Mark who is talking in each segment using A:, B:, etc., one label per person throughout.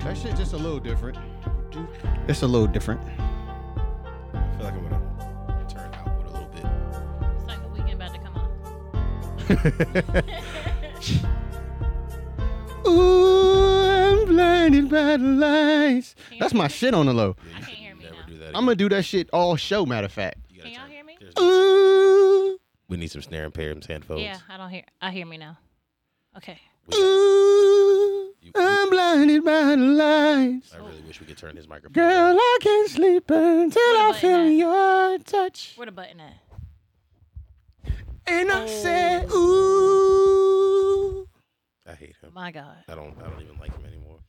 A: That shit just a little different. It's a little different.
B: I feel like I'm gonna turn outward a little bit.
C: It's like the weekend about to come on.
A: Ooh, I'm blinded by the lights. That's my shit on the low.
B: Yeah, you
C: I can't
B: should
C: hear me
B: never
C: now.
B: do that.
A: I'm
B: again.
A: gonna do that shit all show. Matter of fact.
B: You gotta
C: Can y'all
B: turn-
C: hear me?
B: there's-
A: Ooh,
B: We need some snare and pair and headphones.
C: Yeah, I don't hear. I hear me now. Okay.
B: We-
A: ooh, I'm blinded by the lights.
B: I
C: Oh.
B: really wish we could turn his microphone.
A: Girl, I can't sleep until I
C: What
A: feel
C: about
A: your touch.
C: Where the button at?
A: And I say, ooh,
B: I hate him.
C: My God.
B: I don't. I don't even like him anymore.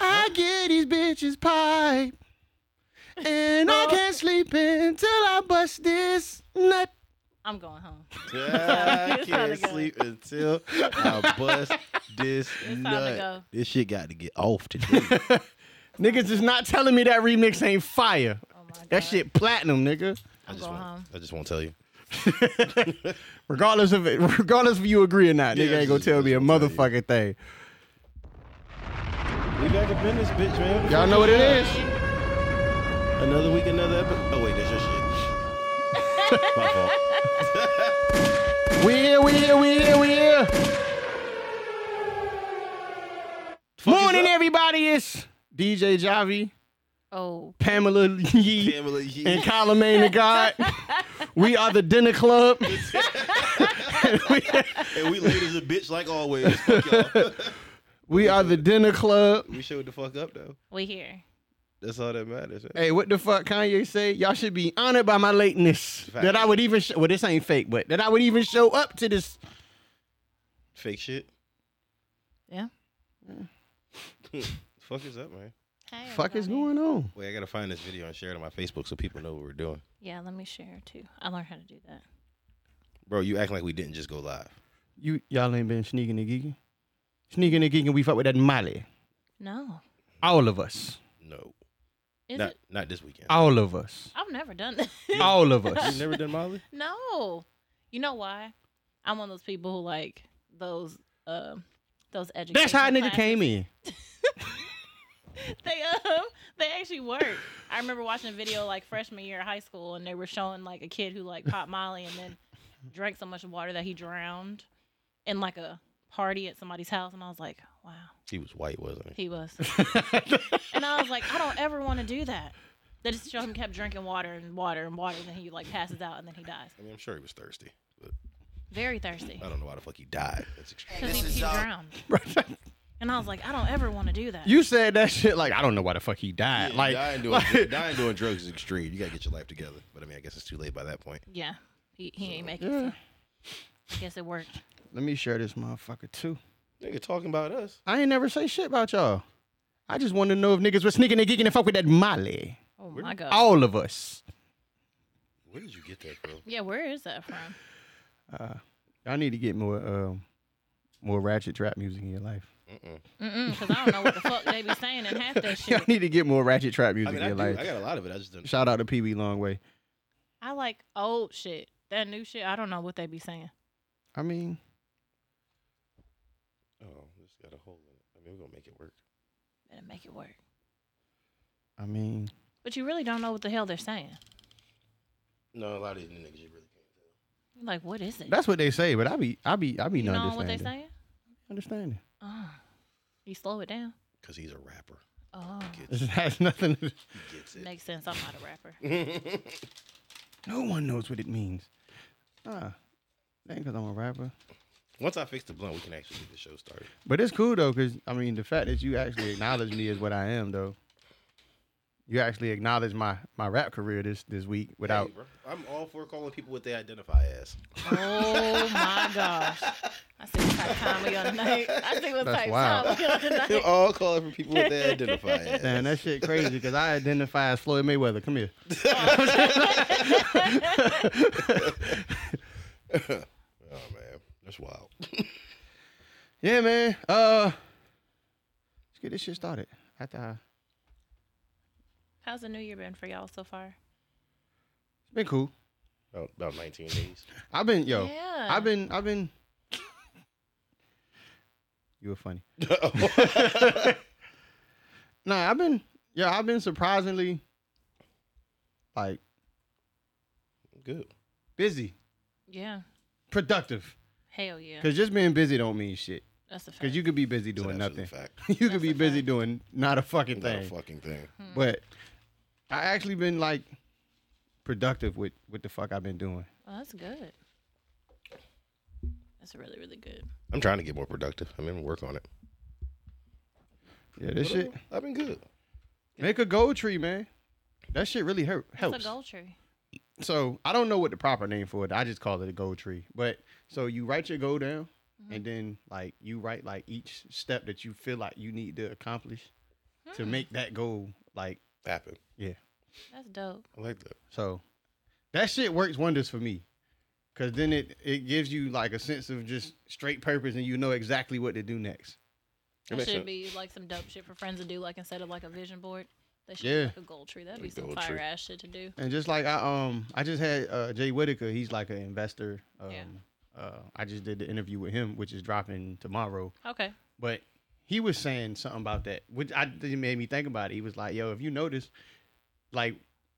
A: I get these bitches pipe. And I can't sleep until I bust this nut.
C: I'm going home.
B: I
C: It's time to
B: can't
C: go.
B: sleep until I bust this
C: It's time to go.
B: nut. This shit got to get off today.
A: Niggas is not telling me that remix ain't fire.
C: Oh my God.
A: That shit platinum, nigga.
B: I just
C: going
B: won't.
C: home.
B: I just won't tell you.
A: Regardless of it, regardless if you agree or not,
B: Yeah,
A: nigga ain't gonna
B: just-
A: tell me a
B: just gonna tell
A: motherfucking thing.
B: We back up in this bitch, man.
A: Y'all know what it is?
B: Another week, another episode. Oh wait, that's your shit. My fault.
A: We here, we here, we here, we here. Morning, everybody. It's DJ Javi,
C: Oh.
A: Pamela Yee.
B: Can't believe you.
A: and Column the God. We are the dinner club. we,
B: And we late as a bitch like always. Fuck y'all.
A: we are the dinner club.
B: we showed the fuck up though.
C: We here.
B: That's all that matters. man.
A: Hey, what the fuck Kanye say? Y'all should be honored by my lateness. That I would even show, well, this ain't fake, but that I would even show up to this.
B: Fake shit.
C: Yeah.
B: fuck is up, man.
C: Hey,
A: Fuck is
C: everybody.
A: going on?
B: Wait, I gotta find this video and share it on my Facebook so people know what we're doing.
C: Yeah, let me share too. I learned how to do that.
B: Bro, you acting like we didn't just go live.
A: You y'all ain't been sneaking and geeking. Sneaking and geeking, we fuck with that Molly.
C: No.
A: All of us.
B: No,
C: Is
B: not
C: it?
B: not this weekend.
A: All of us.
C: I've never done that.
A: All of
B: you
A: us.
B: never done Molly?
C: no. You know why? I'm one of those people who like those um those education.
A: That's how a nigga
C: classes.
A: came in.
C: They um they actually work. I remember watching a video like freshman year of high school and they were showing like a kid who like popped Molly and then drank so much water that he drowned in like a party at somebody's house and I was like, Wow,
B: He was white, wasn't he?
C: he was And I was like, I don't ever want to do that. They just show him kept drinking water and water and water, and then he like passes out and then he dies.
B: I mean, I'm sure he was thirsty, but
C: Very thirsty
B: I don't know why the fuck he died. That's extreme.
C: because he, he drowned. And I was like, I don't ever want to do that.
A: uh, you said that shit like I don't know why the fuck he died.
B: Yeah,
A: like
B: dying doing,
A: like-
B: dying doing drugs is extreme. You gotta get your life together. But I mean, I guess it's too late by that point.
C: yeah, he, he ain't make
A: Yeah.
C: it. So I guess it worked.
A: Let me share this motherfucker too.
B: Nigga, talking about us.
A: I ain't never say shit about y'all. I just wanted to know if niggas was sneaking and geeking and fuck with that Molly.
C: Oh my god.
A: All of us.
B: Where did you get that from?
C: Yeah, where is that from?
A: Y'all need to get more um, more ratchet trap music in your life.
C: Mm because I don't know what the fuck they be saying in half that
A: Y'all
C: shit.
A: need to get more ratchet trap
B: I
A: music in
B: mean, I,
A: your
B: do,
A: life.
B: I got a lot of it. I just don't.
A: Shout out to Pee Wee Longway.
C: I like old shit. That new shit, I don't know what they be saying.
A: I mean,
B: Oh, this got a hole in it. I mean, we're gonna make it work.
C: Better make it work.
A: I mean,
C: But you really don't know what the hell they're saying.
B: No, a lot of these new niggas you really can't.
C: You're like, what is it?
A: that's what they say, but I be, I be, I be
C: you
A: not
C: know
A: understanding.
C: what they saying?
A: Understanding.
C: Oh, you slow it down.
B: Because he's a rapper.
C: Oh,
A: This has nothing. To,
B: He gets it.
C: makes sense. I'm not a rapper.
A: no one knows what it means. Ah, that ain't because I'm a rapper.
B: Once I fix the blunt, we can actually get the show started.
A: But it's cool though, because I mean, the fact that you actually acknowledge me is what I am, though. You actually acknowledge my my rap career this this week without.
B: Hey, bro, I'm all for calling people what they identify as.
C: Oh my gosh. I see what type of time we on tonight. I see what
A: That's
C: type
A: wild. uh
C: of time we on
B: They're
C: tonight.
B: all calling for people what they identify as.
A: Damn, that shit crazy because I identify as Floyd Mayweather. Come here.
B: Oh man, that's wild.
A: Yeah, man. Uh, let's get this shit started. After I, it's
C: How's the new year been for y'all so far?
A: been cool.
B: About, about 19 days.
A: I've been yo.
C: Yeah.
A: I've been. I've been. you were funny. Nah, I've been yeah, I've been surprisingly like
B: Good.
A: busy,
C: Yeah.
A: productive.
C: Hell yeah.
A: Cause just being busy don't mean shit.
C: That's a fact.
A: Cause you could be busy
B: It's an
A: doing
B: absolute
A: nothing.
B: Fact.
A: you could
C: That's
A: be
C: a
A: busy
C: fact.
A: doing not a fucking
B: Not a
A: thing.
B: fucking thing.
A: But I actually been like productive with what the fuck I've been doing.
C: Well, Oh, that's good. That's really, really good.
B: I'm trying to get more productive. I'm gonna work on it.
A: Yeah, this
B: But
A: shit.
B: I've- I've been good.
A: Make a gold tree, man. That shit really help, helps.
C: That's a gold tree.
A: So I don't know what the proper name for it. I just call it a gold tree. But so you write your goal down,
C: Mm-hmm.
A: and then like you write like each step that you feel like you need to accomplish
C: Hmm, Mm.
A: to make that goal. Like
B: Happen.
C: That's dope.
B: I like that.
A: so, that shit works wonders for me, cause then it it gives you like a sense of just straight purpose, and you know exactly what to do next.
B: That
C: That
B: makes
C: should
B: sense.
C: be like some dope shit for friends to do, like instead of like a vision board. They should do,
A: Yeah.
C: like a gold tree. That'd be
B: A
C: some
B: gold tree.
C: fire ass shit to do.
A: And just like I um I just had uh, Jay Whitaker, he's like an investor. Um,
C: Yeah.
A: uh, I just did the interview with him, which is dropping tomorrow.
C: Okay.
A: But he was saying something about that, which I it made me think about it. He was like, "Yo, if you notice, like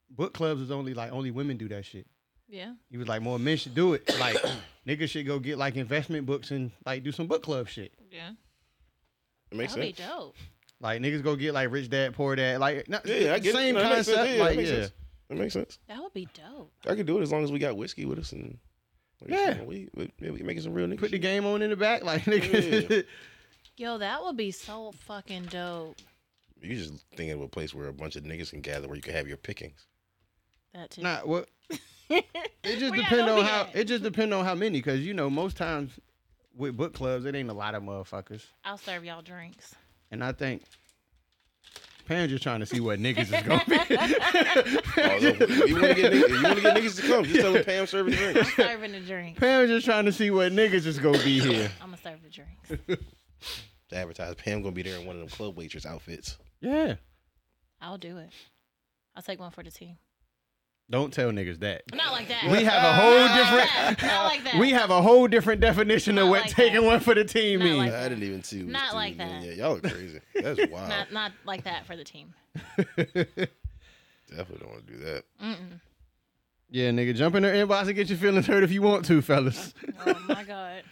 A: book clubs is only like only women do that shit."
C: Yeah.
A: He was like, "More men should do it. Like niggas should go get like investment books and like do some book club shit.
C: Yeah.
B: It makes
C: That'd be
B: sense.
C: dope.
A: Like niggas go get like rich dad poor dad. Like not,
B: Yeah, I get
A: same
B: it. No, that makes
A: concept.
B: sense. Yeah, that
A: like
B: makes
A: yeah,
B: sense. That makes sense.
C: That would be dope.
B: I could do it as long as we got whiskey with us and like,
A: Yeah.
B: some weed. we, yeah, we making some real niggas.
A: put the game on in the back. Like niggas,
B: Yeah.
C: Yo, that would be so fucking dope.
B: You just thinking of a place where a bunch of niggas can gather where you can have your pickings.
C: That too.
A: Nah, well, it just
C: Where y'all
A: depend
C: gonna
A: on
C: be
A: how
C: at?
A: it just depend on how many, because you know most times with book clubs it ain't a lot of motherfuckers,
C: I'll serve y'all drinks.
A: and I think Pam's just trying to see what niggas is gonna be.
B: Oh, no, you want to get niggas, you want to get niggas to come? Just tell them Pam serving drinks.
C: Serving the drink.
A: Pam's just trying to see what niggas is gonna be here.
C: I'm gonna serve the drinks.
B: To advertise, Pam gonna be there in one of them club waitress outfits.
A: Yeah,
C: I'll do it. I'll take one for the team.
A: don't tell niggas that.
C: Not like that.
A: We have a whole
C: Not like that.
A: different.
C: Not like that.
A: We have a whole different definition of
C: Not
A: what
C: like
A: taking
C: that.
A: one for the team
C: Not
A: means.
C: like-
B: I didn't even see. what
C: Not
B: Steve
C: like
B: did.
C: that.
B: Yeah, y'all are crazy. That's wild.
C: not not like that for the team.
B: Definitely don't want to do that.
C: Mm-mm.
A: yeah, nigga, jump in their inbox and get your feelings hurt if you want to, fellas.
C: Oh my god.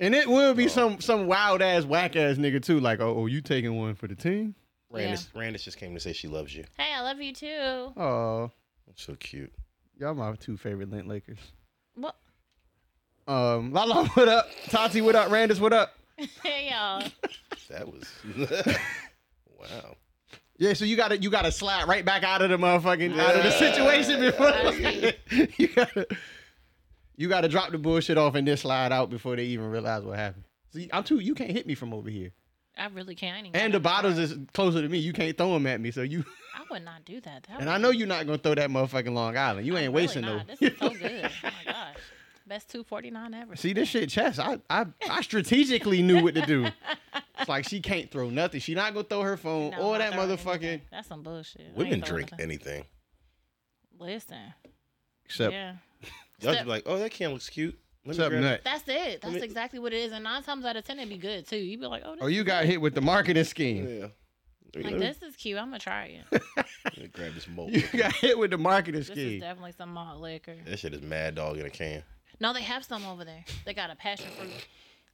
A: And it will be
B: Oh.
A: some some wild ass whack ass nigga too. Like, oh, oh, you taking one for the team?
B: Randis, Randis just came to say she loves you.
C: Hey, I love you too.
A: Oh,
B: That's so cute.
A: y'all my two favorite lint Lakers.
C: What?
A: Um, Lala, what up? Tati, what up? Randis, what up?
C: Hey y'all.
B: That was wow.
A: Yeah, so you gotta you gotta slide right back out of the motherfucking out of the
B: Yeah.
A: situation
C: I
A: before you gotta you gotta drop the bullshit off and then slide out before they even realize what happened. See, I'm too. You can't hit me from over here,
C: I really can't. I ain't even
A: and the
C: gonna
A: bottles
C: try.
A: is closer to me. You can't throw them at me, so you.
C: I would not do that. that
A: And
C: would
A: I know you're not gonna throw that motherfucking Long Island. You
C: I'm
A: ain't
C: really
A: wasting
C: not.
A: no.
C: This is so good. Oh my gosh. Best 249 ever.
A: See this shit, chess. I, I I strategically knew what to do. It's like she can't throw nothing. She not gonna throw her phone
C: No,
A: or
C: I'm
A: that
C: not throwing
A: motherfucking
C: anything. That's some bullshit. I ain't
B: Women
C: throwing
B: drink
C: nothing.
B: anything.
C: Listen.
A: except
C: Yeah.
B: Y'all
C: Except-
B: just be like, oh, that cam looks cute. Let me
A: except
B: grab
A: nut.
C: That's it. That's
B: me-
C: exactly what it is. And nine times out of ten, it'd be good too. You'd be like, oh, this
A: Oh, you
C: is
A: got
C: good.
A: hit with the marketing
B: Yeah.
A: scheme.
B: Let me-
C: Like
B: let me-
C: this is cute. I'm gonna try it.
B: let me grab this mold.
A: You got hit with the marketing
C: This is
A: scheme.
C: definitely some malt liquor.
B: That shit is mad dog in a can.
C: No, they have some over there. They got a passion fruit.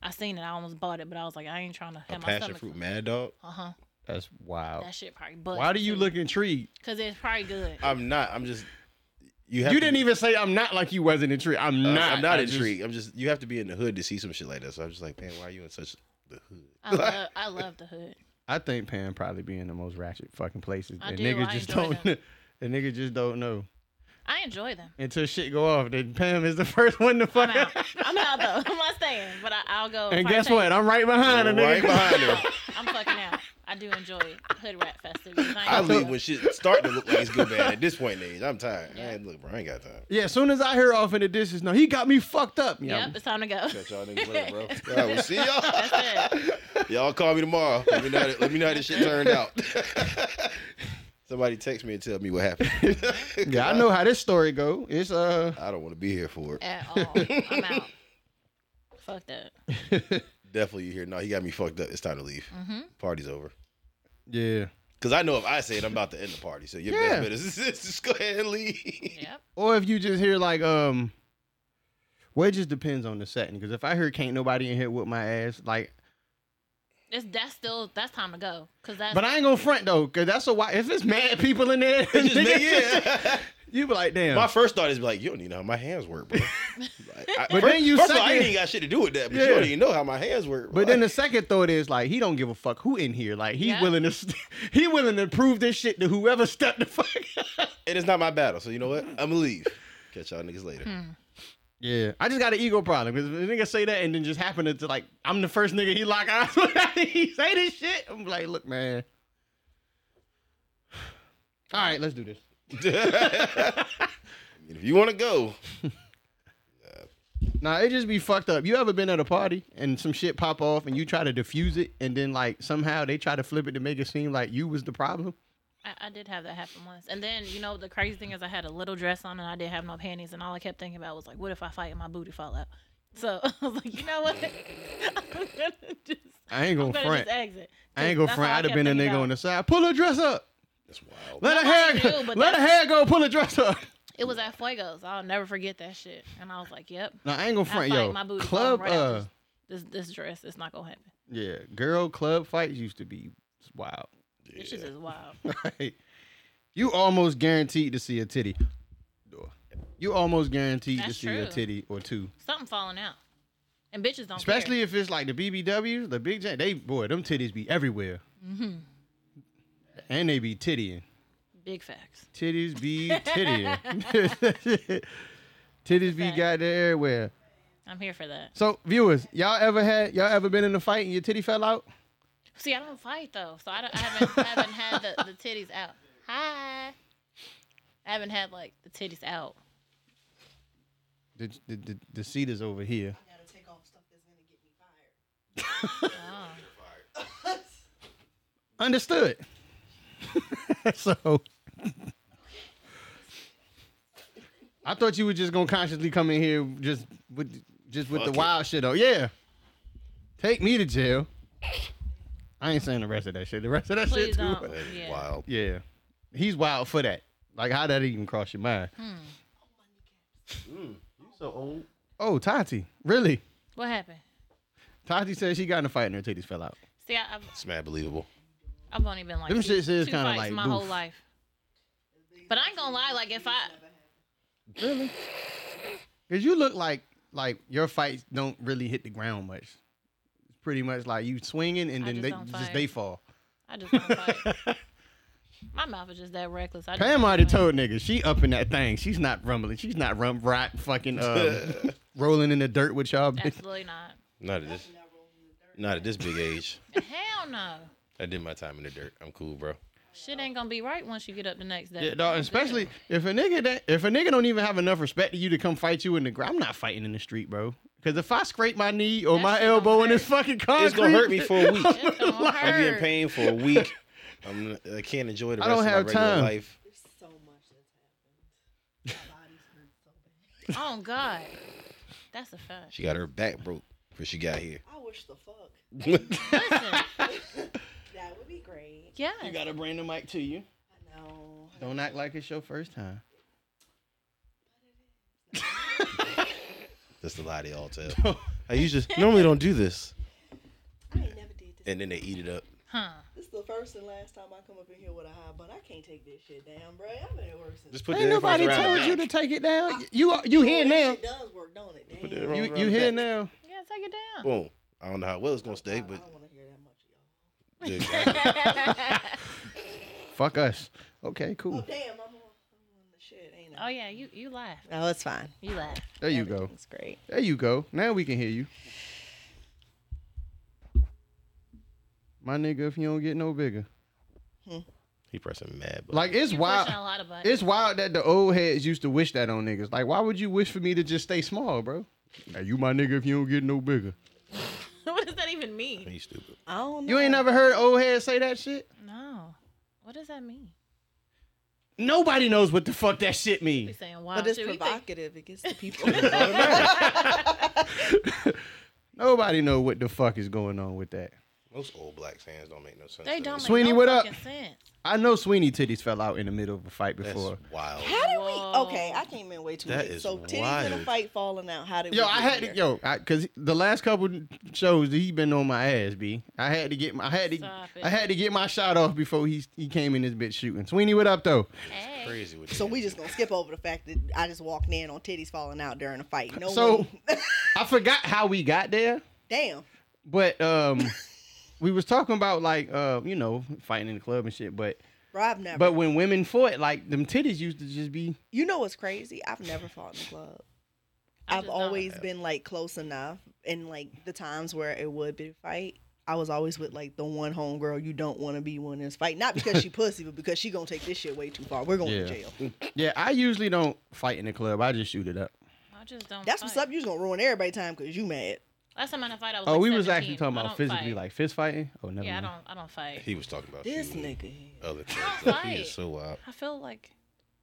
C: I seen it. I almost bought it, but I was like, I ain't trying to
B: A
C: have my
B: passion
C: stomach.
B: fruit mad dog.
C: Uh huh.
A: That's wild.
C: That shit probably. Bust
A: Oh. Why do you look intrigued?
C: Because it's probably good.
B: I'm not. I'm just. You have
A: You
B: to-
A: didn't even say I'm not like you wasn't intrigued. Uh, I'm
B: I'm
A: not.
B: I'm not
A: I just-
B: intrigued. I'm just. You have to be in the hood to see some shit like that. So I'm just like, man, why are you in such the hood?
C: I love. I love the hood.
A: I think Pam probably be in the most ratchet fucking places.
C: I
A: and
C: do.
A: niggas
C: I
A: just
C: enjoy
A: don't.
C: them.
A: The niggas just don't know
C: I enjoy them.
A: until shit go off. Then Pam is the first one to
C: I'm
A: fuck
C: out.
A: up.
C: I'm out though. I'm not staying, but I, I'll go.
A: And guess
C: partake.
A: what? I'm right behind a
B: right
A: nigga.
B: behind her.
C: I'm fucking out. I do enjoy hood rat festivities. ain't
B: I
C: gonna
B: leave
C: lie.
B: when shit starting to look like it's good bad at this point in the age. I'm tired. I ain't look, bro. I ain't got time.
A: Yeah, as soon as I hear off in the distance, no, he got me fucked up. Yeah.
C: Yep, it's time to go.
B: Catch y'all niggas later, bro. All right, we'll see y'all.
C: That's it.
B: Y'all call me tomorrow. Let me know. How, let me know how this shit turned out. Somebody text me and tell me what happened.
A: Yeah, I know how this story go. It's uh
B: I don't want to be here for it.
C: At all. I'm out. Fuck that.
B: Definitely you here. No, he got me fucked up. It's time to leave.
C: Mm-hmm.
B: Party's over.
A: yeah.
B: Because I know if I say it, I'm about to end the party. So your
A: Yeah.
B: best bet is just go ahead and leave.
C: Yep.
A: Or if you just hear like um well it just depends on the setting. Cause if I hear can't nobody in here with my ass, like
C: It's, that's still that's time to go because that's
A: but I ain't gonna front though, cause that's a why if it's mad people in there,
B: It's just
A: nigga,
B: me, yeah.
A: you be like, damn.
B: My first thought is be like, you don't even know how my hands work, bro. Like, I,
A: But
B: first,
A: then you
B: first of all, I
A: second-
B: ain't got shit to do with that, but you
A: Yeah.
B: don't even know how my hands work. bro.
A: But then the
B: Like,
A: second thought is like he don't give a fuck who in here. Like he's
C: Yeah.
A: willing to he willing to prove this shit to whoever stepped the fuck. up.
B: it is not my battle, so you know what? I'm gonna leave. Catch y'all niggas later.
C: Hmm.
A: Yeah, I just got an ego problem because if a nigga say that and then just happen to, to, like I'm the first nigga he lock eyes with after he say this shit. I'm like, look, man. All right, let's do this.
B: I mean, if you want to go,
A: Nah, it just be fucked up. You ever been at a party and some shit pop off and you try to diffuse it and then like somehow they try to flip it to make it seem like you was the problem?
C: I, I did have that happen once. And then, you know, the crazy thing is I had a little dress on and I did have no panties and all I kept thinking about was like, what if I fight and my booty fall out? So I was like, you know what? I'm gonna just
A: I ain't
C: I'm
A: gonna
C: gonna
A: front.
C: just exit.
A: I ain't gonna
C: That's
A: front.
C: how I
A: I'd have
C: kept
A: been a
C: thinking
A: nigga
C: about
A: on
C: it.
A: the side. Pull her dress up.
B: that's wild.
A: Let her hair
C: Nobody knew, but
A: let her
C: that's-
A: hair go. Pull her dress up.
C: It was at Fuego's. I'll never forget that shit. And I was like, Yep.
A: No, I ain't gonna
C: I
A: front,
C: fight,
A: yo.
C: my booty fall
A: club,
C: right out
A: uh,
C: This this dress is not gonna happen.
A: yeah, girl club fights used to be wild.
C: This shit
B: Yeah.
C: is wild.
A: Like, you almost guaranteed to see a titty. You almost guaranteed to
C: That's
A: see a
C: true.
A: titty or two,
C: Something falling out. And bitches don't care.
A: especially if it's like the BBWs, the Big J. They boy, them titties be everywhere,
C: Mm-hmm.
A: and they be tittying.
C: big facts.
A: Titties be tittying. titties be
C: Fact.
A: goddamn everywhere.
C: I'm here for that.
A: So viewers, y'all ever had y'all ever been in a fight and your titty fell out?
C: See, I don't fight though, so I, don't, I haven't I haven't had the, the titties out. Hi. I haven't had like the titties out.
A: The the, the, the seat is over here.
D: gotta take off stuff that's gonna get me fired.
C: Oh.
A: Understood. so I thought you were just gonna consciously come in here just with just with
B: Fuck
A: the
B: it.
A: wild shit though. Yeah. Take me to jail. I ain't saying the rest of that shit. The rest of that
C: Please
A: shit too.
C: don't.
B: That is
C: Yeah.
B: wild.
A: Yeah. He's wild for that. Like how that even cross your mind.
B: So old.
A: Oh, Tati. Really?
C: What happened?
A: Tati said she got in a fight and her titties fell out.
C: See, I, I've
B: It's mad believable.
C: I've only been like
A: Them
C: two,
A: shits is
C: two
A: kinda
C: fights
A: like
C: my whole
A: doof.
C: life. But I ain't gonna lie, like if I
A: Really? Cause you look like like your fights don't really hit the ground much. It's pretty much like you swinging and
C: I
A: then
C: just
A: they
C: don't
A: just
C: fight.
A: they fall.
C: I just don't fight. my mouth is just that reckless. I just
A: Pam
C: don't
A: already
C: fight.
A: told niggas she up in that thing. She's not rumbling. She's not rum rot fucking uh, rolling in the dirt with y'all. bitch.
C: Absolutely not.
B: Not at this. Not at this big age.
C: Hell no.
B: I did my time in the dirt. I'm cool, bro.
C: Shit ain't gonna be right once you get up the next day.
A: Yeah, dog, especially if a nigga that if a nigga don't even have enough respect to you to come fight you in the ground. I'm not fighting in the street, bro. Cause if I scrape my knee or
C: That
A: my
C: shit gonna
A: elbow in
C: hurt.
A: this fucking concrete,
B: It's gonna hurt me for a week.
C: It's gonna
B: I'm be in
C: hurt.
B: pain for a week. I'm, I can't enjoy the
A: I
B: rest
A: don't
B: of my
A: have
B: regular
A: time.
B: life.
D: There's so much that's happened. My body's hurt so bad.
C: Oh God. That's a fact.
B: She got her back broke when she got here.
D: I wish the fuck.
C: Listen.
D: That would be great.
C: Yes.
A: You gotta bring the mic to you.
D: I know.
A: Don't act like it's your first time.
B: That's the lie they all tell. I usually normally don't do this,
D: I ain't never did this.
B: and then they eat it up.
C: Huh.
D: This is the first and last time I come up in here with a high bun. I can't take this shit down, bro. I've been at work since.
B: Just put
A: Ain't
B: the headphones
A: nobody
B: around.
A: told you to take it down. You you
D: Oh,
A: here
D: that
A: now.
D: shit does work, don't it? Damn.
B: the-
A: You
B: Around
A: you here
B: back.
A: now.
C: Yeah, take it down.
B: Boom. I don't know how well it's gonna
D: I,
B: stay,
D: I
B: but
D: don't want to hear that much of y'all.
B: Yeah, exactly.
A: Fuck us. Okay,
D: Oh,
A: cool.
D: damn. I'm on, I'm on the shit, ain't
C: oh
D: I?
C: yeah, you you laugh.
D: No, it's fine.
C: You laugh.
A: There you go.
D: It's great.
A: There you go. Now we can hear you. My nigga, if you don't get no bigger,
B: he pressing mad. But
A: like it's
C: You
A: wild.
C: pushing a lot of buttons.
A: It's wild that the old heads used to wish that on niggas. Like, why would you wish for me to just stay small, bro? Now you my nigga if you don't get no bigger.
C: what does that even mean?
B: he's stupid.
D: I don't know.
A: You ain't never heard old heads say that shit.
C: No. What does that mean?
A: Nobody knows what the fuck that shit
C: He's
A: means.
C: saying wow.
D: But it's
C: shit, we think-
D: provocative. It gets the people.
A: Nobody know what the fuck is going on with that.
B: Most old black fans don't make no sense.
C: They
B: to
C: don't
B: me.
C: make
A: Sweeney,
C: no
A: what up?
C: fucking sense.
A: I know Sweeney titties fell out in the middle of a fight
B: That's
A: before.
B: wild.
D: How did we?
C: Whoa.
D: Okay, I came in way too
B: That
D: late.
B: is
D: So titties in
B: wild.
D: a fight falling out. How did
A: Yo,
D: we
A: I
D: get
A: had
D: here?
A: to yo, I, cause the last couple shows he been on my ass, b. I had to get my, I had to,
C: Stop it.
A: I had to get my shot off before he he came in this bitch shooting. Sweeney, what up though?
C: Hey.
B: Crazy with
D: So
B: that.
D: we just gonna skip over the fact that I just walked in on titties falling out during a fight. No
A: So-
D: one-
A: I forgot how we got there,
D: damn.
A: but um, we was talking about like uh, you know, fighting in the club and shit. But
D: Rob never.
A: but when women fought, like them titties used to just be
D: you know what's crazy? I've never fought in the club.
C: I
D: I've
C: just don't.
D: always been like close enough, and like the times where it would be a fight, I was always with like the one homegirl you don't want to be one in this fight. Not because she pussy, but because she gonna take this shit way too far. We're going
A: yeah.
D: to jail.
A: Yeah, I usually don't fight in the club. I just shoot it up.
C: I just don't.
D: That's what's
C: fight.
D: up. You just gonna ruin everybody time because you mad.
C: Last time I had a fight, I was.
A: Oh,
C: like
A: we was
C: 17.
A: actually talking
C: I
A: about
C: don't
A: physically,
C: fight.
A: like fist fighting. Oh, never
C: Yeah, I
A: mind.
C: don't. I don't fight.
B: He was talking about
D: This
B: you and
D: nigga, here.
B: Other things.
C: Don't
B: He is
C: fight.
B: so wild.
C: I feel like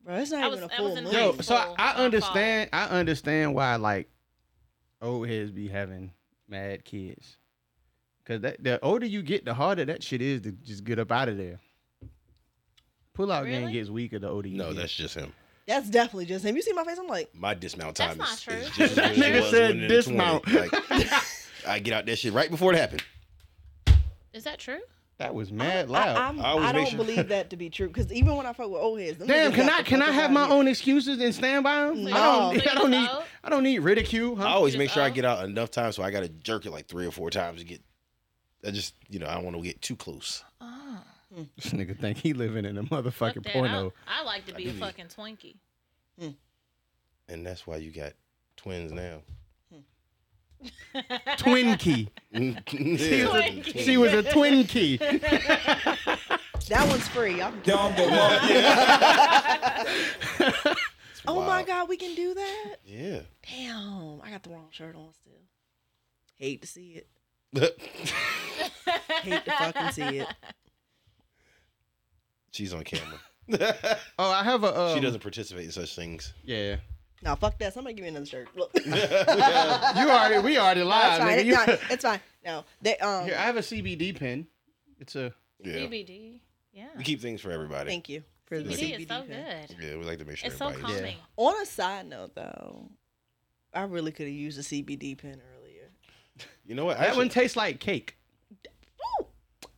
D: bro, it's not
C: I was-
D: even a
C: I was
D: full
C: in
D: moon.
C: the
A: Yo,
C: Please.
A: so I, I
C: Full, full
A: understand. I understand why like old heads be having mad kids, cause that the older you get, the harder that shit is to just get up out of there. Pull out game
C: Really?
A: gets weaker the older you
B: No,
A: get.
B: that's just him.
D: That's definitely just him. You see my face? I'm like,
B: My dismount time
C: That's not
B: is, is
C: true.
B: just
A: That
B: as it
A: nigga
B: was
A: said
B: when in the 20.
A: dismount.
B: Like, I get out that shit right before it happened.
C: is that true?
A: that was mad
D: I,
A: loud.
D: I'm,
B: I
D: I,
B: always make
D: don't
B: sure-
D: believe that to be true because even when I fuck with old heads, them
A: Damn,
D: niggas
A: can
D: got
A: I
D: the
A: can I
D: fuck up
A: have
D: out
A: my
D: here.
A: own excuses and stand by them?
D: No.
A: I
C: So
A: don't.
C: you
A: I don't need.
C: out?
A: I don't need ridicule. Huh?
B: I always make
C: Just
B: sure
C: uh-huh.
B: I
C: out?
B: get out enough time so I got to jerk it like three or four times to get. I just, you know, I don't want to get too close.
C: Oh,
A: This nigga think he living in a
C: fuck
A: motherfucking
C: that.
A: porno.
C: I, I like to
B: I
C: be
B: do
C: a
B: need-
C: fucking Twinkie.
B: And that's why you got twins now.
A: Twin key. She was a,
C: Twinkie.
A: she was a twin key.
D: That one's free. Y'all can Oh my
B: wild.
D: god, we can do that.
B: Yeah.
D: Damn, I got the wrong shirt on still. Hate to see it. Hate to fucking see it.
B: She's on camera.
A: Oh, I have a. Um,
B: she doesn't participate in such things.
A: Yeah.
D: Now fuck that. Somebody give me another shirt. Look,
A: You already. We already live.
D: it's fine.
A: nigga. You-
D: It's fine. It's fine. No, they um.
A: Here, I have a CBD pen. It's a.
B: Yeah.
C: CBD. Yeah.
B: We keep things for everybody.
D: Thank you for the
C: CBD is so
D: CBD
C: good.
D: pen.
B: Yeah, we like to make sure
C: It's so
B: everybody.
C: calming.
D: On a side note, though, I really could have used a CBD pen earlier.
B: You know what?
A: That
B: Actually,
A: one tastes like cake.
D: Ooh,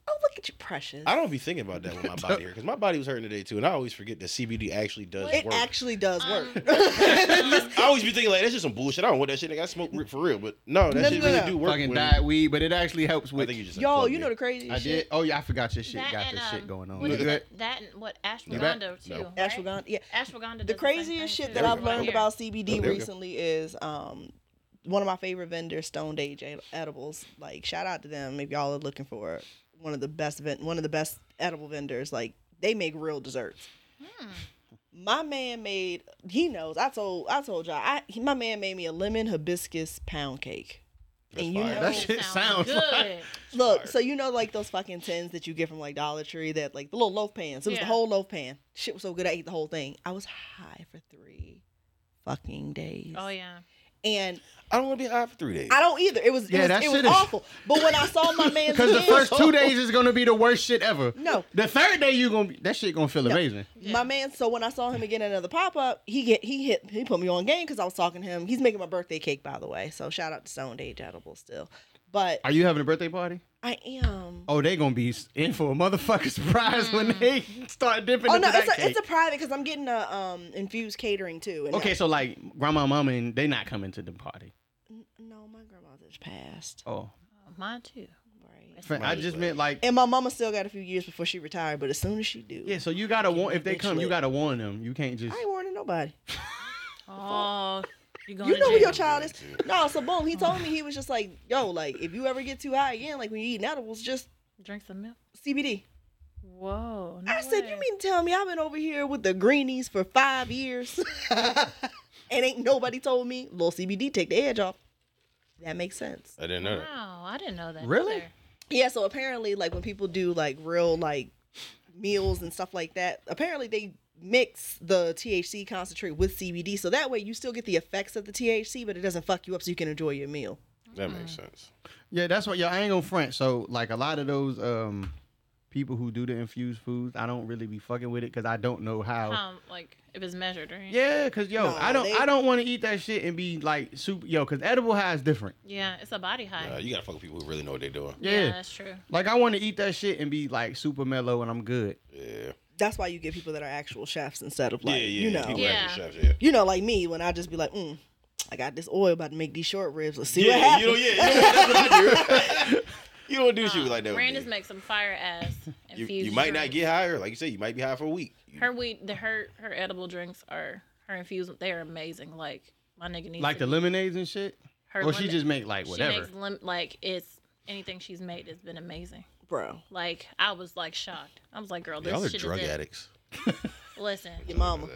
D: oh look at you, precious.
B: I don't be thinking about that with my body here because my body was hurting today too, and I always forget that CBD actually does
D: It
B: work.
D: actually does work.
C: Um,
B: I always be thinking like that's just some bullshit. I don't want that shit. Like, I smoke rip for real, but no, that
D: No,
B: shit
D: no, no,
B: really
D: no.
B: do work.
A: Fucking
B: when-
A: diet weed, but it actually helps
B: I
A: with.
B: think you just
D: Yo,
B: unplugged
D: you
B: it.
D: know the crazy
A: I
D: shit.
A: did. Oh yeah, I forgot your shit.
C: That
A: Got
C: and,
A: this shit
C: um,
A: going on.
C: what
A: You
C: is
A: good?
C: that- That and what
A: back?
C: ashwagandha too.
B: No.
C: right?
D: Ashwagandha. Yeah,
C: Ashwagandha. does
D: the
C: same
D: craziest
C: thing,
D: shit
C: too.
B: There
D: that
B: we
D: I've
B: go.
D: learned
C: Right
D: about
B: Oh,
D: CBD
B: there we go.
D: recently is um, one of my favorite vendors, Stone Age Ed- Edibles. Like, shout out to them if y'all are looking for one of the best event, one of the best edible vendors. Like, they make real desserts. My man made. He knows. I told. I told y'all. I he, my man made me a lemon hibiscus pound cake.
B: That's
D: and you
B: fire.
D: know-
A: That
C: here.
A: shit sounds like.
C: good.
D: Look,
B: Fire.
D: so you know, like those fucking tins that you get from like Dollar Tree, that like the little loaf pans. It was
C: Yeah.
D: the whole loaf pan. Shit was so good, I ate the whole thing. I was high for three fucking days.
C: Oh yeah.
D: And
B: I don't want to be high for three days.
D: I don't either. It was it
A: Yeah,
D: was,
A: that
D: it was
A: shit is-
D: awful. But when I saw my man's
A: Because the
D: hands-
A: first two days is gonna be the worst shit ever.
D: No.
A: The third day you gonna be that shit gonna feel amazing.
D: my man. So when I saw him again at another pop up, he get he hit he put me on game because I was talking to him. He's making my birthday cake by the way. So shout out to Stone Age Edible still. But
A: Are you having a birthday party?
D: I am.
A: Oh, they gonna be in for a motherfucking surprise when they start dipping
D: Mm. Oh
A: into
D: no,
A: that
D: it's a,
A: cake.
D: it's a private because I'm getting a um infused catering too. And
A: Okay, so like grandma, mama, and they not coming to the party.
D: no, my grandma just passed.
A: Oh,
C: Mine too.
D: Right.
A: Fr- I just meant like
D: And my mama still got a few years before she retired, but as soon as she do,
A: yeah. So you gotta warn if they
D: Bitch
A: come, you
D: lit.
A: gotta warn them. You can't just
D: I ain't warning nobody.
C: Oh, you going
D: You
C: to
D: know who
C: jail.
D: your child is. No, so boom, he told me he was just like, yo, like if you ever get too high again, like when you eating edibles, just
C: drink some milk.
D: CBD.
C: Whoa.
D: I said, you mean to tell me I've been over here with the greenies for five years, and ain't nobody told me little CBD take the edge off. That makes sense.
B: I didn't know that.
C: Wow, I didn't know that.
A: Uh, Really?
C: either.
D: Yeah. So apparently, like when people do like real like meals and stuff like that, apparently they mix the THC concentrate with CBD, so that way you still get the effects of the THC, but it doesn't fuck you up, so you can enjoy your meal.
B: That makes sense.
A: yeah. That's what y'all. I ain't gonna front. So like a lot of those um people who do the infused foods, I don't really be fucking with it because I don't know how.
C: Um, like if it's measured, right?
A: Oh. Yeah, cause yo,
D: No,
A: I don't,
D: they-
A: I don't want to eat that shit and be like super, yo, cause edible high is different.
C: Yeah, it's a body
B: Uh,
C: high.
B: you gotta fuck with people who really know what they're doing.
A: Yeah.
C: that's true.
A: Like I want to eat that shit and be like super mellow and I'm good.
B: Yeah.
D: That's why you get people that are actual chefs instead of like
B: yeah, yeah.
D: you know,
B: People
C: Yeah.
B: actually chefs, yeah.
D: you know, like me when I just be like, mm, I got this oil about to make these short ribs. Let's see what
B: Yeah, you
D: happens.
B: don't, yeah, you don't, that's what I do. you don't do shit like that. with
C: Randa's
B: me.
C: makes some fire ass
B: you,
C: infused.
B: you might not
C: drinks.
B: get higher. Like you said, you might be high for a week. You-
C: her weed. The, her her edible drinks are her infused. They are amazing. Like my nigga needs
A: Like
C: to
A: the lemonades and shit.
C: Her
A: or she
C: lemon-
A: just make like
C: she
A: whatever.
C: makes lim- like it's anything she's made has been amazing.
D: bro.
C: Like I was like shocked. I was like, girl, this
B: Y'all are
C: shit
B: drug
C: is it.
B: addicts. Oh
C: Listen,
D: Your mama.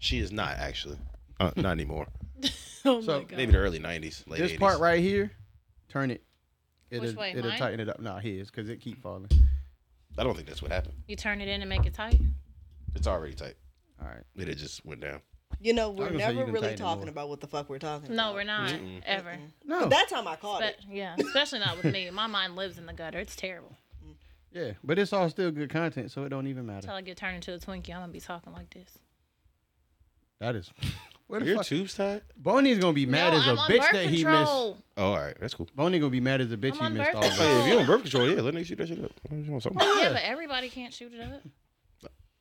B: She is not actually. Uh, not anymore.
A: So,
C: oh my god,
B: Maybe the early '90s, late
A: this
B: '80s.
A: part right here, turn it. It'll,
C: way,
A: it'll
C: mine?
A: tighten it up. Nah, his, cause it keep falling.
B: I don't think that's what happened.
C: you turn it in and make it tight.
B: It's already tight.
A: All right.
B: It had just went down.
D: You know, we're
A: gonna say you
D: never
A: can
D: really
A: tighten it
D: talking
A: more.
D: about what the fuck we're talking.
C: No,
D: about.
C: we're not ever.
A: No.
D: That time I caught
C: But
D: it.
C: yeah, especially not with me. My mind lives in the gutter. It's terrible.
A: yeah, but it's all still good content, so it don't even matter.
C: Until I get turned into a Twinkie, I'm gonna be talking like this.
A: That is. Where
B: Are
A: the
B: your
A: fuck?
B: tubes tied?
A: Boney's gonna be mad
C: no,
A: as a
C: I'm on
A: bitch
C: birth
A: that he missed.
C: control.
B: Oh, all right, that's cool.
A: Boney gonna be mad as a bitch
C: I'm
A: he
C: on
A: missed
C: birth
A: all of
B: Hey,
A: us.
C: control.
B: if you on birth control, yeah, let niggas shoot that shit up. You want something?
C: Yeah, but everybody can't shoot it up.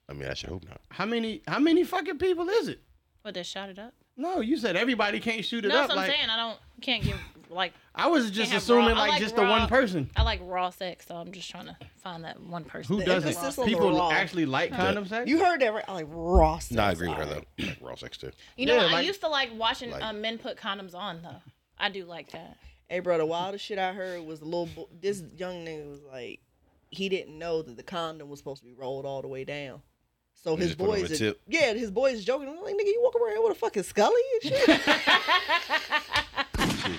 B: I mean, I should hope not.
A: How many? How many fucking people is it?
C: What they shot it up?
A: No, you said everybody can't shoot it
C: no,
A: up.
C: that's what I'm
A: Like
C: saying. I don't can't give like
A: I was just
C: have
A: assuming
C: raw- I
A: like,
C: like
A: just the
C: raw-
A: one person.
C: I like raw sex, so I'm just trying to find that one person.
A: Who
D: The
A: doesn't?
D: emphasis on the
A: People
D: raw.
A: actually like condom sex.
D: You heard that right? I like raw. sex.
B: Nah, I agree with her
D: All right.
B: though. Like raw sex too.
C: You know,
A: Yeah,
C: what? I
A: like-
C: used to like watching
B: like-
C: um, men put condoms on though. I do like that.
D: Hey, bro, the wildest shit I heard was the little bo- this young nigga was like, he didn't know that the condom was supposed to be rolled all the way down. So
B: You
D: his
B: just put it on
D: boys,
B: the
D: is-
B: tip.
D: yeah, his boys is joking. I'm like, nigga, you walk around here with a fucking Scully and shit.
B: Shit,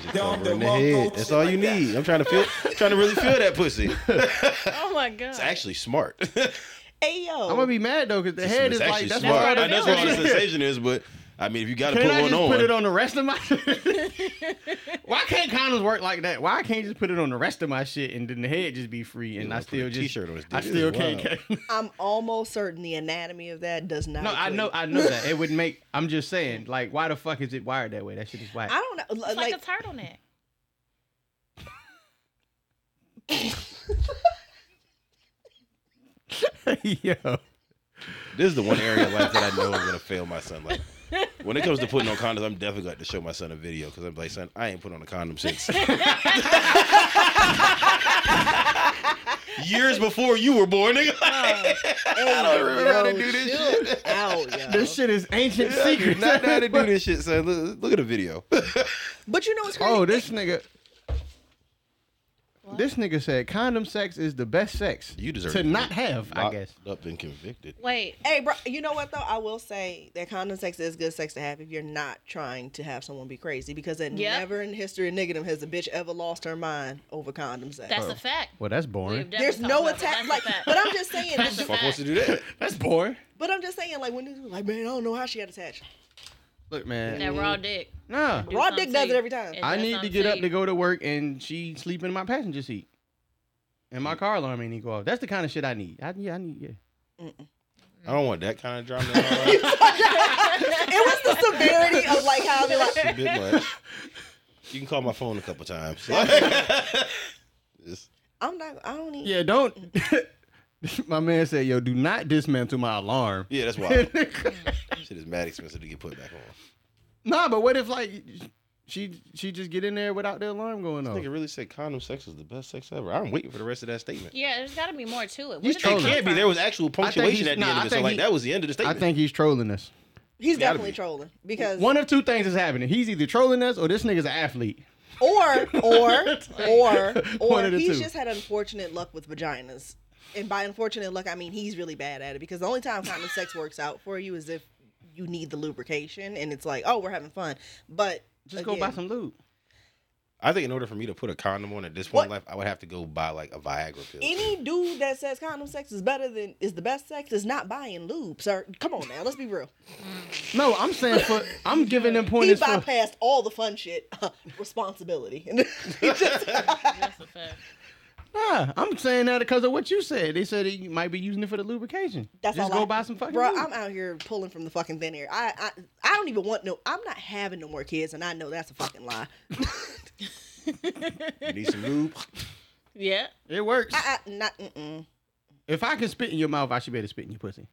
B: just
E: Don't
B: cover in the
E: the
B: head.
E: local
B: That's
E: shit
B: all
E: like
B: you
E: that.
B: need. I'm trying to feel, trying to really feel that pussy. it's
C: oh my god!
B: actually smart.
D: hey yo,
A: I'm gonna be mad though because the head
B: it's
A: is
B: actually
A: like that's
B: smart.
A: why
B: I know That's
C: feel
B: what all the sensation is, but I mean, if you gotta
A: Can
B: put
A: I
B: one
A: just put it
B: on,
A: on the rest of my? Why can't condoms work like that? Why I can't just put it on the rest of my shit and then the head just be free and
B: Yeah,
A: I
B: put a
A: still just
B: t-shirt on his
A: I
B: dick.
A: still
B: Wow.
A: can't. ca-
D: I'm almost certain the anatomy of that does not.
A: no, I
D: equate.
A: know, I know that it would make. I'm just saying, like, why the fuck is it wired that way? That shit is whack.
D: I don't know. li-
C: it's
D: like,
C: like, a turtleneck.
A: Yo,
B: this is the one area of life that I know I'm gonna fail my son. Like when it comes to putting on condoms, I'm definitely going to show my son a video because I'm like, son, I ain't put on a condom since years before you were born, nigga.
D: I
B: don't remember how to do this shit.
D: Out, yo.
A: this shit is ancient secret.
B: Not know how to do this shit, son. Look, look at the video.
D: But you know what's crazy?
A: Oh, this nigga. This nigga said condom sex is the best sex
B: You deserve
A: to
B: it.
A: not have. I guess.
B: Up and convicted.
C: Wait,
D: Hey, bro, you know what though? I will say that condom sex is good sex to have if you're not trying to have someone be crazy because it
C: Yep.
D: never in the history of niggardom has a bitch ever lost her mind over condom sex.
C: that's a fact.
A: Well, that's
C: We've
A: boring.
C: definitely
D: There's
C: talked
D: no
C: about it.
D: attack,
C: That's a
D: like,
C: fact.
D: but I'm just saying,
C: That's a
B: Fuck wants
C: fact.
B: to do that.
A: That's boring.
D: but I'm just saying, like when this was like, man, I don't know how she got attached.
A: Look, man.
C: That raw dick.
A: Nah.
C: Do
D: Raw
C: something
D: dick
C: to
D: does it
C: you.
D: every time.
A: I
C: does
A: need to
C: something
A: get up
C: you.
A: to go to work and she sleeping in my passenger seat. And my car alarm ain't even go off. That's the kind of shit I need. I yeah, I need yeah.
B: I don't want that kind of drama. It's
D: it was the severity of like how they like.
B: a bit much. You can call my phone a couple times. Just-
D: I'm not. I don't need.
A: Yeah, don't my man said, yo, do not dismantle my alarm.
B: yeah, that's wild. shit is mad expensive to get put back on.
A: nah, but what if like she she just get in there without the alarm going
B: I
A: off?
B: think it really said condom sex is the best sex ever. I'm waiting for the rest of that statement.
C: Yeah, there's got to be more to it. Where
A: He's
C: did
B: It
C: that
A: trolling.
C: come
B: can't be.
C: from?
B: There was actual punctuation
A: he's-
B: at the
A: nah,
B: end
A: I
B: of it. So
A: think
B: like
A: he-
B: that was the end of the
A: I
B: statement.
A: think he's trolling us.
D: He's
B: gotta
D: definitely
B: be.
D: trolling because
A: One of two things is happening. He's either trolling us or this nigga's an athlete.
D: or or or or
A: One of the
D: he's
A: two.
D: just had unfortunate luck with vaginas. And by unfortunate luck, I mean he's really bad at it because the only time common sex works out for you is if you need the lubrication and it's like, oh, we're having fun. But
A: Just go buy
D: again,
A: some lube.
B: I think in order for me to put a condom on at this point in
D: What?
B: life, I would have to go buy like a Viagra pill.
D: Any dude that says condom sex is better than is the best sex is not buying lube, sir. Come on now, let's be real.
A: No, I'm saying for I'm giving them
D: He
A: pointers for
D: bypassed all the fun shit, responsibility. He just-
C: That's a fact.
A: Nah, I'm saying that because of what you said. They said you might be using it for the lubrication.
D: That's
A: Just
D: all
A: go
D: I-
A: buy some fucking.
D: Bro,
A: lube.
D: I'm out here pulling from the fucking thin air. I, I I don't even want no. I'm not having no more kids, and I know that's a fucking lie.
B: You need some lube.
C: Yeah.
A: it works.
D: I, I not. Mm-mm.
A: if I can spit in your mouth, I should be able to spit in your pussy.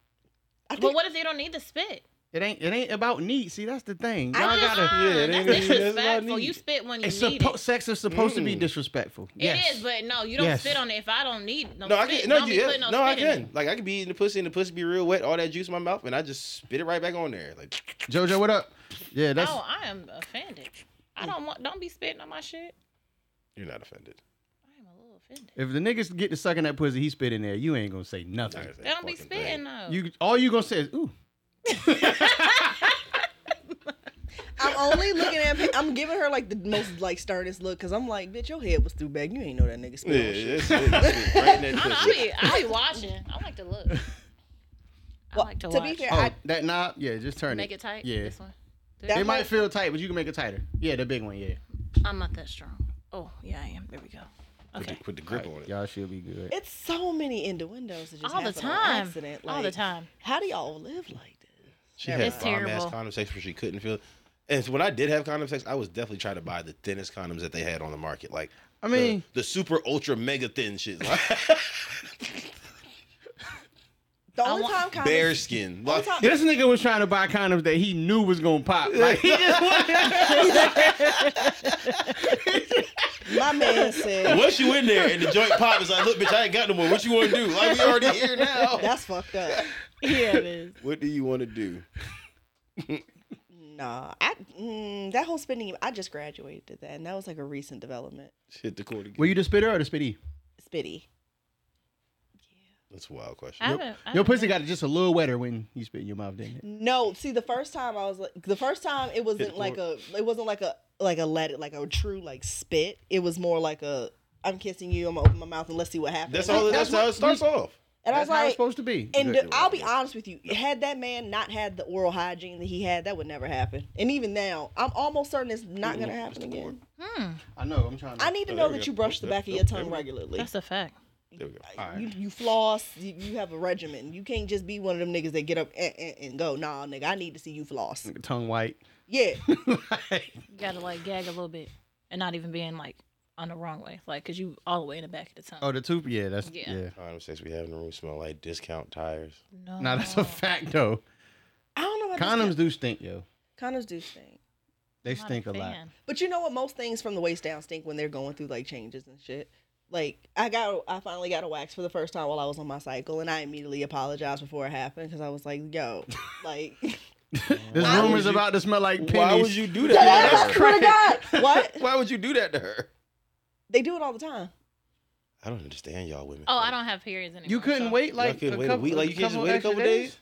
D: I think
C: But what if they don't need the spit?
A: It ain't. It ain't about need. See, that's the thing.
D: I
A: Y'all
D: just-
A: gotta.
B: Yeah, it ain't gonna
C: that's
B: be- that's what I
C: disrespectful.
B: need.
C: You spit when you
A: It's
C: need
A: supposed.
C: it.
A: Sex is supposed to be
B: Mm.
A: disrespectful. yes.
C: It is, but no, you don't
A: Yes.
C: spit on it if I don't need no,
B: No, I
C: spit.
B: can. No,
C: don't be
B: you, yeah.
C: putting
B: no,
C: no
B: I
C: spit in
B: can. Like I could be eating the pussy and the pussy be real wet, all that juice in my mouth, and I just spit it right back on there. Like
A: Jojo, what up? Yeah,
C: it.
A: that's.
C: No, Oh, I am offended. I don't want. Don't be spitting on my shit.
B: you're not offended.
C: I am a little offended.
A: If the niggas get to sucking that pussy, he spit in there. You ain't gonna say nothing.
B: Nice,
C: They
B: that
C: don't be
B: fucking thing.
C: spitting though.
A: You all you gonna say is ooh.
D: I'm only looking at. pi- I'm giving her like the most like sternest look because I'm like, bitch, your head was through back. You ain't know that nigga spit
B: Yeah,
D: on shit.
B: it's, it's, it's right in
C: I,
B: that
C: I
B: pussy.
C: be, I be watching. I like to look. I
D: Well,
C: like to,
D: to
C: watch.
D: be fair,
A: Oh,
D: I,
A: that knob. Yeah, just turn
C: make
A: it.
C: it tight.
A: Yeah.
C: This one.
D: That
A: It might
D: might-
A: feel tight, but you can make it tighter. Yeah, the big one. Yeah.
C: I'm not that strong. Oh yeah, I am. There we go.
B: Put the,
C: Okay.
B: put the grip on it.
A: Y'all should be good.
D: it's so many innuendos that just
C: All the
D: happen on
C: time.
D: accident.
C: All the
D: Like,
C: time.
D: How do y'all live like this?
B: She
D: Yeah,
B: had
C: it's
B: bomb ass
C: terrible.
B: condom sex where she couldn't feel. And so when I did have condom sex, I was definitely trying to buy the thinnest condoms that they had on the market. Like
A: I
B: the-
A: mean,
B: the, super ultra mega thin shit. Like,
D: The
C: I
D: only
C: want-
D: time condoms,
B: bear skin.
D: only
B: Like,
D: time-
A: this nigga was trying to buy condoms that he knew was gonna pop. Like he just
D: my man said
B: once you in there and the joint pop, it's like, look, bitch, I ain't got no more. What you want to do? Like, we already here now.
D: that's fucked up.
C: Yeah, it is.
B: What do you want to do?
D: Nah, I mm, that whole spending. I just graduated to that, and that was like a recent development.
B: Hit the court again.
A: Were you the spitter or the spitty?
D: Spitty.
B: That's a wild question.
C: I haven't. I
A: Your
C: haven't
A: pussy got just a little wetter when you spit in your mouth, didn't it?
D: No, see, the first time I was like, the first time it wasn't
B: it
D: like a, it wasn't like a, like a let it, like a true like spit. It was more like a, I'm kissing you. I'm gonna open my mouth and let's see what happens.
B: That's
D: And I-
B: all. That's,
A: That's
B: how it starts off.
D: and I was
A: That's how it's
D: like,
A: supposed to be.
D: and
B: Exactly
D: I'll
B: right,
D: be
B: yeah.
D: honest with you, had that man not had the oral hygiene that he had, that would never happen. And even now, I'm almost certain it's not gonna happen again.
C: Hmm,
A: I know. I'm trying. To,
D: I need to
B: Oh,
D: know
B: there we
D: that
B: go.
D: you brush the
B: Yep,
D: back of
B: yep,
D: your tongue
B: there we go.
D: regularly.
C: That's a fact.
B: There we go.
A: Alright.
D: You, you floss. You, you have a regimen. You can't just be one of them niggas that get up eh, eh, and go. Nah, nigga, I need to see you floss.
B: Mm.
A: tongue white.
D: Yeah,
A: Like,
C: You gotta like gag a little bit and not even being like on the wrong way, like because you all the way in the back of the tongue.
A: oh, the tooth. Yeah, that's yeah.
C: Yeah.
B: Condom sex we have in the room smell like discount tires.
C: no,
A: Nah, that's a fact though.
D: I don't know about this
A: Condoms do stink, yo.
D: con- Condoms do stink.
A: They
C: I'm not
A: stink a lot.
C: fan.
D: But you know what? Most things from the waist down stink when they're going through like changes and shit. Like I got, I finally got a wax for the first time while I was on my cycle, and I immediately apologized before it happened because I was like, "Yo, like
A: This
D: Why
A: room
B: would
A: is
B: you-
A: about to smell like pennies.
B: Why would you do
D: Yeah,
B: that?
D: that's what I
B: to her?
D: swear to God, what?
B: Why would you do that to her?
D: They do it all the time.
B: I don't understand y'all women.
C: Oh, I don't have periods anymore.
A: You couldn't
C: so-
A: wait like
B: couldn't
A: a
B: wait a
A: couple,
B: week? Like, you can't just wait a
A: extra
B: couple days?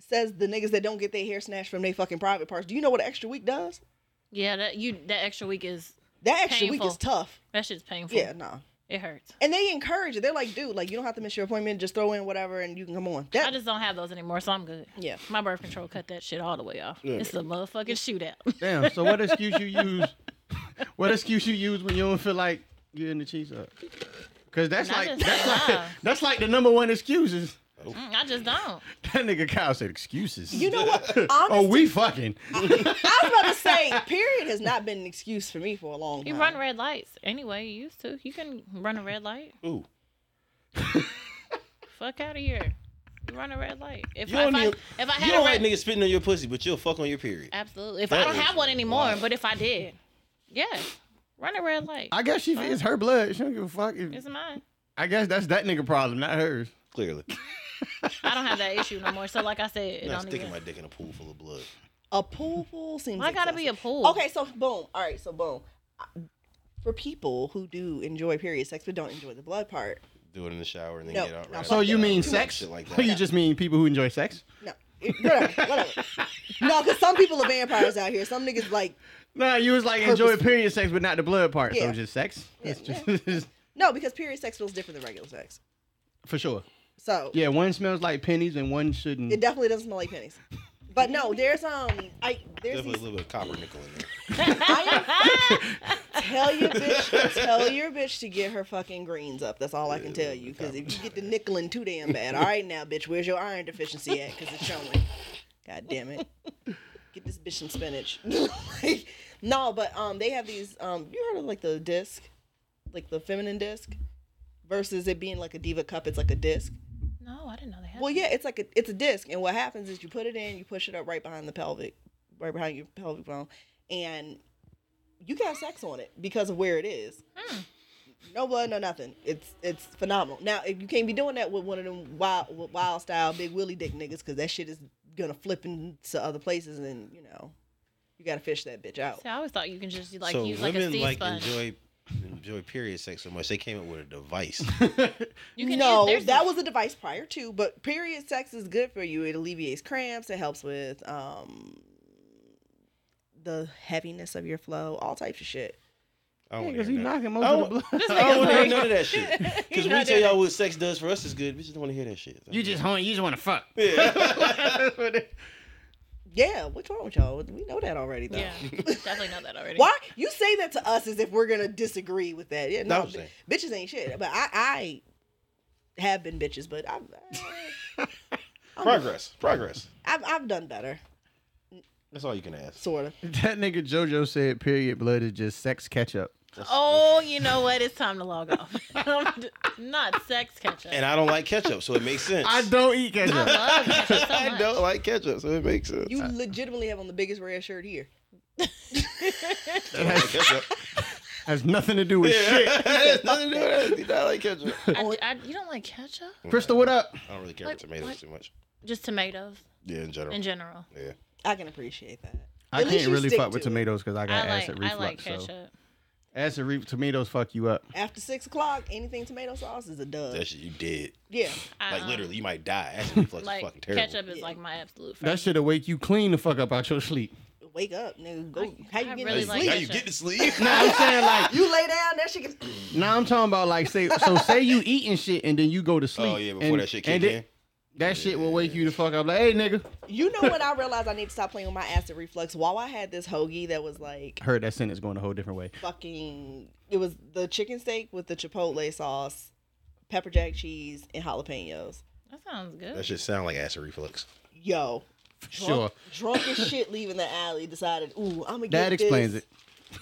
D: Says the niggas that don't get their hair snatched from their fucking private parts. Do you know what an extra week does?
C: Yeah, that you that extra week is
D: That extra week
C: Painful.
D: is tough.
C: that shit's painful.
D: Yeah, nah.
C: it hurts.
D: And they encourage it. They're like, dude, like you don't have to miss your appointment. Just throw in whatever, and you can come on.
C: I
D: That,
C: just don't have those anymore, so I'm good.
D: yeah.
C: My birth control cut that shit all the way off.
B: Yeah.
C: It's a motherfucking shootout.
A: Damn. So what excuse you use? what excuse you use when you don't feel like getting the cheese up? Cause that's
C: And I
A: like
C: just
A: that's
C: said
A: like
C: no.
A: that's like the number one excuses.
C: Mm, I just don't.
A: That nigga Kyle said excuses.
D: You know what? Honestly,
A: oh, we fucking.
D: I was about to say, period has not been an excuse for me for a long time.
C: You run red lights anyway. You used to. You can run a red light.
B: Ooh.
C: Fuck out of here. You run a red light. If,
B: You
C: I, if,
B: don't
C: I,
B: even-
C: if I
B: You
C: had
B: don't
C: a red,
B: like niggas spitting on your pussy, but you'll fuck on your period.
C: absolutely. If
B: That
C: I don't
B: is
C: have one anymore,
B: wild.
C: but if I did, yeah, run a red light.
A: I guess she it's her blood. She don't give a fuck. if-
C: it's mine.
A: I guess that's that nigga problem, not hers.
B: Clearly.
C: I don't have that issue no more. So like I said, it
B: I'm not
C: don't
B: sticking
C: even.
B: my dick in a pool full of blood.
D: A pool pool seems.
C: Why gotta be a
D: excessive.
C: pool?
D: Okay, so boom. All right, so boom. For people who do enjoy period sex but don't enjoy the blood part,
B: Do it in the shower and then
D: No,
B: get out.
D: no,
B: right
A: So
B: after
A: you
B: that.
A: mean
B: Too much
A: sex?
B: Shit like
A: Or you
B: that.
A: just mean people who enjoy sex?
D: no, it- whatever, whatever. No, because some people are vampires out here. Some niggas like
A: Nah, you was like enjoy
D: Purposeful.
A: period sex, but not the blood part. So
D: Yeah.
A: just sex.
D: Yeah,
A: It's just-
D: no because period sex feels different than regular sex.
A: for sure.
D: So
A: Yeah, one smells like pennies and one shouldn't.
D: it definitely doesn't smell like pennies. But no, there's um, I there's
B: Definitely a
D: these
B: little bit of copper nickel in there.
D: Tell your bitch, tell your bitch to get her fucking greens up. That's all I can tell you. Because if you get the nickeling too damn bad, all right now, bitch, where's your iron deficiency at? Because it's showing. God damn it. Get this bitch some spinach. Like, no, but um, they have these. Um, you heard of like the disc, like the feminine disc, versus it being like a diva cup. It's like a disc.
C: No, I didn't know they had.
D: Well, yeah, it's like a, it's a disc, and what happens is you put it in, you push it up right behind the pelvic, right behind your pelvic bone, and you got sex on it because of where it is. No blood, no nothing. It's it's phenomenal. Now, if you can't be doing that with one of them wild with wild style big willy dick niggas, because that shit is gonna flip into other places, and you know, you gotta fish that bitch out.
C: See, I always thought you can just like
B: so
C: use like a
B: women
C: sea
B: like
C: sponge.
B: enjoy enjoy period sex so much they came up with a device.
C: you can
D: no,
C: use, there's
D: that was a device prior to, but period sex is good for you. It alleviates cramps. It helps with um the heaviness of your flow, all types of shit.
B: I don't
A: Because
B: want to
A: he
B: hear none.
A: knocking
B: I
A: most of the
B: don't-
A: blood.
C: This
B: I don't
C: nigga's
B: want to hear
C: like-
B: none of that shit. Because
C: He's
B: we
C: not
B: tell
C: doing
B: y'all what sex does for us is good. Bitches don't want to hear that shit.
A: You just hon- you just want to fuck.
D: Yeah, what's wrong with y'all? We know that already, though.
C: Yeah, definitely know that already.
D: Why you say that to us as if we're gonna disagree with that? Yeah,
B: No,
D: no,
B: I'm saying-
D: bi- bitches ain't shit. But I, I have been bitches, but I've,
B: progress, progress.
D: I've I've done better,
B: That's all you can ask.
D: sort of.
A: that nigga JoJo said period blood is just sex catch up.
C: Oh, you know what? It's time to log off. I'm d- not sex ketchup.
B: And I don't like ketchup, so it makes sense.
A: I don't eat ketchup.
C: I love ketchup so much.
B: I don't like ketchup, so it makes sense.
D: You legitimately have on the biggest red shirt here.
B: don't like ketchup.
A: Has nothing to do with shit.
B: Yeah, it's nothing to do with that. You not like ketchup. I
C: I, I, you don't like ketchup?
A: Crystal, what up?
B: don't really care
C: Like,
B: for tomatoes
C: what?
B: too much.
C: Just tomatoes
B: Yeah, in general.
C: in general.
B: yeah.
D: I can appreciate that.
A: I
D: At least
A: can't
D: you
A: really
D: stick
A: fuck with
D: to it.
A: tomatoes because I got
C: I like
A: acid
C: I
A: reflux.
C: like
A: so
C: ketchup.
A: acid re- tomatoes fuck you up.
D: After six o'clock, anything tomato sauce is a dub.
B: That shit, you dead.
D: yeah,
C: I,
B: Like
C: um,
B: literally, you might die. Acid reflux is
C: like
B: fucking terrible.
C: ketchup is
D: Yeah.
C: like my absolute favorite.
A: That shit'll wake you clean the fuck up out your sleep.
D: wake up, nigga. Go.
C: I-
D: how you
C: I
D: getting
B: Now
C: really
D: to
C: like
B: you-
D: sleep?
B: now you
C: ketchup.
B: get to sleep.
A: I'm saying like
D: You lay down, that shit can.
A: now I'm talking about like say so say you eating shit and then you go to sleep.
B: Oh yeah, before
A: and-
B: that shit
A: and
B: kicked in.
A: it- That shit will wake you the fuck up. Like, hey nigga,
D: You know when I realized I need to stop playing with my acid reflux? While I had this hoagie that was like
A: heard that sentence going a whole different way.
D: fucking it was the chicken steak with the chipotle sauce, pepper jack cheese, and jalapenos.
C: That sounds good.
B: That shit sound like acid reflux.
D: Yo,
A: Sure,
D: drunk as shit leaving the alley, decided, ooh, I'm gonna get
A: that explains
D: this.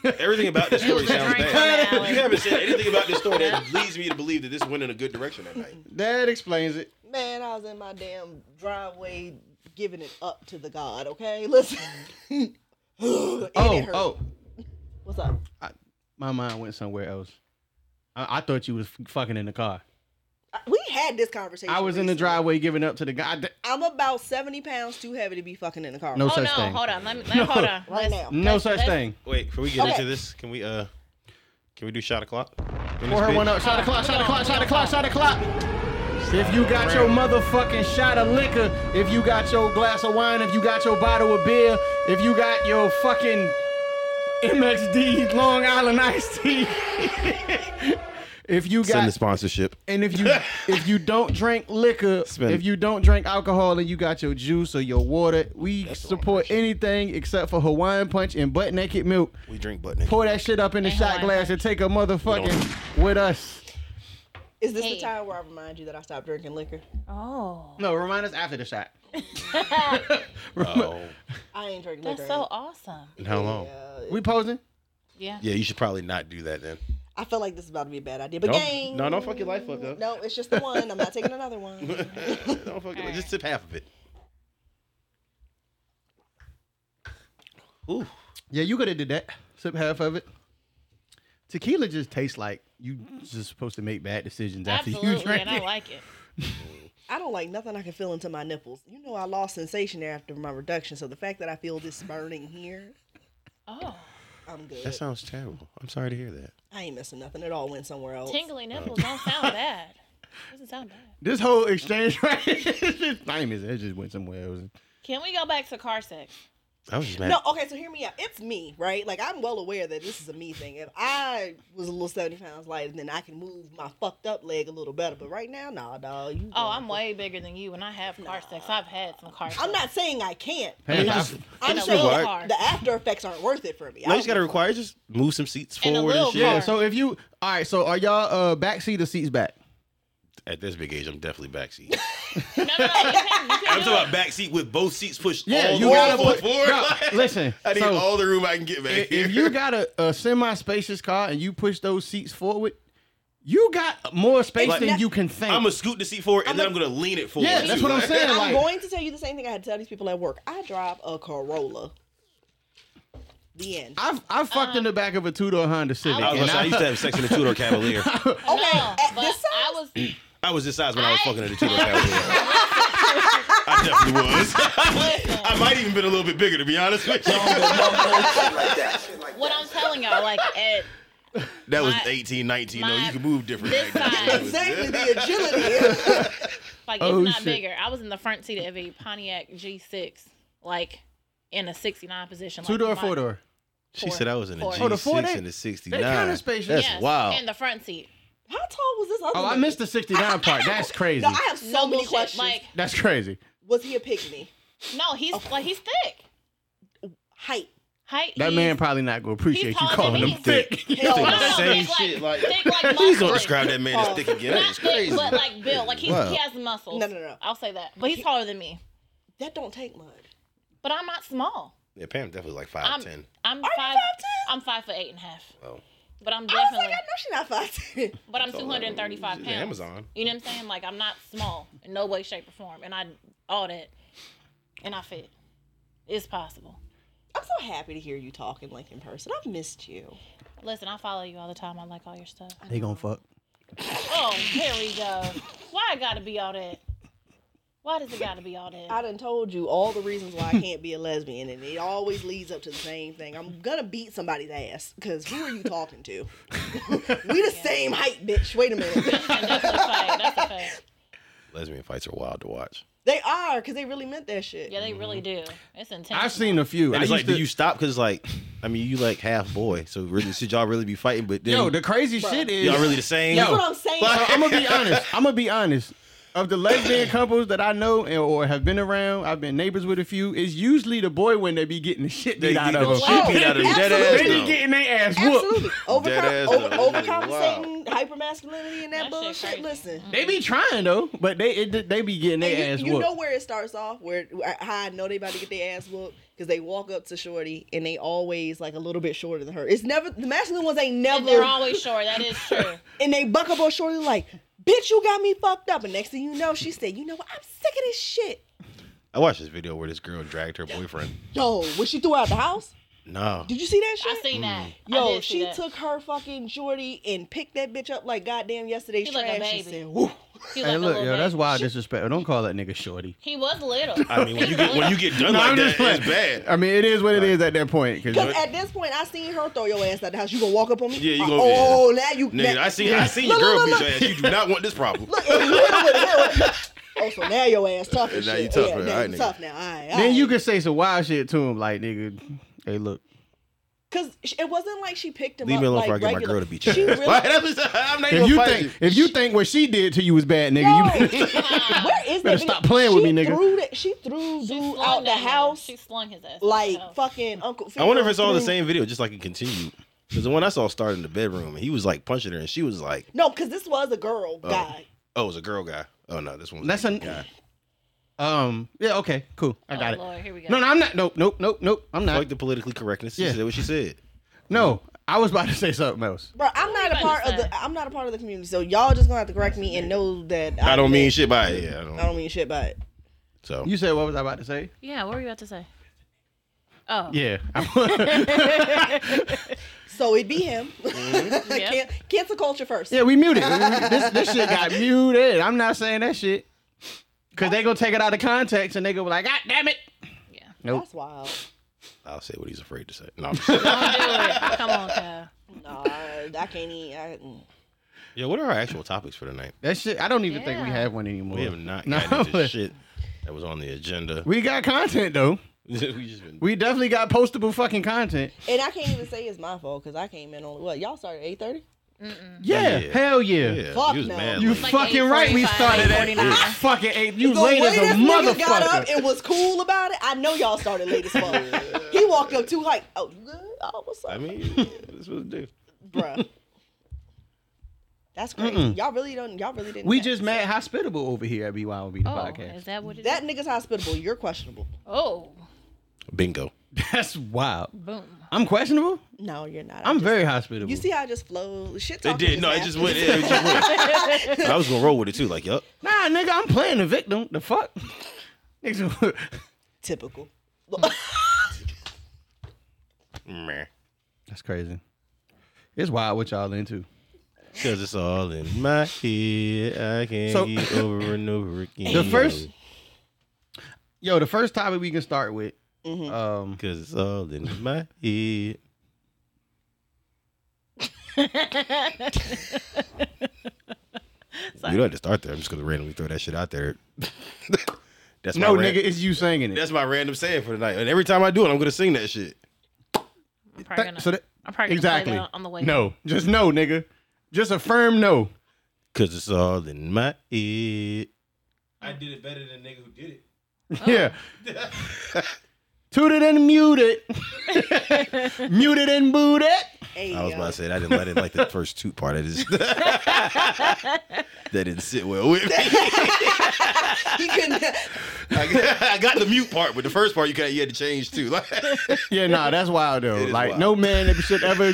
A: it.
B: Everything about this story
C: was a
B: sounds
C: drink
B: bad.
C: on the alley.
B: You haven't said anything about this story that leads me to believe that this went in a good direction that night.
A: That explains it.
D: Man, I was in my damn driveway giving it up to the god. Okay, listen. And it
A: Oh
D: hurt.
A: oh,
D: what's up?
A: my mind went somewhere else. I, I thought you was f- fucking in the car.
D: I- We had this conversation.
A: I was in the
D: recently.
A: driveway giving up to the guy. Th-
D: I'm about 70 pounds too heavy to be fucking in the car.
A: No
C: oh
A: such
C: no,
A: thing.
C: hold on. Let me let, hold on.
D: right now.
A: No
C: Let's-
A: such
C: let's-
A: thing.
B: Wait, before we get
D: Okay.
B: into this, can we uh can we do shot o'clock?
A: Pour her one up. Shot
C: Hold
A: the
C: on,
A: clock. Shot
C: we
A: the
C: gonna-
A: clock.
C: we
A: Shot the
C: gonna
A: clock. Shot the clock. If you got your motherfucking shot of liquor, if you got your glass of wine, if you got your bottle of beer, if you got your fucking MXD Long Island iced tea, if you got
B: sponsorship.
A: and if you if you don't drink liquor,
B: Spin.
A: if you don't drink alcohol and you got your juice or your water, we
B: That's the wrong
A: support
B: version.
A: anything except for Hawaiian punch and butt naked milk.
B: We drink butt naked.
A: Pour that shit up in the
C: And
A: shot
C: Hawaiian
A: glass and take a motherfucking with us.
D: Is this
C: Hey.
D: the time where I remind you that I stopped drinking liquor?
C: Oh,
A: No, remind us after the shot.
B: Oh.
D: I ain't drinking
C: that's
D: liquor. uh,
C: so awesome.
B: And how long?
D: Yeah,
A: We posing?
C: Yeah.
B: Yeah, you should probably not do that then.
D: I feel like this is about to be a bad idea. But
B: Don't-
D: gang,
B: no, don't fuck your life up, though.
D: No, it's just the one. I'm not taking another one.
B: Don't fucking just sip half of it. Ooh.
A: Yeah, you could have did that. Sip half of it. Tequila just tastes like you just supposed to make bad decisions after you
C: Absolutely,
A: drink
C: and I
A: it.
C: like it.
D: I don't like nothing I can feel into my nipples. You know, I lost sensation there after my reduction, so the fact that I feel this burning here,
C: Oh,
D: I'm good.
B: That sounds terrible. I'm sorry to hear that.
D: I ain't missing nothing. It all went somewhere else.
C: tingly
B: uh,
C: nipples don't sound bad. Doesn't sound bad.
A: this whole exchange right here, is just- I ain't missing. It just went somewhere else.
C: Can we go back to car sex?
B: I was just mad.
D: No, okay, so hear me out. It's me, right? Like I'm well aware that this is a me thing. If I was a little seventy pounds lighter, then I can move my fucked up leg a little better. But right now, nah, dog. You
C: Oh, I'm way bigger than you, and I have car sex. I've had some car sex.
D: I'm not saying I can't.
A: Hey,
D: I'm,
A: I-
D: just, I'm
C: In a
D: saying
B: little
D: the-
C: car.
D: the after effects aren't worth it for me.
B: No,
D: I
B: you just gotta require just move some seats
C: And a
B: forward and,
C: little
B: shit.
A: Yeah.
C: Car.
A: So if you all right, so are y'all uh backseat or seats back?
B: At this big age, I'm definitely backseat.
C: No, no, no. You can't, you
B: I'm
C: can't do
B: talking about
C: it.
B: backseat with both seats pushed
A: Yeah,
B: all
A: you
B: the way
A: gotta
B: forward.
A: put- No, listen,
B: I need
A: so-
B: all the room I can get back
A: If,
B: here.
A: if you got a, a semi spacious car and you push those seats forward, you got more space
B: Like-
A: than you can think.
B: I'm gonna scoot the seat forward and
D: I'm
B: then
D: a-
B: I'm gonna lean it forward.
A: Yeah, that's
B: too.
A: what I'm
B: Like,
A: saying.
D: I'm
A: like-
D: going to tell you the same thing I had to tell these people at work. I drive a Corolla. The end.
A: I've I fucked in the back of a two door Honda Civic.
B: I was
A: and
B: gonna say, I used to have sex in a Tudor Cavalier.
D: Okay,
C: No,
D: at
C: but
D: this size,
C: I was.
B: I was this size when I was
C: I-
B: fucking in a Tudor Cavalier. I definitely was. I might even been a little bit bigger to be honest with you.
C: What I'm telling y'all, like at
B: That was
C: My-
B: 18, 19. no,
C: my-
B: you can move different.
C: this
B: back then.
C: size.
D: exactly the agility.
C: like
A: Oh,
C: it's not
A: shit.
C: bigger. I was in the front seat of a Pontiac G6, like in a 69 position.
A: two door,
C: like, oh my-
A: four door.
B: She said I was in a
C: Four.
B: G6
C: Oh,
A: the four, they-
B: and a 69.
A: they kinda spacious.
B: That's
C: Yes,
B: wild.
C: In the front seat.
D: How tall was this other?
A: Oh, I
D: nigga?
A: missed the sixty nine part. That's crazy.
D: No, I have so
C: no
D: many
C: bullshit.
D: questions.
C: Like
A: That's crazy.
D: was he a pygmy?
C: no, he's
D: Oh.
C: like he's thick.
D: Height.
C: Height.
A: That
C: he's,
A: man probably not gonna appreciate you
C: taller than
A: calling
C: me.
A: him thick.
D: Hell
B: Think
D: no.
B: the
C: no,
B: same
C: thick,
B: shit, like-
C: like, thick
B: Please
C: like
B: don't
C: muscular.
B: describe that man as thick again.
C: Not
B: That's crazy.
C: thick, but like built. Like he's,
B: Wow.
C: he has muscles.
D: No, no, no.
C: I'll say that. But he's taller than me.
D: That don't take much.
C: But I'm not small.
B: Yeah, Pam definitely like
C: I'm
B: 5'10.
C: I'm
D: you
C: five.
D: 5'10"?
C: I'm five foot eight and a half.
B: Oh.
C: But I'm
D: I was like,
C: definitely.
D: I know she's not five ten.
C: but I'm 235
B: She's
C: pounds.
B: an Amazon.
C: You know what I'm saying? Like I'm not small in no way, shape, or form, and I all that, and I fit. It's possible.
D: I'm so happy to hear you talking like in person. I've missed you.
C: Listen, I follow you all the time. I like all your stuff.
A: They gonna fuck.
C: Oh, here we go. Why it gotta be all that? Why does it gotta be all that?
D: I done told you all the reasons why I can't be a lesbian, and it always leads up to the same thing. I'm gonna beat somebody's ass because who are you talking to? we the same height, bitch. Wait a minute.
C: And that's a fact. That's a fact.
B: Lesbian fights are wild to watch.
D: they are because they really meant that shit.
C: Yeah, they really do. It's intense.
A: I've seen a few.
B: And
A: I
B: it's like,
A: used to-
B: do you stop? Because, like, I mean, you like half boy. So, really, should y'all really be fighting? But then,
A: Yo, the crazy shit is
B: y'all really the same?
A: Yo.
D: That's what I'm saying.
A: So I'm gonna be honest. I'm gonna be honest. Of the lesbian couples that I know and, or have been around, I've been neighbors with a few. It's usually the boy when they be getting the shit
B: They
A: beat out of them.
B: the shit beat out of you. Dead ass,
A: They be
B: though.
A: getting their ass whooped.
D: Absolutely. Over,
B: Dead ass
D: over,
B: though.
D: overcompensating hypermasculinity and
C: That shit
D: that, bullshit.
C: crazy.
D: Listen.
A: They be trying though, but they it, they be getting
D: And
A: their ass
D: you, you
A: whooped.
D: know where it starts off, where how I know they about to get their ass whooped because they walk up to Shorty and they always like a little bit shorter than her. It's never the masculine ones ain't
C: And they're
D: never
C: always short. That is true.
D: and they buck up on Shorty like, bitch, you got me fucked up. And next thing you know, she said, you know what? I'm sick of this shit.
B: I watched this video where this girl dragged her boyfriend.
D: Yo, when she threw out the house,
B: No.
D: did you see that shit?
C: I seen that.
B: Mm.
C: I
D: Yo,
C: did see
D: she
C: that.
D: took her fucking Shorty and picked that bitch up like goddamn yesterday's
C: She
D: trash.
C: like a
D: and
C: baby.
D: said, "Woo."
C: He was
A: Hey,
C: like a
A: look,
C: little
A: yo, that's
C: baby.
A: wild disrespectful. Don't call that nigga shorty.
C: He was little.
B: I mean, when you get when you get done
A: No,
B: like
A: I'm
B: that,
A: just playing.
B: it's bad.
A: I mean, it is what it is at that point. Cause
D: Because at this point, I seen her throw your ass out the house. You gonna walk up on me?
B: Yeah, you
D: Uh,
B: gonna-
D: Oh, now you.
B: Nigga,
D: now-
B: I see, I see your
D: Look,
B: girl
D: look,
B: beat
D: look,
B: your ass. You do not want this problem.
D: Look, and you hit her with it, hit her with it. Oh, so now your ass tough. And
B: Now
D: shit.
B: you tough,
D: yeah,
B: right?
D: now
B: Alright,
D: you
B: nigga.
D: tough now. All right,
A: then you can say some wild shit to him, like nigga, hey, look,
D: Because it wasn't like she picked him
B: Leave
D: up.
B: me alone
D: like,
B: before I get my
D: regular.
B: girl to beat you.
D: She really.
B: Like, that's what- I'm not
A: if
B: even
A: you
B: fighting
A: think if you think what she did to you was bad, nigga,
D: Yo,
A: you better
D: where is that?
A: better
D: nigga?
A: stop playing with
D: She
A: me, nigga.
D: Threw that, she threw dude
C: Slung
D: out the
C: that nigga.
D: house
C: She slung his ass. out the
D: like
C: house.
D: fucking Uncle.
B: I wonder if it's all the
D: threw-
B: same video, just like it continued. Because the one I saw started in the bedroom, and he was like punching her, and she was like,
D: No, because this was a girl guy.
B: "Oh, it was a girl guy." Oh no, this one. Was
A: That's
B: a
A: an
B: guy.
A: um yeah okay cool I
C: Oh,
A: got it.
C: Lord, here we go.
A: No, no, I'm not. Nope, nope, nope, nope. I'm
B: Like
A: not.
B: the politically correctness. She
A: Yeah.
B: said what she said.
A: No, I was about to say something else.
D: Bro, I'm not a
C: you
D: part
C: about
D: of
C: to
D: the.
C: say?
D: I'm not a part of the community, so y'all just gonna have to correct me and know that
B: I don't mean
D: think-
B: shit by it. Yeah, I don't.
D: I don't mean shit by it.
B: so
A: You said what was I about to say?
C: Yeah, what were you about to say? Oh,
A: Yeah,
D: So it'd be him.
C: Yeah.
D: Can- cancel culture first.
A: yeah. We muted. We muted. This this shit got muted. I'm not saying that shit because they gonna take it out of context and they go like, God damn it.
C: yeah.
A: Nope.
D: That's wild.
B: I'll say what he's afraid to say. No. I'm just-
C: Don't do it. Come on, Kyle.
D: No, I, I can't eat. I, mm.
B: yeah. What are our actual topics for tonight?
A: That shit. I don't even think we
C: Yeah.
A: have one anymore.
B: We have not
A: No.
B: gotten into shit that was on the agenda.
A: We got content though.
B: we just been
A: We definitely got postable fucking content.
C: Mm-hmm.
D: And I can't even say it's my fault because I came in on what y'all started eight thirty.
A: Yeah,
B: Yeah.
A: hell yeah.
B: yeah.
D: Fuck
B: he was
D: no.
B: mad
A: You
B: late.
C: Like
A: fucking right. We
C: 8:45,
A: started at
C: 8:49.
A: fucking eight. You late as a
D: got up
A: motherfucker.
D: and was cool about it. I know y'all started late as fuck. he walked up too hype. Oh, you good? Oh, what's up,
B: I mean, that's what it do.
D: bruh? That's crazy. Y'all really don't. Y'all really didn't.
A: We
D: catch
A: just
D: this.
A: mad hospitable over here at BYOB the
C: Oh,
A: podcast.
C: is that what it is?
D: That nigga's hospitable. You're questionable.
C: Oh,
B: Bingo.
A: That's wild.
C: boom.
A: I'm questionable.
D: No, you're not. I
A: I'm
D: just-
A: very hospitable.
D: You see how I just flow? Shit.
B: It
D: talking
B: did. No, it just
D: happened.
B: went. It just went. I was gonna roll with it too. Like, yup.
A: Nah, nigga, I'm playing the victim. The fuck? Niggas-
D: Typical.
B: Meh.
A: That's crazy. It's wild what y'all into.
B: Cause it's all in my head. I can't
A: So-
B: eat over and over again.
A: The first- Yo, the first topic we can start with.
C: Mm-hmm.
A: Um,
B: Cause it's all in my head. You don't have to start there. I'm just gonna randomly throw that shit out there. that's
A: no,
B: my ran-
A: nigga, it's you singing it.
B: That's my random saying for tonight. And every time I do it, I'm gonna sing that shit.
C: I'm probably gonna,
A: so that,
C: I'm probably gonna
A: exactly.
C: play that on the way.
A: No, just no, nigga. Just a firm no.
B: Cause it's all in my head. I did it better than the nigga who did it.
C: Oh.
A: Yeah. Tooted and muted. muted and booted.
D: Hey,
B: I was
D: yo.
B: about to say I didn't. I didn't like the first two part. I just that didn't sit well with me.
D: He couldn't.
B: I got, I got the mute part, but the first part you kind of, you had to change too. Like,
A: Yeah, nah, that's wild though.
B: It is
A: Like
B: wild.
A: no man should ever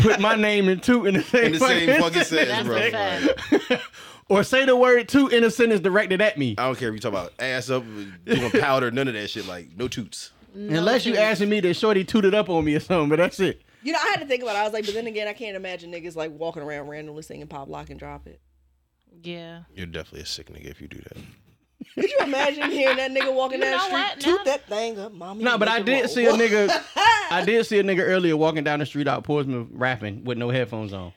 A: put my name and toot in the same,
B: in the same fucking
C: That's
B: sentence, bro.
C: a fact.
A: Or say the word toot in a sentence directed at me.
B: I don't care if you talk about ass up, doing powder, none of that shit. Like no toots.
C: No
A: Unless you
C: toots.
A: asking me that Shorty tooted up on me or something, but that's it.
D: You know, I had to think about. it. I was like, but then again, I can't imagine niggas like walking around randomly singing "Pop Lock" and drop it.
C: Yeah.
B: You're definitely a sick nigga if you do that.
D: Could you imagine hearing that nigga walking
C: You
D: down
C: know
D: the street,
C: what?
D: toot
C: Now-
D: that thing up, mommy?
A: No,
D: and
A: but
D: make
A: I
D: it
A: did
D: roll.
A: see a nigga. I did see a nigga earlier walking down the street out Portsmouth rapping with no headphones on,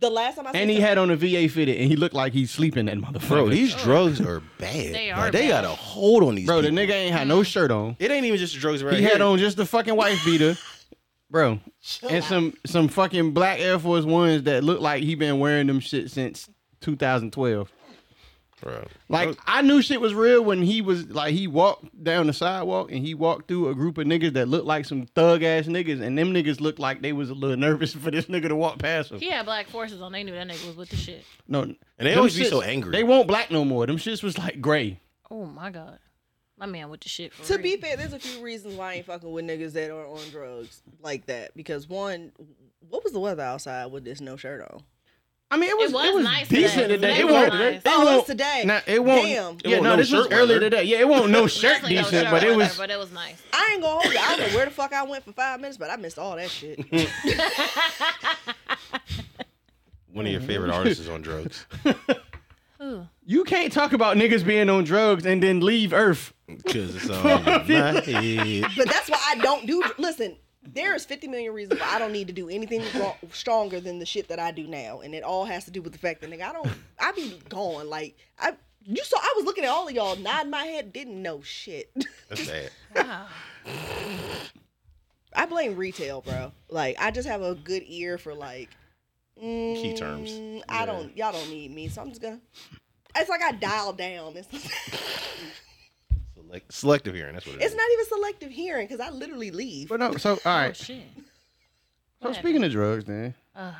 D: the last time I seen
A: and he
D: some-
A: had on a VA fitted, and he looked like he's sleeping. That motherfucker,
B: Bro, these drugs are bad.
C: They
B: They
C: are
B: Like, they
C: bad.
B: got a hold on these.
A: bro, the
B: people.
A: nigga ain't had no shirt on.
B: It ain't even just the drugs right
A: He
B: here.
A: had on just the fucking wife beater, bro, and some some fucking black Air Force ones that look like he been wearing them shit since 2012.
B: Bro.
A: Like I knew shit was real when he was like he walked down the sidewalk and he walked through a group of niggas that looked like some thug ass niggas, and them niggas looked like they was a little nervous for this nigga to walk past them.
C: He had black forces on. They knew that nigga was with the shit.
A: No,
B: they
A: them
B: always be so angry.
A: They won't black no more. Them shits was like gray.
C: Oh my god, my man with the shit. For
D: To
C: real.
D: be fair, there's a few reasons why I ain't fucking with niggas that are on drugs like that. Because one, what was the weather outside with this no shirt on?
A: I mean, it was, it was,
C: was nice
A: decent
C: today.
A: today.
C: It
A: It
C: was
A: won't.
C: nice.
A: It won't
D: Oh, that's today.
A: Nah, it won't.
D: Damn.
A: Yeah, no,
B: won't no
A: this was
B: shirt
A: earlier
B: weather.
A: today. Yeah, it won't no shirt
C: Definitely no
A: decent,
C: shirt
A: but it
C: weather,
A: was.
C: But it was nice.
D: I ain't gonna hold you. I don't know where the fuck I went for five minutes, but I missed all that shit.
B: One of your favorite artists is on drugs.
C: Ooh.
A: You can't talk about niggas being on drugs and then leave Earth.
B: Because it's um, all in my head.
D: But that's why I don't do. Listen, there is 50 million reasons why I don't need to do anything wrong, stronger than the shit that I do now, and it all has to do with the fact that nigga, I don't. I be gone like I. You saw I was looking at all of y'all, nodding my head, didn't know shit.
B: That's sad.
C: Wow. Oh,
D: I blame retail, bro. Like I just have a good ear for like
B: Key terms.
D: mm, I don't. Y'all don't need me, so I'm just gonna. It's like I dial down. It's,
B: Select, selective hearing. That's what it is.
D: it's not even selective hearing because I literally leave.
A: But no, so all
C: Oh
A: right.
C: shit.
A: So speaking of drugs, then,
C: Uh,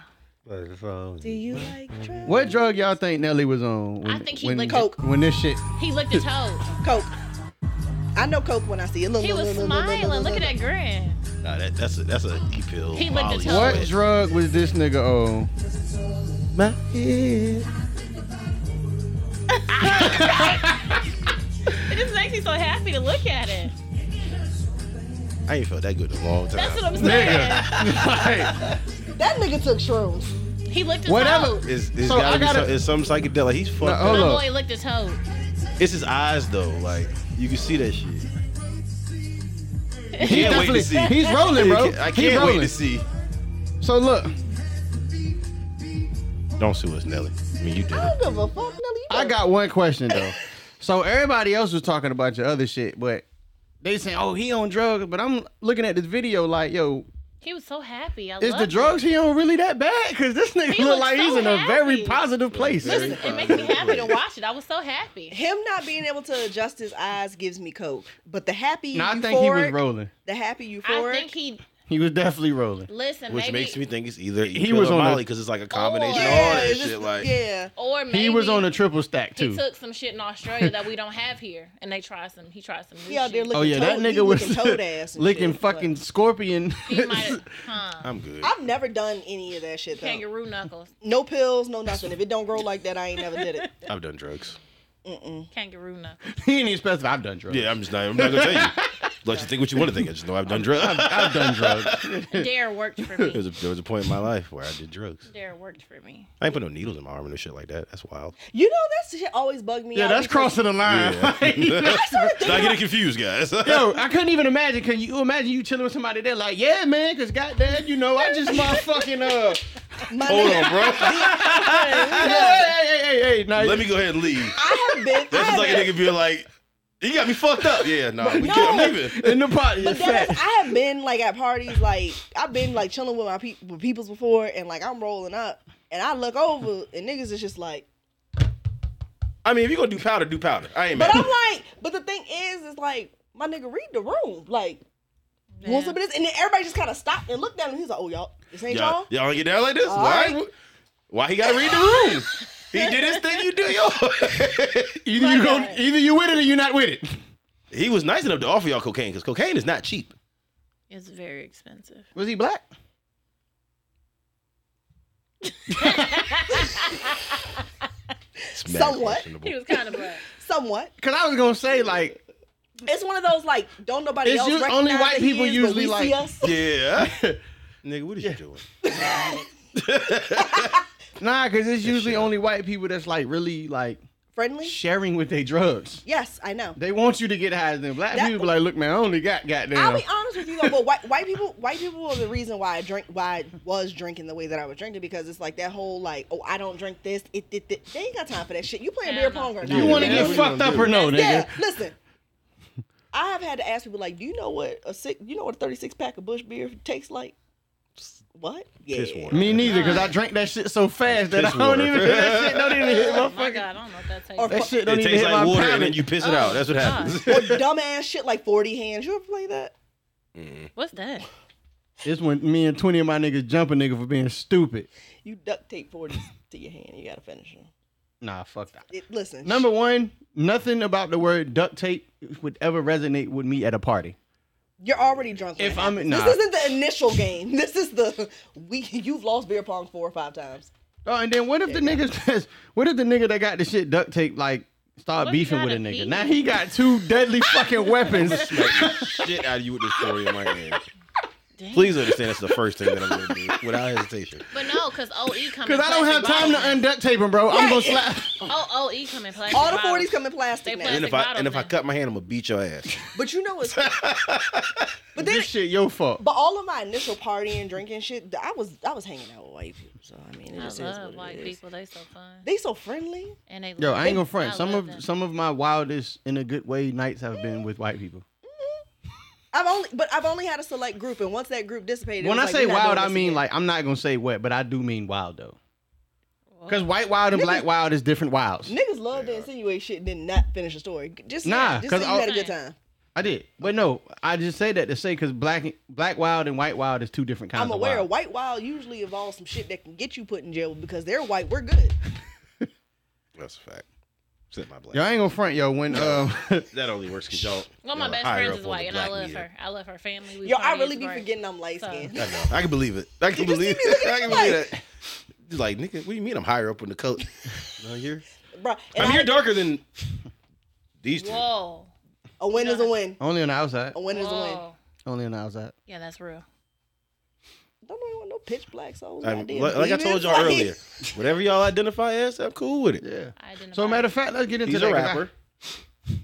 B: But it's um, all in-
D: Do you like drugs?
A: what drug y'all think Nelly was on? When,
C: I think he
A: when,
C: licked-
D: Coke.
A: When this shit,
C: he licked his toes.
D: Coke. I know Coke when I see it. Look,
C: He
D: look,
C: was
D: look, look, look, look,
C: smiling. Look at that grin.
B: Nah, that, that's a that's a key pill.
C: He licked his
B: Molly.
C: toe.
A: what
C: Wait.
A: drug was this nigga on?
B: My head.
C: It just makes me so happy to look at it.
B: I ain't felt that good in a long time.
C: That's what I'm saying.
A: Nigga,
D: that. That nigga took shrooms.
C: He licked his
A: Whatever.
C: toes.
B: It's, it's
A: So, I
B: gotta,
A: gotta-
B: be some, it's some psychedelic. He's fucked.
A: No,
B: up.
A: hold
C: My
A: Look.
C: boy licked his toe.
B: It's his eyes though. Like you can see that shit.
A: like, he
B: Can't wait
A: definitely,
B: to see.
A: he's rolling, bro.
B: I
A: He
B: can't wait
A: rolling.
B: to see.
A: So look,
B: Don't sue us, Nelly. I mean, you did.
D: I
B: it.
A: Oh,
D: don't give a fuck, Nelly. You
A: I got one question though. So everybody else was talking about your other shit, but they saying, "Oh, he on drugs," but I'm looking at this video like, "Yo,
C: He was so happy. I
A: is
C: loved
A: the
C: it.
A: drugs he on really that bad? Because this nigga
C: He
A: look
C: looks
A: like
C: so
A: he's in a very
C: happy.
A: positive place.
C: Listen, it makes me happy to watch it. I was so happy.
D: Him not being able to adjust his eyes gives me coke. But the happy
A: no, I
D: euphoric,
A: think he was rolling.
D: the happy
C: I
D: euphoric,
C: think he
A: He was definitely rolling.
C: listen,
B: Which
C: maybe,
B: makes me think it's either
A: He
B: he
A: was
B: was
A: on a-
B: Molly because it's like a combination of
C: Yeah,
B: all that
D: it's
B: shit.
D: just-
B: Like,
D: yeah,
C: or maybe
A: He was on a triple stack
C: he
A: too.
C: took some shit in Australia that we don't have here, and they tried some. He tried some new
D: he out there
C: shit.
D: looking.
A: oh yeah, that
D: toad,
A: nigga
D: he
A: was
D: looking toad ass and
A: licking
D: shit, but-
A: fucking scorpion.
C: He might, huh?
B: I'm good.
D: I've never done any of that shit though.
C: Kangaroo knuckles,
D: No pills, no nothing. If it don't grow like that, I ain't never did it.
B: I've done drugs.
C: kangaroo knuckles.
A: he ain't even specify. I've done drugs.
B: Yeah, I'm just not. I'm not gonna tell you. Let you think what you want to think. I just know I've done drugs.
A: I've done drugs.
C: Dare worked for
B: There was,
C: me.
B: a, there was a point in my life where I did drugs.
C: Dare worked for me.
B: I ain't put no needles in my arm and no shit like that. That's wild.
D: You know, that's the shit always bugged me.
A: Yeah,
D: out
A: that's
D: because-
A: crossing the line.
B: Not getting confused, guys.
A: Yo, I couldn't even imagine. Can you imagine you chilling with somebody? They're like, "Yeah, man," because goddamn, you know, I just motherfucking uh.
D: My
B: Hold
D: nigga,
B: on, bro.
A: Hey, hey, hey, hey, hey, nah,
B: Let me go ahead and leave.
D: I have been. I
B: That's just
D: have
B: like a
D: been-
B: nigga being like, "You got me fucked up." Yeah, nah, we
D: No.
B: can't. I'm leaving.
A: in the pot.
D: But that is, I have been like at parties, like I've been like chilling with my people, with peoples before, and like I'm rolling up, and I look over, and niggas is just like.
B: I mean, if you gonna do powder, do powder. I ain't
D: But
B: mad.
D: I'm like, but the thing is, is like my nigga read the room, like. you want
C: Yeah.
D: some of this? And then everybody just kind of stopped and looked at him. He's like, "Oh, y'all, this ain't
B: Y'all,
D: y'all."
B: y'all wanna get down like this?
D: All
B: Why?
D: right.
B: Why he gotta read the room? He did his thing. You do yours.
A: either you go, either you with it or you not with it.
B: he was nice enough to offer y'all cocaine because cocaine is not cheap.
C: It's very expensive.
A: Was he black?
B: It's
D: Somewhat.
B: questionable.
C: He was kind of black.
D: Somewhat.
A: Because I was gonna say like,
D: It's one of those like, don't nobody
A: It's
D: else.
A: us-
D: recognize
A: only white
D: that he
A: people
D: is, but
A: usually
D: we
A: like-
D: see us.
B: Yeah. Nigga, what is you doing?
A: nah, because it's usually
B: shit.
A: only white people that's like really like
D: friendly.
A: sharing with their drugs.
D: Yes, I know.
A: They want you to get high. Then black
D: That-
A: people be like, look, man, I only got goddamn.
D: I'll be honest with you though, but white, white people, white people were the reason why I drink, why I was drinking the way that I was drinking because it's like that whole like, oh, I don't drink this. It, it, it. they ain't got time for that shit. You playing beer
C: Hell no.
D: pong or not?
A: you want to
B: Yeah,
A: get
B: what you
A: fucked
B: gonna
A: up
B: do?
A: or no, nigga?
D: Yeah, listen. I have had to ask people like, do you know what a six, you know what a thirty six pack of Bush beer tastes like? What? Yeah.
B: Piss water.
A: Me neither, because I drank that shit so fast that I
B: Piss
A: don't
B: water.
A: even that shit don't even hit my
C: Oh my
A: fucking.
C: god, I don't know if that tastes.
D: Or
A: That shit
B: It
A: don't even
B: tastes
A: hit my
B: like water, and then
A: palate.
B: you piss it
C: Oh,
B: out. That's what
C: God.
B: happens.
D: Or dumbass shit like forty hands. You ever play that?
C: What's that?
A: It's when me and twenty of my niggas jump a nigga for being stupid.
D: You duct tape forties to your hand. You gotta finish them.
A: Nah, fuck that.
D: It, listen.
A: Number one, nothing about the word duct tape would ever resonate with me at a party.
D: You're already drunk. when
A: If
D: it
A: I'm-
D: happens.
A: nah.
D: this isn't the initial game. This is the we. You've lost beer pong four or five times.
A: Oh, and then what if the niggas says, what if the nigga that got the shit duct tape like start
C: What if
A: beefing
C: not
A: with a
C: a
A: nigga?
C: beef?
A: Now he got two deadly fucking weapons.
B: Shit out of you with this story in my hand.
C: Damn.
B: Please understand that's the first thing that I'm gonna do without hesitation.
C: But no, E because OE come.
A: Cause I don't have time to unduct tape him, bro. I'm gonna slap.
C: Oh, OE come in plastic.
D: All the
C: bottles.
D: forties come in plastic
C: They
D: now.
B: And if I and if I cut my hand, I'm gonna beat your ass.
D: But you know what's. but then,
A: This shit your fault.
D: but all of my initial partying, drinking shit, I was I was hanging out with white people. So I mean, it
C: I
D: just is what
C: love
D: it
C: white
D: is.
C: people. They so fun.
D: They so friendly.
C: And they.
A: Yo, I ain't gonna front.
C: I
A: Some
C: love
A: of
C: them.
A: some of my wildest, in a good way, nights have been with white people.
D: I've only, but I've only had a select group, and once that group dissipated, it
A: When I
D: was like,
A: say
D: we're not
A: wild,
D: doing
A: I
D: this
A: mean
D: again.
A: like I'm not gonna say wet, but I do mean wild though.
C: Whoa.
A: Cause white wild and black wild is different wilds.
D: niggas love to insinuate shit, and then not finish the story. Just
A: Nah,
D: just
A: 'cause
D: say you
A: I'll-
D: had a good time.
A: I did, but no, I just say that to say because black black wild and white wild is two different kinds.
D: I'm aware
A: Of
D: a white wild usually involves some shit that can get you put in jail because they're white. We're good.
B: That's a fact. Except my black.
A: Yo, I ain't gonna front yo when um
B: That only works because y'all.
C: Well, my
B: y'all
C: best
B: higher
C: friend
B: up
C: is
B: on
C: white,
B: the
C: and I
B: black
C: love
B: meter.
C: her. I love her family. We
D: Yo, I
C: party
D: really
C: is
D: be
C: great.
D: forgetting I'm light
C: So-
D: skinned.
B: I know. I can believe it. I can
D: You just see
B: believe
D: me looking
B: it. I can
D: at you
B: believe that. He's like, nigga, what do you mean I'm higher up in the coat? No, you're. I
D: Bruh, and
B: mean,
D: I-
B: you're darker than these two.
C: Whoa.
D: a win is a win.
A: only on the outside,
D: A win is a win.
C: Whoa.
A: only on the outside.
C: Yeah, that's real.
D: Don't nobody want no pitch black souls.
B: I
D: out there.
B: like, like I
D: Believe
B: told
D: it.
B: y'all
D: Like,
B: earlier, whatever y'all identify as, I'm cool with it.
A: Yeah.
C: I didn't.
A: So matter of fact, let's get into
B: He's
A: that.
B: a
A: 'cause I-
B: rapper.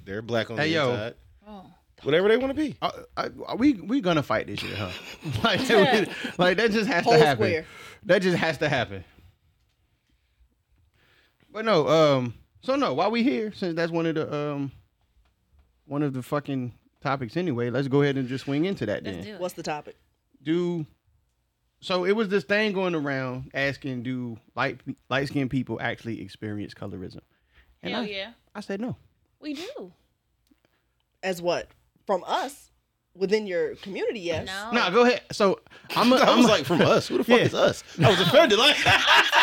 B: They're black on
A: Hey,
B: the
A: yo.
B: inside.
C: Oh.
B: Whatever they want to be.
A: I, I, I- we we gonna fight this shit, huh? like, we- like that just has
D: Whole
A: to happen.
D: square.
A: That just has to happen. But no, um, so no, while we here, since that's one of the um, one of the fucking topics anyway. Let's go ahead and just swing into that
C: Let's
A: then.
C: do it.
D: What's the topic?
A: do so it was this thing going around asking do light light skinned people actually experience colorism and
C: Hell
A: I,
C: yeah,
A: I said no
C: we do.
D: As what? From us within your community, yes.
C: No,
A: nah, go ahead so i'm a,
B: I
A: I'm
B: was
A: a-
B: like, from us? Who the fuck
A: Yeah.
B: is us? I was offended. Like,